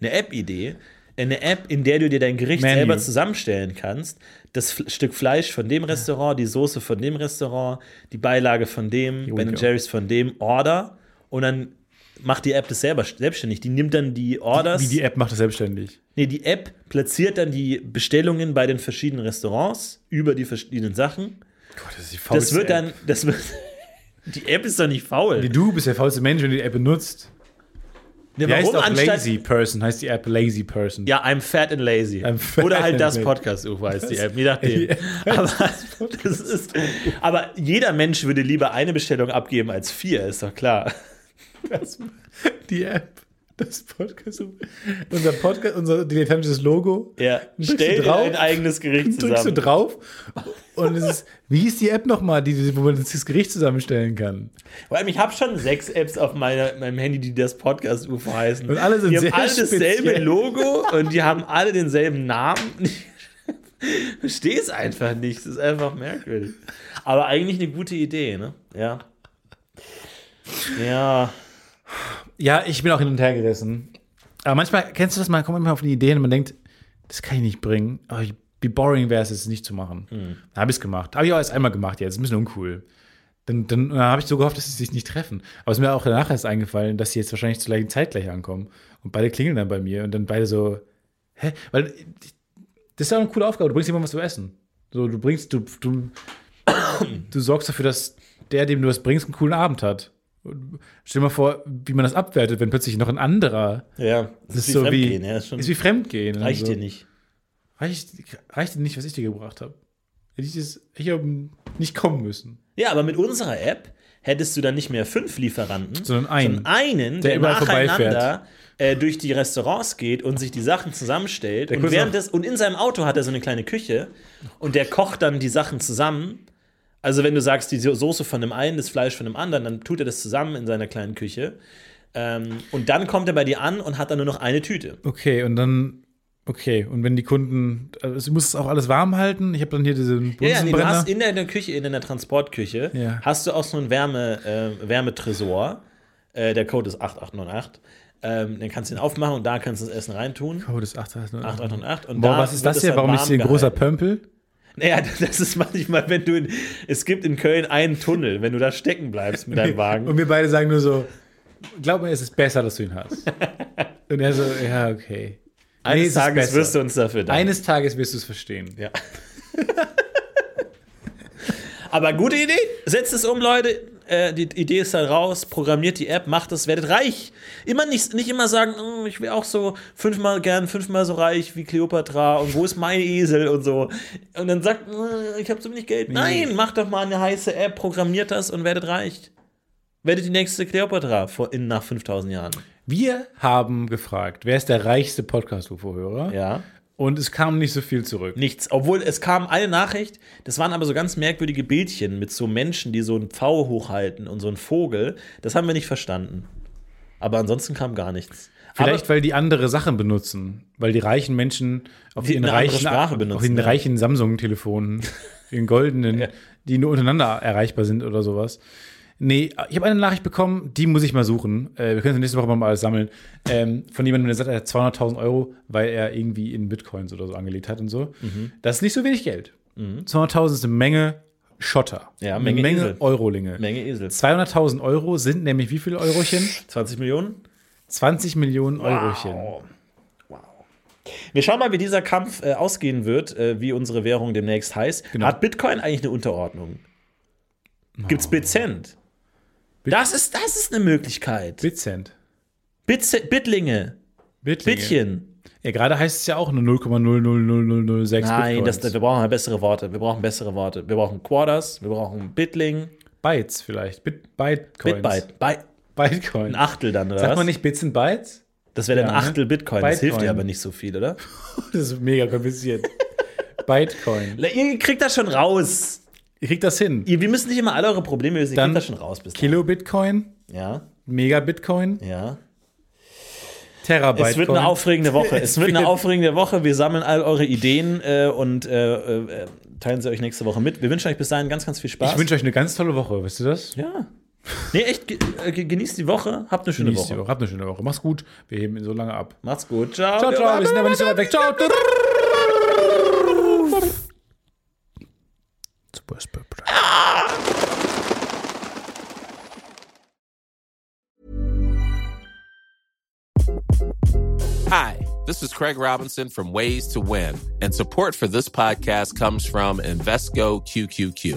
S1: Eine App-Idee, eine App, in der du dir dein Gericht
S2: Menü.
S1: selber zusammenstellen kannst. Das F Stück Fleisch von dem Restaurant, die Soße von dem Restaurant, die Beilage von dem,
S2: Here we
S1: Ben
S2: go.
S1: Jerry's von dem, Order. Und dann macht die App das selber selbstständig. Die nimmt dann die Orders.
S2: Wie die App macht das selbstständig.
S1: Nee, die App platziert dann die Bestellungen bei den verschiedenen Restaurants über die verschiedenen Sachen.
S2: Gott, das ist die faulste
S1: Das wird dann, das wird, die App ist doch nicht faul.
S2: Nee, du bist der faulste Mensch, wenn du die App benutzt.
S1: Nee,
S2: Die heißt
S1: warum
S2: auch
S1: anstatt-
S2: Lazy Person, heißt die App Lazy Person.
S1: Ja, I'm fat and lazy.
S2: I'm fat
S1: Oder halt
S2: and
S1: das
S2: lazy.
S1: Podcast-UFO heißt die
S2: Das-
S1: App, je nachdem.
S2: Ja.
S1: Aber, das ist, aber jeder Mensch würde lieber eine Bestellung abgeben als vier, ist doch klar.
S2: Das, die App. Das Podcast. Unser Podcast, unser dilettantisches Logo.
S1: Ja,
S2: Drückst du
S1: stell dir
S2: drauf?
S1: ein eigenes Gericht
S2: Drückst du
S1: zusammen.
S2: drauf und es ist, wie ist die App nochmal, die, wo man das Gericht zusammenstellen kann?
S1: Vor allem, ich habe schon sechs Apps auf meiner, meinem Handy, die das Podcast-UFO heißen.
S2: Und alle sind
S1: die haben
S2: sehr
S1: alle dasselbe
S2: speziell.
S1: Logo und die haben alle denselben Namen. Ich verstehe es einfach nicht. Das ist einfach merkwürdig. Aber eigentlich eine gute Idee, ne? Ja. Ja.
S2: Ja, ich bin auch hin und her gerissen. Aber manchmal, kennst du das, man kommt immer auf die Ideen und man denkt, das kann ich nicht bringen, aber ich, wie boring wäre es, es nicht zu machen. Dann habe ich es gemacht. Habe ich auch erst einmal gemacht jetzt, ist ein bisschen uncool. Dann, dann, dann habe ich so gehofft, dass sie sich nicht treffen. Aber es ist mir auch danach erst eingefallen, dass sie jetzt wahrscheinlich zur gleichen Zeit gleich ankommen. Und beide klingeln dann bei mir und dann beide so, hä? Weil äh, das ist ja auch eine coole Aufgabe, du bringst jemandem was zu essen. So, du bringst, du, du, du sorgst dafür, dass der, dem du was bringst, einen coolen Abend hat. Stell dir mal vor, wie man das abwertet, wenn plötzlich noch ein anderer.
S1: Ja.
S2: Das ist, so wie.
S1: Fremdgehen, ja. Ist schon,
S2: ist wie Fremdgehen. und
S1: reicht
S2: so.
S1: dir nicht.
S2: Reicht, reicht dir nicht, was ich dir gebracht habe. Hätte ich das hier nicht kommen müssen.
S1: Ja, aber mit unserer App hättest du dann nicht mehr fünf Lieferanten,
S2: Sondern einen.
S1: sondern einen
S2: Der
S1: der,
S2: überall
S1: nacheinander äh, durch die Restaurants geht und sich die Sachen zusammenstellt. Und,
S2: kurz
S1: während
S2: noch-
S1: des, und in seinem Auto hat er so eine kleine Küche und der kocht dann die Sachen zusammen. Also wenn du sagst, die So- Soße von dem einen, das Fleisch von dem anderen, dann tut er das zusammen in seiner kleinen Küche. Ähm, und dann kommt er bei dir an und hat dann nur noch eine Tüte.
S2: Okay, und dann. Okay, und wenn die Kunden. Also ich muss es auch alles warm halten. Ich habe dann hier diesen
S1: Ja, ja, nee, du
S2: Bunsenbrenner.
S1: hast in der, in der Küche, in der Transportküche,
S2: Ja.
S1: hast du auch so einen Wärme, äh, Wärmetresor. Äh, der Code ist 8898. Ähm, dann kannst du ihn aufmachen und da kannst du das Essen reintun.
S2: oh, das ist 888.
S1: 8898. Und
S2: Boah,
S1: da
S2: was ist
S1: wird
S2: das
S1: es
S2: hier?
S1: dann
S2: Warum
S1: warm
S2: ist hier ein großer
S1: gehalten.
S2: Pömpel?
S1: Naja, das ist manchmal, wenn du in, Es gibt in Köln einen Tunnel, wenn du da stecken bleibst mit deinem Wagen.
S2: Und wir beide sagen nur so: Glaub mir, es ist besser, dass du ihn hast. und er so: Ja, okay. Nee, es
S1: Eines
S2: ist
S1: Tages
S2: besser.
S1: wirst du uns dafür danken.
S2: Eines Tages wirst du es verstehen.
S1: Ja. Aber gute Idee. Setzt es um, Leute. Äh, die Idee ist dann raus. Programmiert die App, macht es, werdet reich. Immer nicht, nicht immer sagen, "Mm, ich wäre auch so fünfmal gern, fünfmal so reich wie Cleopatra und wo ist mein Esel und so. Und dann sagt, "Mm, ich habe so wenig Geld. Nein, macht doch mal eine heiße App, programmiert das und werdet reich. Werdet die nächste Cleopatra vor, in, nach 5000 Jahren.
S2: Wir haben gefragt, wer ist der reichste Podcast-UFO-Hörer?
S1: Ja.
S2: Und es kam nicht so viel zurück.
S1: Nichts. Obwohl es kam eine Nachricht, das waren aber so ganz merkwürdige Bildchen mit so Menschen, die so einen Pfau hochhalten und so einen Vogel. Das haben wir nicht verstanden. Aber ansonsten kam gar nichts.
S2: Vielleicht,
S1: aber,
S2: weil die andere Sachen benutzen. Weil die reichen Menschen auf
S1: Die
S2: ihren
S1: eine andere
S2: reichen,
S1: Sprache
S2: auf
S1: benutzen,
S2: ihren
S1: ja.
S2: reichen Samsung-Telefonen, ihren goldenen, die nur untereinander erreichbar sind oder sowas. Nee, ich habe eine Nachricht bekommen, die muss ich mal suchen. Äh, wir können es nächste Woche mal alles sammeln. Ähm, von jemandem, der sagt, er hat 200.000 Euro, weil er irgendwie in Bitcoins oder so angelegt hat und so.
S1: Mhm.
S2: Das ist nicht so wenig Geld. 200.000 ist eine Menge Schotter.
S1: Ja,
S2: eine
S1: Menge
S2: Menge,
S1: Esel.
S2: Eurolinge.
S1: Menge Esel.
S2: 200.000 Euro sind nämlich wie viele Eurochen?
S1: 20 Millionen?
S2: 20 Millionen Eurochen.
S1: Wir schauen mal, wie dieser Kampf äh, ausgehen wird, äh, wie unsere Währung demnächst heißt.
S2: Genau.
S1: Hat Bitcoin eigentlich eine Unterordnung? Gibt's Bitcent?
S2: Bit-
S1: Das ist, das ist eine Möglichkeit.
S2: Bitcent.
S1: Bitze- Bitlinge,
S2: Bitlinge.
S1: Bitchen.
S2: Ja, gerade heißt es ja auch nur 0,00006
S1: Nein, das,
S2: Bitcoins.
S1: wir brauchen bessere Worte. Wir brauchen bessere Worte. Wir brauchen Quarters, wir brauchen Bitling,
S2: Bytes vielleicht. Bit, Bytecoins.
S1: Bitbyte. Bi-
S2: Bytecoin.
S1: Ein Achtel dann, oder
S2: Sagt
S1: was?
S2: man nicht Bits und Bytes?
S1: das wäre dann ein
S2: Ja, ne?
S1: Achtel Bitcoin. Das hilft
S2: Bitcoin.
S1: dir aber nicht so viel, oder?
S2: Das ist mega kompliziert. Bytecoin.
S1: Ihr kriegt das schon raus.
S2: Ihr kriegt das hin.
S1: Ihr, wir müssen nicht immer alle eure Probleme lösen. Ihr
S2: Dann
S1: kriegt das schon raus. Bis
S2: Kilo Bitcoin,
S1: dann. Ja,
S2: Mega Bitcoin,
S1: ja.
S2: Terabyte.
S1: Es wird eine aufregende Woche. Es wird eine
S2: wird-
S1: aufregende Woche. Wir sammeln all eure Ideen äh, und äh, äh, teilen sie euch nächste Woche mit. Wir wünschen euch bis dahin ganz, ganz viel Spaß.
S2: Ich wünsche euch eine ganz tolle Woche, weißt du das?
S1: ja. Nee, echt, ge äh, ge- genießt die Woche. Habt eine schöne
S2: Genießt die
S1: Woche.
S2: Woche. Habt eine schöne Woche. Mach's gut. Wir heben ihn so lange ab.
S1: Macht's gut. Ciao.
S2: Ciao, ciao. Wir sind aber nicht so weit weg. Ciao. Super, super, super.
S3: Hi, this is Craig Robinson from Ways to Win, and support for this podcast comes from Invesco QQQ.